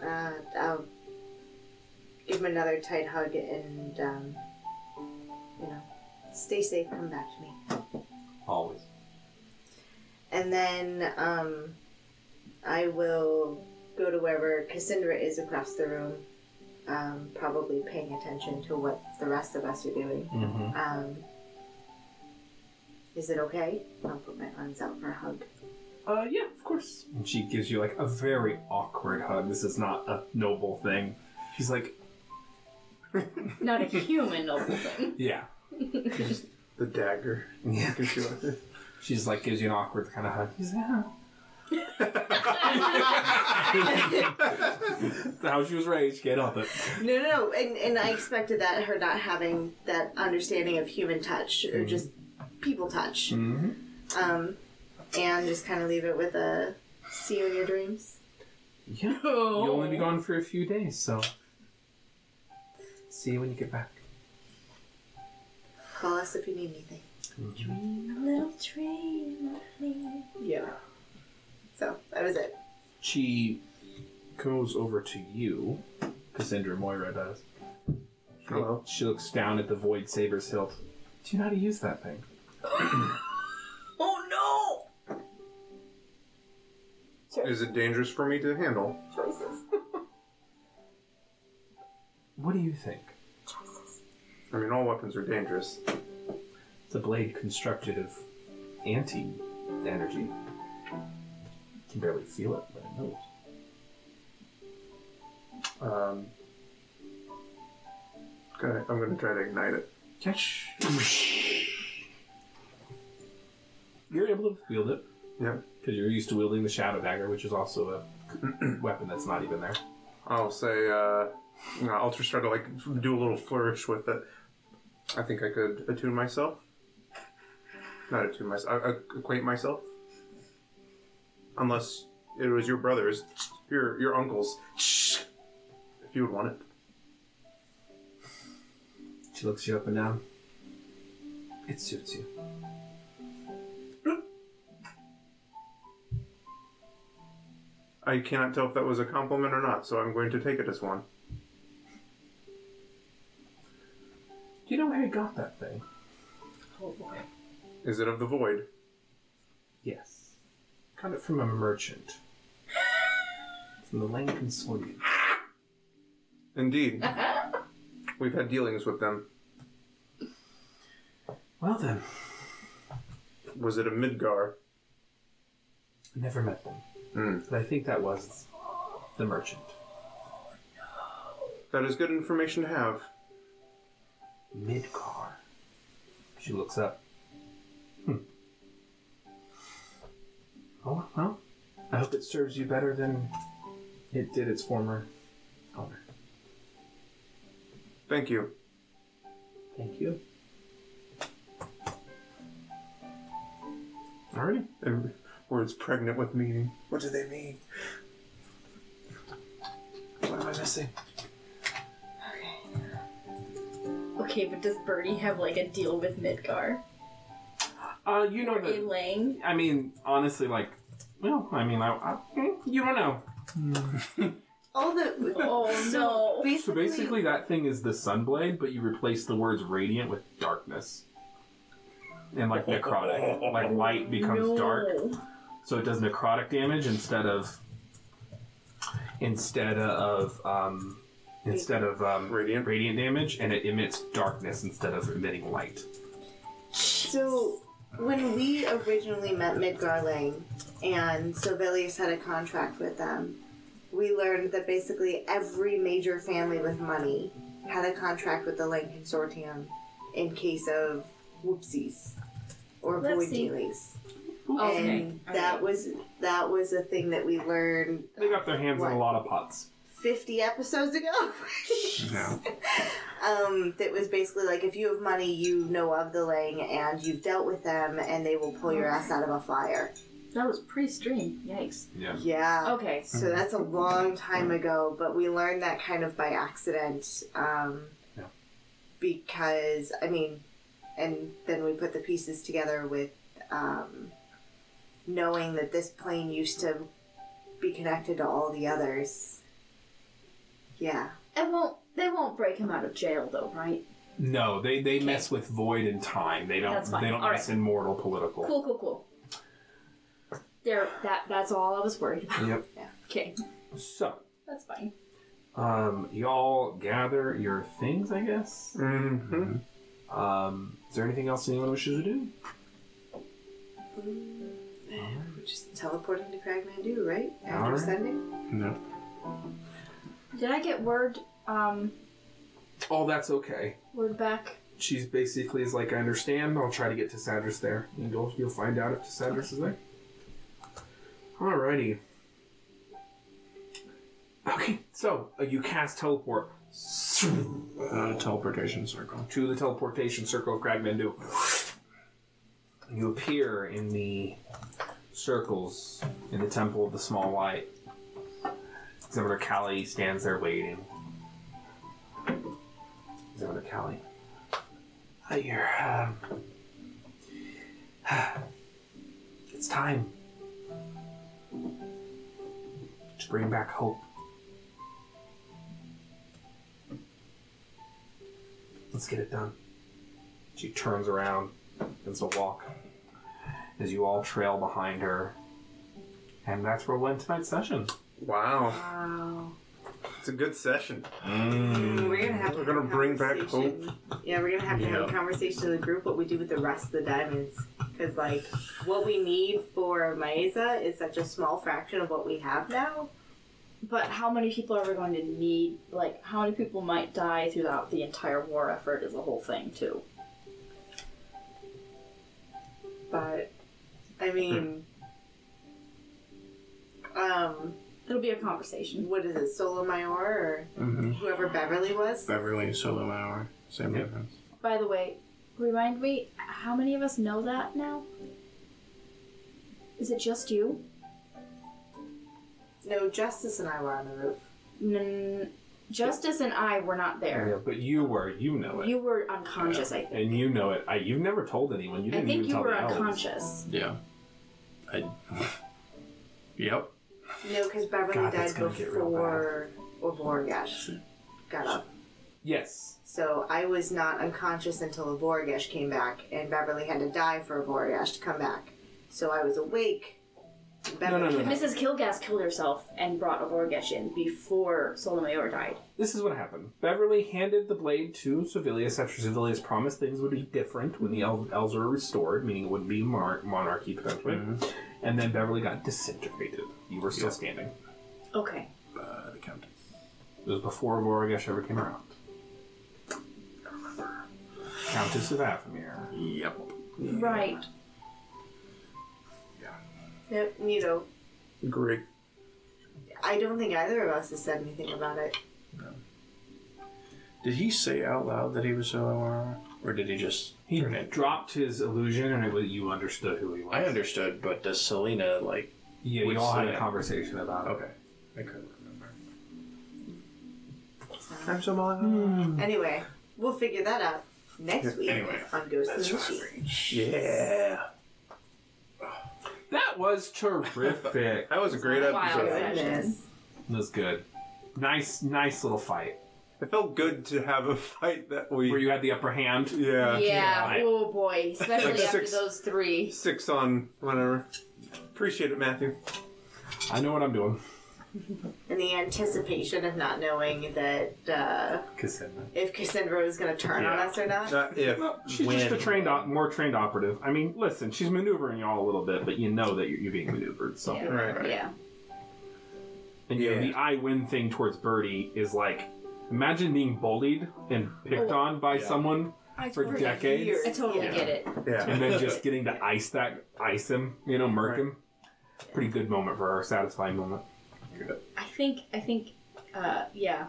Speaker 4: uh, I'll give him another tight hug and um, you know, stay safe. Come back to me.
Speaker 2: Always.
Speaker 4: And then um, I will go to wherever Cassandra is across the room, um, probably paying attention to what the rest of us are doing.
Speaker 2: Mm-hmm.
Speaker 4: Um, is it okay? I'll put my arms out for a hug.
Speaker 2: Uh, yeah, of course. And she gives you like a very awkward hug. This is not a noble thing. She's like,
Speaker 7: not a human noble thing.
Speaker 2: yeah,
Speaker 3: The dagger.
Speaker 2: yeah.
Speaker 3: Can she-
Speaker 2: She's like gives you an awkward kind of hug. She's like, "Ah." That's how she was raised. Get up it.
Speaker 4: No, no, no. And, and I expected that her not having that understanding of human touch or just people touch.
Speaker 2: Mm-hmm.
Speaker 4: Um, and just kind of leave it with a see you in your dreams.
Speaker 2: Yeah. You'll only be gone for a few days, so see you when you get back.
Speaker 4: Call us if you need anything.
Speaker 7: Little train of me.
Speaker 4: Yeah. So that was it.
Speaker 2: She goes over to you, Cassandra Moira does.
Speaker 3: Hello.
Speaker 2: She looks down at the Void Saber's hilt. Do you know how to use that thing?
Speaker 7: Oh
Speaker 3: Is it dangerous for me to handle?
Speaker 4: Choices.
Speaker 2: What do you think?
Speaker 3: I mean, all weapons are dangerous.
Speaker 2: It's a blade constructed of anti energy. You can barely feel it, but it knows.
Speaker 3: Um, okay, I'm gonna try to ignite it.
Speaker 2: Catch. You're able to wield it.
Speaker 3: Yeah.
Speaker 2: Because you're used to wielding the Shadow Dagger, which is also a weapon that's not even there.
Speaker 3: I'll say, uh, no, I'll just try to like do a little flourish with it. I think I could attune uh, myself. Not attune myself. I, I acquaint myself. unless it was your brother's, your your uncle's, if you would want it.
Speaker 6: She looks you up and down. It suits you.
Speaker 3: I cannot tell if that was a compliment or not, so I'm going to take it as one.
Speaker 2: Do you know where he got that thing?
Speaker 7: Oh,
Speaker 3: Is it of the void?
Speaker 2: Yes. Got it from a merchant. from the Land Consortium.
Speaker 3: Indeed. We've had dealings with them.
Speaker 2: Well then,
Speaker 3: Was it a Midgar?
Speaker 2: I never met them.
Speaker 3: Hmm.
Speaker 2: But I think that was the merchant.
Speaker 3: That is good information to have.
Speaker 6: Mid car. She looks up.
Speaker 2: Hmm. Oh well. I hope it serves you better than it did its former owner.
Speaker 3: Thank you.
Speaker 2: Thank you. Alrighty.
Speaker 3: And words pregnant with meaning. What do they mean? What am I missing?
Speaker 7: Okay, but does Birdie have like a deal with Midgar?
Speaker 2: Uh, you know
Speaker 7: Or
Speaker 2: that.
Speaker 7: Elaine?
Speaker 2: I mean, honestly, like, well, I mean, I, I mm, you don't know.
Speaker 4: All the.
Speaker 7: Oh no.
Speaker 4: Basically,
Speaker 2: So basically, that thing is the Sunblade, but you replace the words radiant with darkness. And like necrotic, like light becomes dark, so it does necrotic damage instead of instead of um, instead of um,
Speaker 3: Radiant.
Speaker 2: radiant damage, and it emits darkness instead of emitting light.
Speaker 4: So when we originally met Midgar Lane, and Sovelius had a contract with them, we learned that basically every major family with money had a contract with the Lane Consortium in case of whoopsies or
Speaker 7: Let's
Speaker 4: void
Speaker 7: see.
Speaker 4: dealies.
Speaker 7: Okay.
Speaker 4: And that was that was a thing that we learned
Speaker 2: They got their hands in
Speaker 4: What?
Speaker 2: a lot of pots.
Speaker 4: 50 episodes ago. um, that was basically like if you have money, you know of the Lang and you've dealt with them and they will pull your ass out of a fire.
Speaker 7: That was pre-stream. Yikes.
Speaker 1: Oh.
Speaker 4: Yeah.
Speaker 7: Okay.
Speaker 4: So that's a long time ago, but we learned that kind of by accident. Um,
Speaker 2: Yeah.
Speaker 4: Because, I mean, and then we put the pieces together with um, knowing that this plane used to be connected to all the others. Yeah.
Speaker 7: It won't. They won't break him out of jail though, right?
Speaker 2: No, they they mess with void and time. They don't
Speaker 7: That's fine.
Speaker 2: they don't
Speaker 7: All
Speaker 2: mess in mortal political.
Speaker 7: Cool. Cool. Cool. There. That. That's all I was worried about.
Speaker 2: Yep.
Speaker 7: Okay.
Speaker 2: So,
Speaker 7: That's fine.
Speaker 2: um, y'all gather your things, I guess.
Speaker 3: Mm-hmm.
Speaker 2: Um, is there anything else anyone wishes to do?
Speaker 4: Just teleporting to Kragmandu, right? After
Speaker 2: Alright.
Speaker 4: sending?
Speaker 5: No.
Speaker 7: Did I get word? Um.
Speaker 2: Oh, that's okay.
Speaker 7: Word back.
Speaker 2: She's basically is like, I understand. I'll try to get Tisandris there, and you'll you'll find out if Tisandris is there. Alrighty. Okay, so uh, you cast teleport
Speaker 5: Uh, teleportation circle.
Speaker 2: to the teleportation circle of Kragmandu. You appear in the circles in the Temple of the Small Light. Examiner Kali stands there waiting. Examiner Kali. Uh, you're, um, it's time to bring back hope. Let's get it done. She turns around, begins to walk as you all trail behind her. And that's where we'll end tonight's session.
Speaker 3: Wow.
Speaker 4: Wow.
Speaker 3: It's a good session.
Speaker 4: We're gonna have
Speaker 3: Mm. We're
Speaker 4: to
Speaker 3: gonna
Speaker 4: have a
Speaker 3: bring back
Speaker 4: conversation. Yeah, we're gonna have to have a
Speaker 5: Yeah.
Speaker 4: conversation in the group what we do with the rest of the diamonds. Because, like, what we need for Maeza is such a small fraction of what we have now.
Speaker 7: But how many people are we going to need? Like, how many people might die throughout the entire war effort is a whole thing too.
Speaker 4: But, I mean, um,
Speaker 7: It'll be a conversation.
Speaker 4: what is it, Solomayor or whoever Beverly was?
Speaker 5: Mm-hmm. Beverly and Solo Hour. Same
Speaker 2: Yep.
Speaker 5: difference.
Speaker 7: By the way, remind me, how many of us know that now? Is it just you?
Speaker 4: No, Justice and I were on the roof.
Speaker 7: N- Justice and I were not there.
Speaker 2: Yeah, but you were. You know it.
Speaker 7: You were unconscious, I think.
Speaker 2: and you know it. I, you've never told anyone. You
Speaker 7: I
Speaker 2: didn't
Speaker 7: think
Speaker 2: even
Speaker 7: you
Speaker 2: tell
Speaker 7: were
Speaker 2: the elves.
Speaker 7: unconscious.
Speaker 5: Yeah. I. yep.
Speaker 4: No, because Beverly
Speaker 2: God, that's
Speaker 4: died
Speaker 2: gonna get real
Speaker 4: before Lavor got, got up.
Speaker 2: Yes.
Speaker 4: So I was not unconscious until Avorigesh came back, and Beverly had to die for Avorigesh to come back. So I was awake. Beverly,
Speaker 2: no, no, no.
Speaker 7: Mrs. Kilgas killed herself and brought Avorgesh in before Solomayor died.
Speaker 2: This is what happened. Beverly handed the blade to Sevilius after Sevilius promised things would be different when the el- elves were restored, meaning it wouldn't be mar- monarchy potentially. And then Beverly got disintegrated. You were still standing. It
Speaker 7: Okay.
Speaker 5: Uh, the countess.
Speaker 2: was before Voragesh ever came around. Countess of Avamir.
Speaker 5: Yep.
Speaker 7: Right.
Speaker 4: no, you know,
Speaker 5: Great.
Speaker 4: I don't think either of us has said anything about it.
Speaker 5: Did he say out loud that he was so armor, or did he just
Speaker 2: He
Speaker 5: turn it?
Speaker 2: dropped his illusion, and it was, you understood who he was.
Speaker 5: I understood, but does Selena like?
Speaker 2: Yeah, we
Speaker 5: Which
Speaker 2: all had a
Speaker 5: side?
Speaker 2: conversation about it.
Speaker 5: Okay, I couldn't remember. I'm so mal-
Speaker 2: Mm.
Speaker 4: Anyway, we'll figure that out next week
Speaker 5: Anyway,
Speaker 4: on Ghost in
Speaker 5: That's
Speaker 4: the
Speaker 5: what
Speaker 4: Machine.
Speaker 5: I Yeah.
Speaker 2: That was terrific.
Speaker 3: That was a great
Speaker 7: Wild
Speaker 3: episode.
Speaker 7: session.
Speaker 4: Goodness.
Speaker 2: That was good. Nice, nice little fight
Speaker 3: It felt good to have a fight that we.
Speaker 2: where you had the upper hand.
Speaker 3: yeah.
Speaker 7: Yeah.
Speaker 2: Yeah.
Speaker 7: Oh boy. Especially
Speaker 3: Uh, Like
Speaker 7: after
Speaker 3: six-
Speaker 7: those three.
Speaker 3: Six on whatever. Appreciate it, Matthew.
Speaker 2: I know what I'm doing.
Speaker 4: And the anticipation of not knowing that uh,
Speaker 2: Cassandra.
Speaker 4: if Cassandra was going to turn on
Speaker 5: Yeah.
Speaker 4: us or not.
Speaker 3: Not if.
Speaker 2: Well, she's
Speaker 3: when.
Speaker 2: just a trained, op- more trained operative. I mean, listen, she's maneuvering y'all a little bit, but you know that you're, you're being maneuvered. So,
Speaker 7: Yeah.
Speaker 3: Right.
Speaker 7: Yeah.
Speaker 2: and you know,
Speaker 3: Yeah.
Speaker 2: the I win thing towards Birdie is like, imagine being bullied and picked
Speaker 7: Oh.
Speaker 2: on by
Speaker 5: Yeah.
Speaker 2: someone for decades,
Speaker 7: I totally
Speaker 4: Yeah.
Speaker 7: get it.
Speaker 3: Yeah.
Speaker 2: and then just getting to ice that, ice him, you know, murk him. Pretty good moment for her, satisfying moment.
Speaker 7: I think I think uh yeah.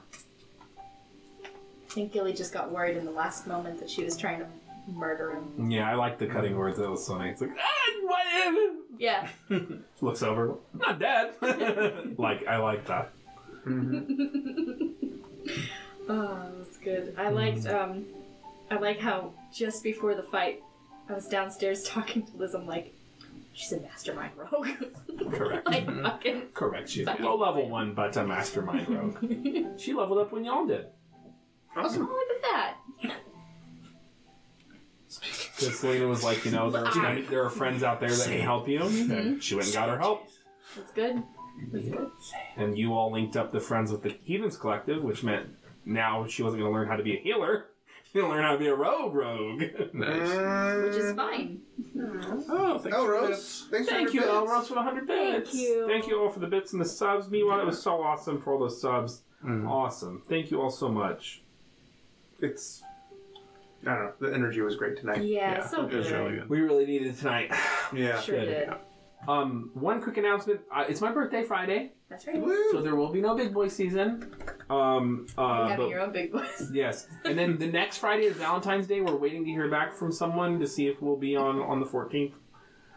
Speaker 7: I think Gilly just got worried in the last moment that she was trying to murder him.
Speaker 2: Yeah, I like the cutting words. That was funny. It's like, ah, what?
Speaker 7: Yeah.
Speaker 2: Looks over, not dead. like I like that.
Speaker 7: Oh, that's good.
Speaker 3: Mm-hmm.
Speaker 7: I liked um I like how just before the fight I was downstairs talking to Liz, I'm like, she's a mastermind rogue.
Speaker 2: Correct.
Speaker 7: like fucking
Speaker 2: Correct. She low level one, but a mastermind rogue. she leveled up when y'all did.
Speaker 3: Awesome.
Speaker 7: Oh, look at that.
Speaker 2: Because Selena was like, you know, there are, friend- there are friends out there that can help you. And she went and got her help.
Speaker 7: That's good. That's good.
Speaker 2: And you all linked up the friends with the Heathens Collective, which meant now she wasn't going to learn how to be a healer. She going to learn how to be a rogue rogue.
Speaker 5: Nice.
Speaker 2: Mm-hmm.
Speaker 7: Which
Speaker 3: Mm-hmm.
Speaker 7: is fine.
Speaker 5: Oh, thanks
Speaker 3: Oh,
Speaker 5: for
Speaker 3: Rose. Thanks for
Speaker 2: Thank
Speaker 3: your
Speaker 2: you,
Speaker 3: bits.
Speaker 2: Elros, for the 100 bits.
Speaker 7: you.
Speaker 2: Thank you all for the bits and the subs. Meanwhile, it was so awesome for all those subs. Awesome. Thank you all so much.
Speaker 3: It's. I don't know. The energy was great tonight.
Speaker 7: Yeah,
Speaker 5: Yeah,
Speaker 7: so
Speaker 5: it was
Speaker 7: good.
Speaker 5: really good.
Speaker 2: We really needed tonight.
Speaker 3: Yeah.
Speaker 7: Sure
Speaker 2: Good.
Speaker 7: did.
Speaker 2: Um, one quick announcement. Uh, it's my birthday Friday,
Speaker 7: That's right.
Speaker 2: so there will be no big boy season. Um, uh,
Speaker 7: Having
Speaker 2: but-
Speaker 7: your own big voice.
Speaker 2: yes, and then the next Friday is Valentine's Day. We're waiting to hear back from someone to see if we'll be on on the 14th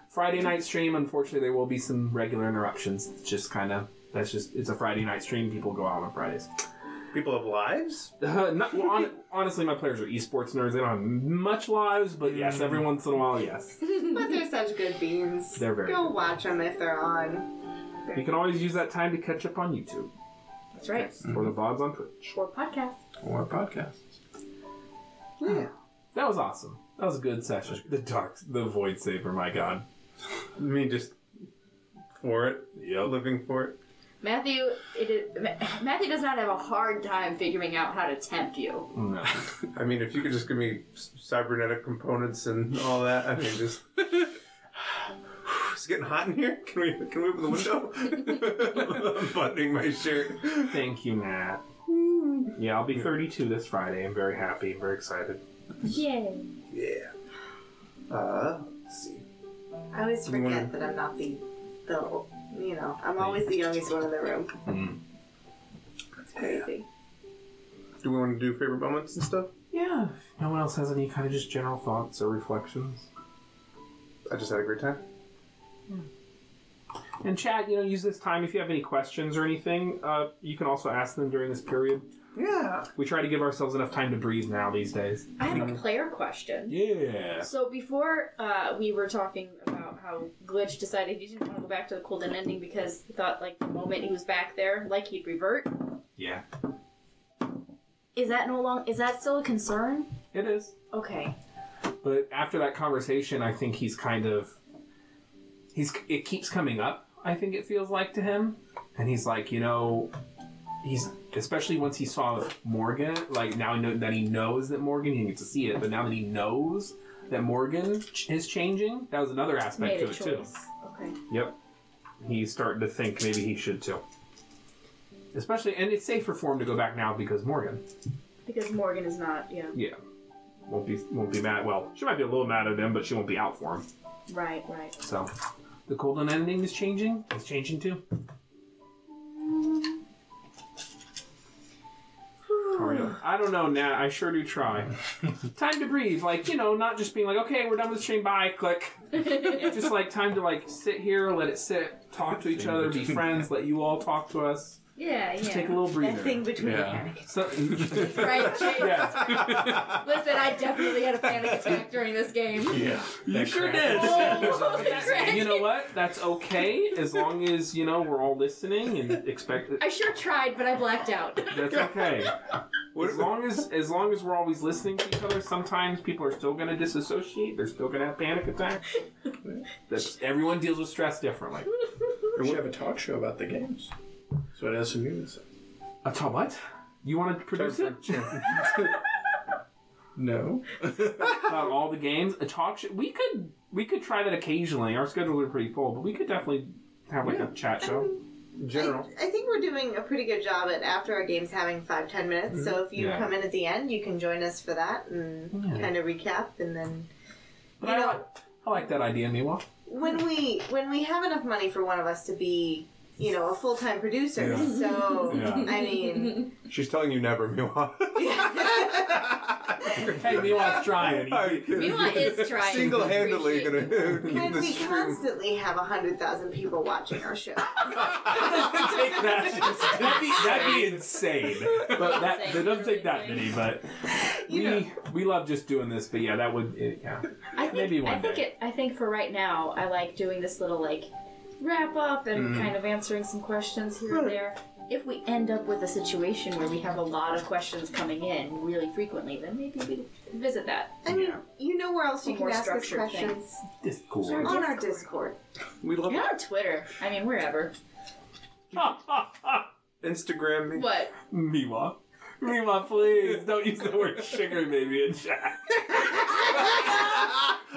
Speaker 2: Friday night stream. Unfortunately, there will be some regular interruptions. It's just kind of that's just it's a Friday night stream. People go out on Fridays.
Speaker 3: People have lives?
Speaker 2: Uh, not, well, hon- honestly, my players are esports nerds. They don't have much lives, but yes, every once in a while, yes,
Speaker 4: But they're such good beans.
Speaker 2: They're very
Speaker 4: Go
Speaker 2: good.
Speaker 4: watch them if they're on.
Speaker 2: you can always use that time to catch up on YouTube
Speaker 7: That's right.
Speaker 2: or the VODs on Twitch.
Speaker 7: Or podcast.
Speaker 5: More podcasts.
Speaker 2: That was awesome. That was a good session. The dark, the void saber. My God.
Speaker 3: Me just. For it.
Speaker 2: Yep.
Speaker 3: Living for it.
Speaker 7: Matthew, it is, Ma- Matthew does not have a hard time figuring out how to tempt you.
Speaker 2: No.
Speaker 3: I mean, if you could just give me c- cybernetic components and all that, I mean, just. It's getting hot in here. Can we can we open the window? I'm buttoning my shirt.
Speaker 2: Thank you, Matt. Yeah, I'll be 32 this Friday. I'm very happy. I'm very excited.
Speaker 7: Yay.
Speaker 3: Yeah. Uh, let's see.
Speaker 4: I always
Speaker 3: You
Speaker 4: forget
Speaker 3: wanna-
Speaker 4: that I'm not the, the, you know, I'm always the youngest one in the room.
Speaker 7: Crazy.
Speaker 3: Do we want to do favorite moments and stuff?
Speaker 2: Yeah. If No one else has any kind of just general thoughts or reflections.
Speaker 3: I just had a great time.
Speaker 2: And chat, you know, use this time if you have any questions or anything. Uh, you can also ask them during this period.
Speaker 3: Yeah.
Speaker 2: We try to give ourselves enough time to breathe now these days.
Speaker 7: I have a player question.
Speaker 2: Yeah.
Speaker 7: So before uh, we were talking about how Glitch decided he didn't want to go back to the Coldin ending because he thought like the moment he was back there, like he'd revert.
Speaker 2: Yeah.
Speaker 7: Is that no long? Is that still a concern?
Speaker 2: It is.
Speaker 7: Okay.
Speaker 2: But after that conversation, I think he's kind of he's it keeps coming up. I think it feels like to him, and he's like, you know, he's especially once he saw Morgan. Like now know that he knows that Morgan, he gets to see it, but now that he knows that Morgan ch- is changing, that was another aspect
Speaker 7: Made
Speaker 2: to
Speaker 7: a
Speaker 2: it
Speaker 7: choice.
Speaker 2: too.
Speaker 7: Okay.
Speaker 2: Yep, he's starting to think maybe he should too. Especially, and it's safer for him to go back now because Morgan.
Speaker 7: Because Morgan is not. Yeah.
Speaker 2: Yeah. Won't be won't be mad. Well, she might be a little mad at him, but she won't be out for him.
Speaker 7: Right. Right.
Speaker 2: So the golden ending is changing. It's changing too. I don't know, Nat. I sure do try. time to breathe. Like, you know, not just being like, okay, we're done with the stream, bye, click. just like time to like sit here, let it sit, talk to each other, be friends, let you all talk to us.
Speaker 7: Yeah.
Speaker 2: Just
Speaker 7: Yeah.
Speaker 2: take a little breather.
Speaker 4: That thing between
Speaker 5: Yeah.
Speaker 4: the panic.
Speaker 2: So-
Speaker 7: Right. Jay.
Speaker 2: yeah.
Speaker 7: Listen, I definitely had a panic attack during this game.
Speaker 5: Yeah.
Speaker 2: You sure did. And you know what? That's okay as long as you know we're all listening and expect.
Speaker 7: I sure tried, but I blacked out.
Speaker 2: That's okay.
Speaker 3: What
Speaker 2: As long as as long as we're always listening to each other, sometimes people are still going to disassociate. They're still going to have panic attacks. That's, everyone deals with stress differently.
Speaker 5: We should have a talk show about the games. That's what SMU is.
Speaker 2: A tall what? You want to produce it?
Speaker 5: No.
Speaker 2: About all the games, a talk show. We could we could try that occasionally. Our schedules are pretty full, but we could definitely have like a chat show.
Speaker 3: general.
Speaker 4: I think we're doing a pretty good job at after our game's having five ten minutes. So if you
Speaker 2: Yeah.
Speaker 4: come in at the end, you can join us for that and
Speaker 2: Yeah.
Speaker 4: kind of recap. And then
Speaker 2: But
Speaker 4: You
Speaker 2: I
Speaker 4: know-
Speaker 2: like I like that idea, Miwa.
Speaker 4: when we when we have enough money for one of us to be, you know, a full time producer.
Speaker 5: Yeah.
Speaker 4: So
Speaker 2: Yeah.
Speaker 4: I mean,
Speaker 3: She's telling you never, Miwa.
Speaker 2: Hey, Miwa's trying.
Speaker 7: Miwa is trying.
Speaker 3: Single handedly going to keep
Speaker 4: when
Speaker 3: this
Speaker 4: we
Speaker 3: stream.
Speaker 4: constantly have a hundred thousand people watching our show.
Speaker 2: take that. That'd be, that'd be insane. But that
Speaker 7: Insane,
Speaker 2: they don't take that many.
Speaker 7: really
Speaker 2: But we we love just doing this. But yeah, that would yeah.
Speaker 7: I think,
Speaker 2: Maybe one
Speaker 7: I think
Speaker 2: day.
Speaker 7: it. I think for right now, I like doing this little like wrap up and kind of answering some questions here and there. If we end up with a situation where we have a lot of questions coming in really frequently, then maybe we visit that.
Speaker 4: I mean, you know where else
Speaker 7: A
Speaker 4: you can
Speaker 7: more
Speaker 4: ask us
Speaker 7: structured thing.
Speaker 4: questions
Speaker 7: Sure.
Speaker 2: Discord.
Speaker 4: on our Discord.
Speaker 3: We love
Speaker 7: And on Twitter, I mean wherever.
Speaker 3: Instagram. me.
Speaker 7: What?
Speaker 2: Miwa. Miwa, please don't use the word sugar baby in chat.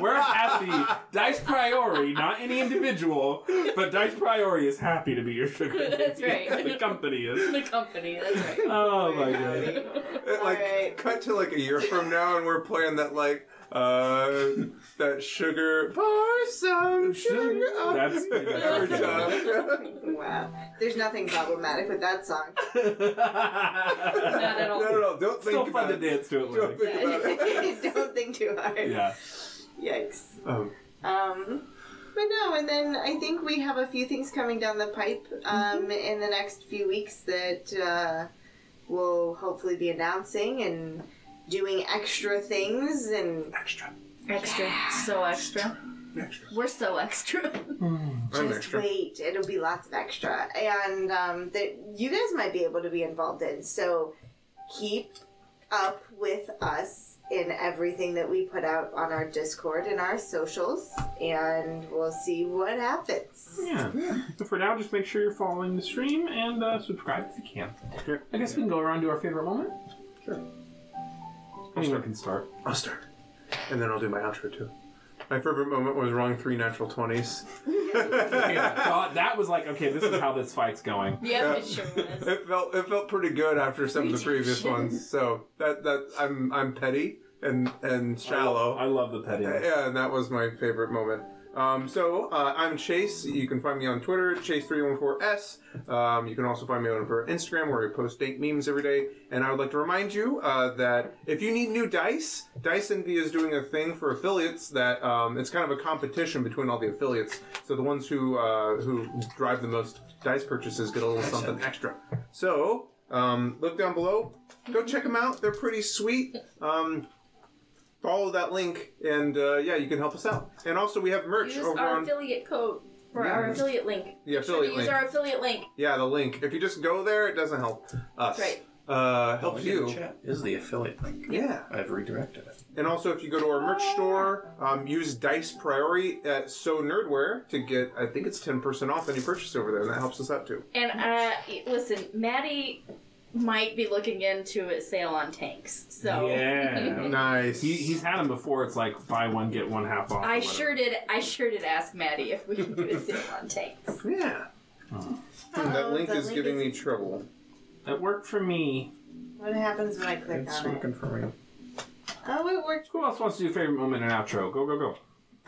Speaker 2: We're happy. Dice Priori, not any individual, but Dice Priori is happy to be your sugar baby.
Speaker 7: That's right.
Speaker 2: The company is.
Speaker 7: The company. That's right.
Speaker 2: Oh my god.
Speaker 3: It, Uh, like
Speaker 4: Alright.
Speaker 3: cut to like a year from now, and we're playing that like uh that sugar pour some sugar. on-
Speaker 2: That's-
Speaker 3: every time.
Speaker 4: Wow, there's nothing problematic with that song.
Speaker 7: Not at
Speaker 3: no,
Speaker 7: all.
Speaker 3: no, no, don't
Speaker 2: Still
Speaker 3: think
Speaker 2: fun
Speaker 3: about
Speaker 2: to
Speaker 3: it.
Speaker 2: dance to it.
Speaker 3: Don't
Speaker 2: Lily.
Speaker 3: think about it.
Speaker 4: Don't think too hard.
Speaker 2: Yeah.
Speaker 4: Yikes.
Speaker 3: Um,
Speaker 4: Um, but no, and then I think we have a few things coming down the pipe um,
Speaker 7: Mm-hmm.
Speaker 4: in the next few weeks that uh, we'll hopefully be announcing and doing extra things and
Speaker 7: Extra. So extra. We're so extra.
Speaker 3: I'm
Speaker 4: just
Speaker 3: extra.
Speaker 4: wait. It'll be lots of extra, and um, that you guys might be able to be involved in. So keep up with us in everything that we put out on our Discord and our socials, and we'll see what happens.
Speaker 2: Yeah. So for now, just make sure you're following the stream and uh, subscribe if you can. I guess we can go around to our favorite moment. Sure. Anyone can start.
Speaker 3: I'll start, and then I'll do my outro too. My favorite moment was wrong three natural twenties.
Speaker 2: God, that was like, okay, this is how this fight's going.
Speaker 7: Yep, it sure was.
Speaker 3: It felt it felt pretty good after some of the previous ones. So that that I'm I'm petty and and shallow.
Speaker 2: I love the petty.
Speaker 3: Yeah, and that was my favorite moment. Um, so uh, I'm Chase. You can find me on Twitter, Chase314S. Um, you can also find me on for Instagram, where I post dank memes every day. And I would like to remind you uh, that if you need new dice, Dice Envy is doing a thing for affiliates that um, it's kind of a competition between all the affiliates. So the ones who uh, who drive the most dice purchases get a little something extra. So um, look down below. Go check them out. They're pretty sweet. Um, follow that link and uh, yeah you can help us out and also we have merch
Speaker 1: Use
Speaker 3: over
Speaker 1: our
Speaker 3: on
Speaker 1: affiliate code or
Speaker 3: Yeah.
Speaker 1: our affiliate link.
Speaker 3: the
Speaker 1: Should we
Speaker 3: affiliate
Speaker 1: use
Speaker 3: link
Speaker 1: our affiliate link.
Speaker 3: yeah the link if you just go there it doesn't help us
Speaker 1: Right.
Speaker 3: uh, helps
Speaker 5: Link in the
Speaker 3: you
Speaker 5: chat is the affiliate link.
Speaker 3: yeah
Speaker 5: I've redirected it.
Speaker 3: and also if you go to our merch store um, use dice priori at so nerdware to get i think it's 10% off any purchase over there and that helps us out too
Speaker 1: And uh, listen, Maddie might be looking into a sale on tanks. So
Speaker 2: Yeah.
Speaker 3: nice
Speaker 2: He, he's had them before. It's like buy one get one half off. or
Speaker 1: I
Speaker 2: whatever.
Speaker 1: sure did. I sure did ask Maddie if we could do a sale on tanks.
Speaker 3: yeah Hmm, that
Speaker 4: Uh-oh,
Speaker 3: link
Speaker 4: that
Speaker 3: is
Speaker 4: link
Speaker 3: giving
Speaker 4: is-
Speaker 3: me trouble
Speaker 2: That worked for me.
Speaker 4: What happens when I click
Speaker 5: It's
Speaker 4: on it?
Speaker 5: working for me.
Speaker 4: Oh, it worked.
Speaker 2: Who else wants to do favorite moment and outro? Go go go!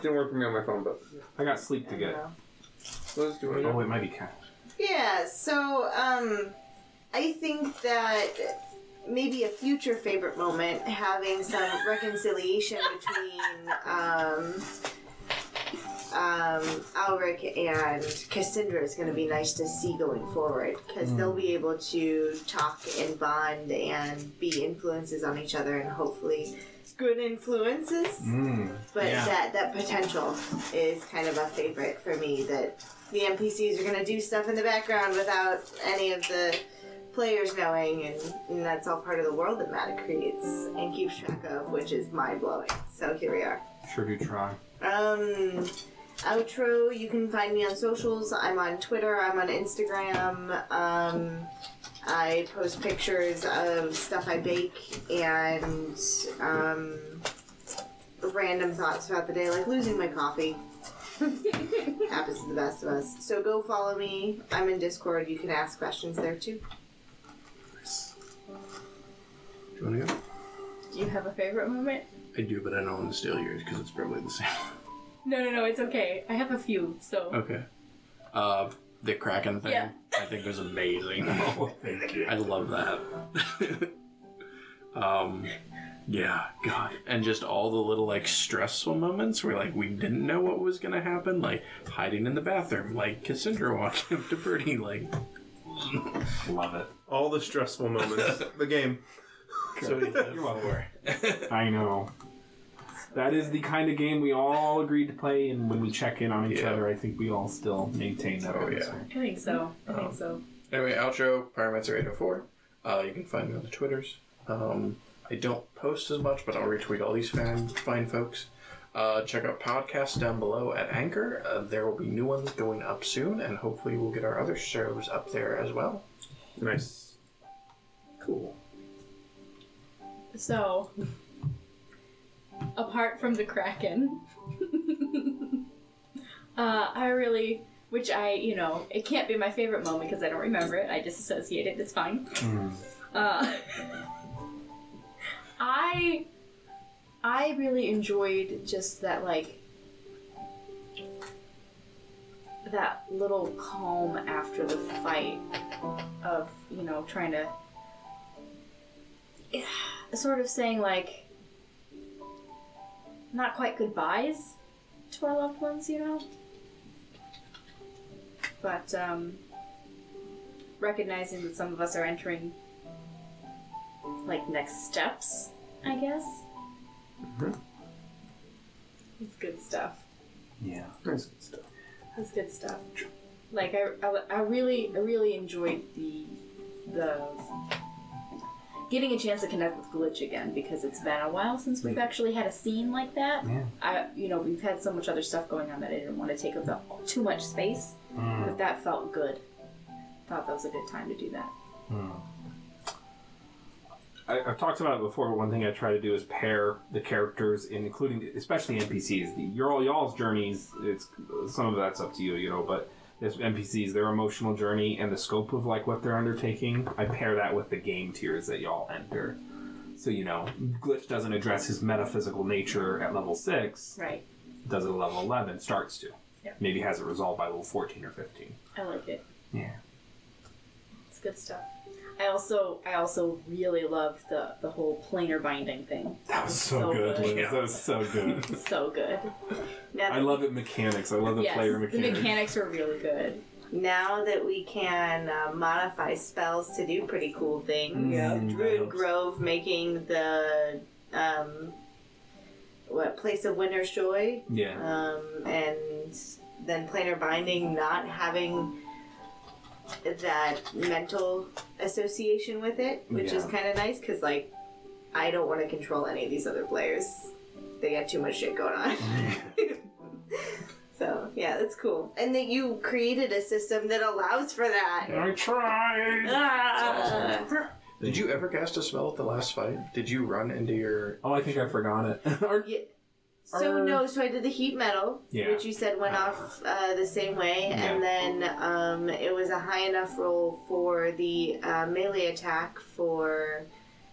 Speaker 3: didn't work for me on my phone but
Speaker 2: I got sleep to get.
Speaker 3: let's do it
Speaker 2: Oh, it might be cat.
Speaker 4: Yeah, so um, I think that maybe a future favorite moment having some reconciliation between um, um, Alric and Cassandra is going to be nice to see going forward because they'll be able to talk and bond and be influences on each other and hopefully good influences.
Speaker 2: Hmm.
Speaker 4: But
Speaker 2: yeah.
Speaker 4: that, that potential is kind of a favorite for me that the NPCs are going to do stuff in the background without any of the players knowing, and, and that's all part of the world that Matt creates and keeps track of, which is mind blowing. So here we are.
Speaker 2: Sure do try.
Speaker 4: Um, outro, you can find me on socials. I'm on Twitter, I'm on Instagram. Um, I post pictures of stuff I bake and um, random thoughts throughout the day, like losing my coffee. Happens to the best of us. So go follow me. I'm in Discord. You can ask questions there too.
Speaker 5: Do you want to go?
Speaker 1: Do you have a favorite moment?
Speaker 5: I do, but I don't want to steal yours because it's probably the same.
Speaker 1: No, no, no. It's okay. I have a few. So
Speaker 5: Okay. Uh, the Kraken thing.
Speaker 1: Yeah.
Speaker 5: I think was amazing.
Speaker 1: Oh,
Speaker 5: I love that. um, yeah, God, and just all the little like stressful moments where like we didn't know what was gonna happen, like hiding in the bathroom, like Cassandra walking up to Bertie, like
Speaker 2: Love it.
Speaker 3: all the stressful moments the game
Speaker 5: so he lived
Speaker 2: You're welcome.
Speaker 5: for.
Speaker 2: I know. That is the kind of game we all agreed to play, and when we check in on each
Speaker 5: Yeah.
Speaker 2: other, I think we all still maintain that.
Speaker 5: Oh,
Speaker 2: atmosphere.
Speaker 5: yeah.
Speaker 1: I think so. I think
Speaker 5: Um,
Speaker 1: so.
Speaker 5: Anyway, outro Pyromancer804. Uh, you can find me on the Twitters. Um, I don't post as much, but I'll retweet all these fine, fine folks. Uh, check out podcasts down below at Anchor. Uh, there will be new ones going up soon, and hopefully we'll get our other shows up there as well.
Speaker 3: nice
Speaker 5: Cool.
Speaker 1: So, apart from the Kraken, uh, I really, which I, you know, it can't be my favorite moment because I don't remember it. I disassociate it. It's fine.
Speaker 2: Hmm.
Speaker 1: Uh, I, I really enjoyed just that, like, that little calm after the fight of, you know, trying to sort of saying like not quite goodbyes to our loved ones, you know. But um, recognizing that some of us are entering like next steps, I guess. It's good stuff.
Speaker 2: Yeah.
Speaker 3: nice good stuff
Speaker 1: That's good stuff. Like I, I, I really, I really enjoyed the, the getting a chance to connect with Glitch again because it's been a while since we've actually had a scene like that.
Speaker 2: Yeah.
Speaker 1: I, you know, we've had so much other stuff going on that I didn't want to take up the- too much space, but that felt good. Thought that was a good time to do that.
Speaker 2: I, I've talked about it before, but one thing I try to do is pair the characters, in, including especially NPCs. The, your all y'all's journeys. It's some of that's up to you, you know, but this NPCs, their emotional journey, and the scope of like what they're undertaking. I pair that with the game tiers that y'all enter. So you know, Glitch doesn't address his metaphysical nature at level six,
Speaker 1: Right.
Speaker 2: does it at level 11, starts to.
Speaker 7: Yeah.
Speaker 2: Maybe has it resolved by level 14 or 15.
Speaker 7: I like it.
Speaker 2: Yeah.
Speaker 7: It's good stuff. I also I also really love the the whole planar binding thing.
Speaker 2: That was so,
Speaker 7: So
Speaker 2: good,
Speaker 7: good.
Speaker 2: Liz. That was so good.
Speaker 7: It's so good.
Speaker 4: Now,
Speaker 2: I love it mechanics. I love the
Speaker 7: yes,
Speaker 2: player mechanics.
Speaker 7: the mechanics are really good.
Speaker 4: now that we can uh, modify spells to do pretty cool things,
Speaker 2: Yeah. Mm, that
Speaker 4: Druid
Speaker 2: helps.
Speaker 4: Grove making the um, what place of Winter's Joy,
Speaker 2: yeah.
Speaker 4: um, and then Planar Binding not having that mental association with it, which is
Speaker 2: Yeah.
Speaker 4: kind of nice because like I don't want to control any of these other players; they got too much shit going on. So yeah, that's cool. And that you created a system that allows for that.
Speaker 2: I tried!
Speaker 4: Ah.
Speaker 5: Did you ever cast a spell at the last fight? Did you run into your?
Speaker 2: Oh, I think I forgot it. Or-
Speaker 4: So
Speaker 2: Err.
Speaker 4: no, so I did the heat metal,
Speaker 2: Yeah.
Speaker 4: which you said went off uh, the same way, and then um, it was a high enough roll for the uh, melee attack for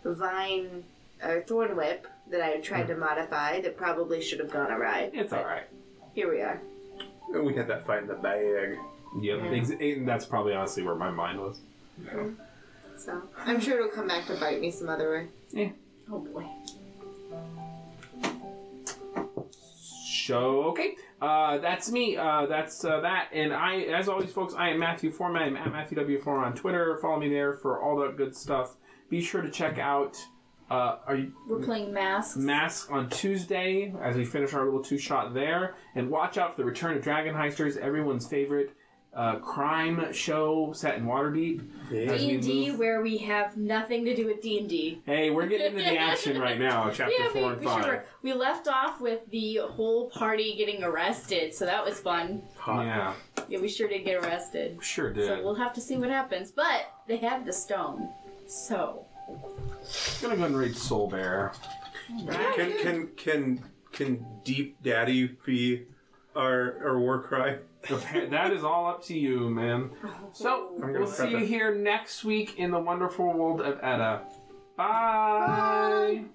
Speaker 4: vine or thorn whip that I tried to modify that probably should have gone awry.
Speaker 2: it's alright.
Speaker 4: Here we are.
Speaker 3: We had that fight in the bag.
Speaker 2: Yep. Ex- and that's probably honestly where my mind was.
Speaker 4: So I'm sure it'll come back to bite me some other way.
Speaker 7: Oh boy.
Speaker 2: show. Okay, uh, that's me. Uh, that's uh, that. And I, as always, folks, I am Matthew Foreman. I'm at Matthew W Foreman on Twitter. Follow me there for all that good stuff. Be sure to check out. Uh, are you
Speaker 7: We're playing masks.
Speaker 2: Mask on Tuesday as we finish our little two shot there. And watch out for the return of Dragon Heisters, everyone's favorite uh, crime show set in Waterdeep. As we
Speaker 7: D and D,
Speaker 2: move-
Speaker 7: where we have nothing to do with D and D.
Speaker 2: Hey, we're getting into the action right now, chapter
Speaker 7: Yeah, we,
Speaker 2: four and
Speaker 7: we
Speaker 2: five.
Speaker 7: sure. We left off with the whole party getting arrested, so that was fun.
Speaker 2: Yeah,
Speaker 7: Yeah, we sure did get arrested.
Speaker 2: sure did.
Speaker 7: So we'll have to see what happens. But they have the stone, so
Speaker 2: I'm gonna go ahead and read Soul Bear.
Speaker 3: Can can can can Deep Daddy be our our war cry?
Speaker 2: Appa- that is all up to you, man. So
Speaker 7: Oh,
Speaker 3: I'm gonna
Speaker 2: we'll see
Speaker 3: prep
Speaker 2: you
Speaker 3: it.
Speaker 2: here next week in the wonderful world of Edda. Bye.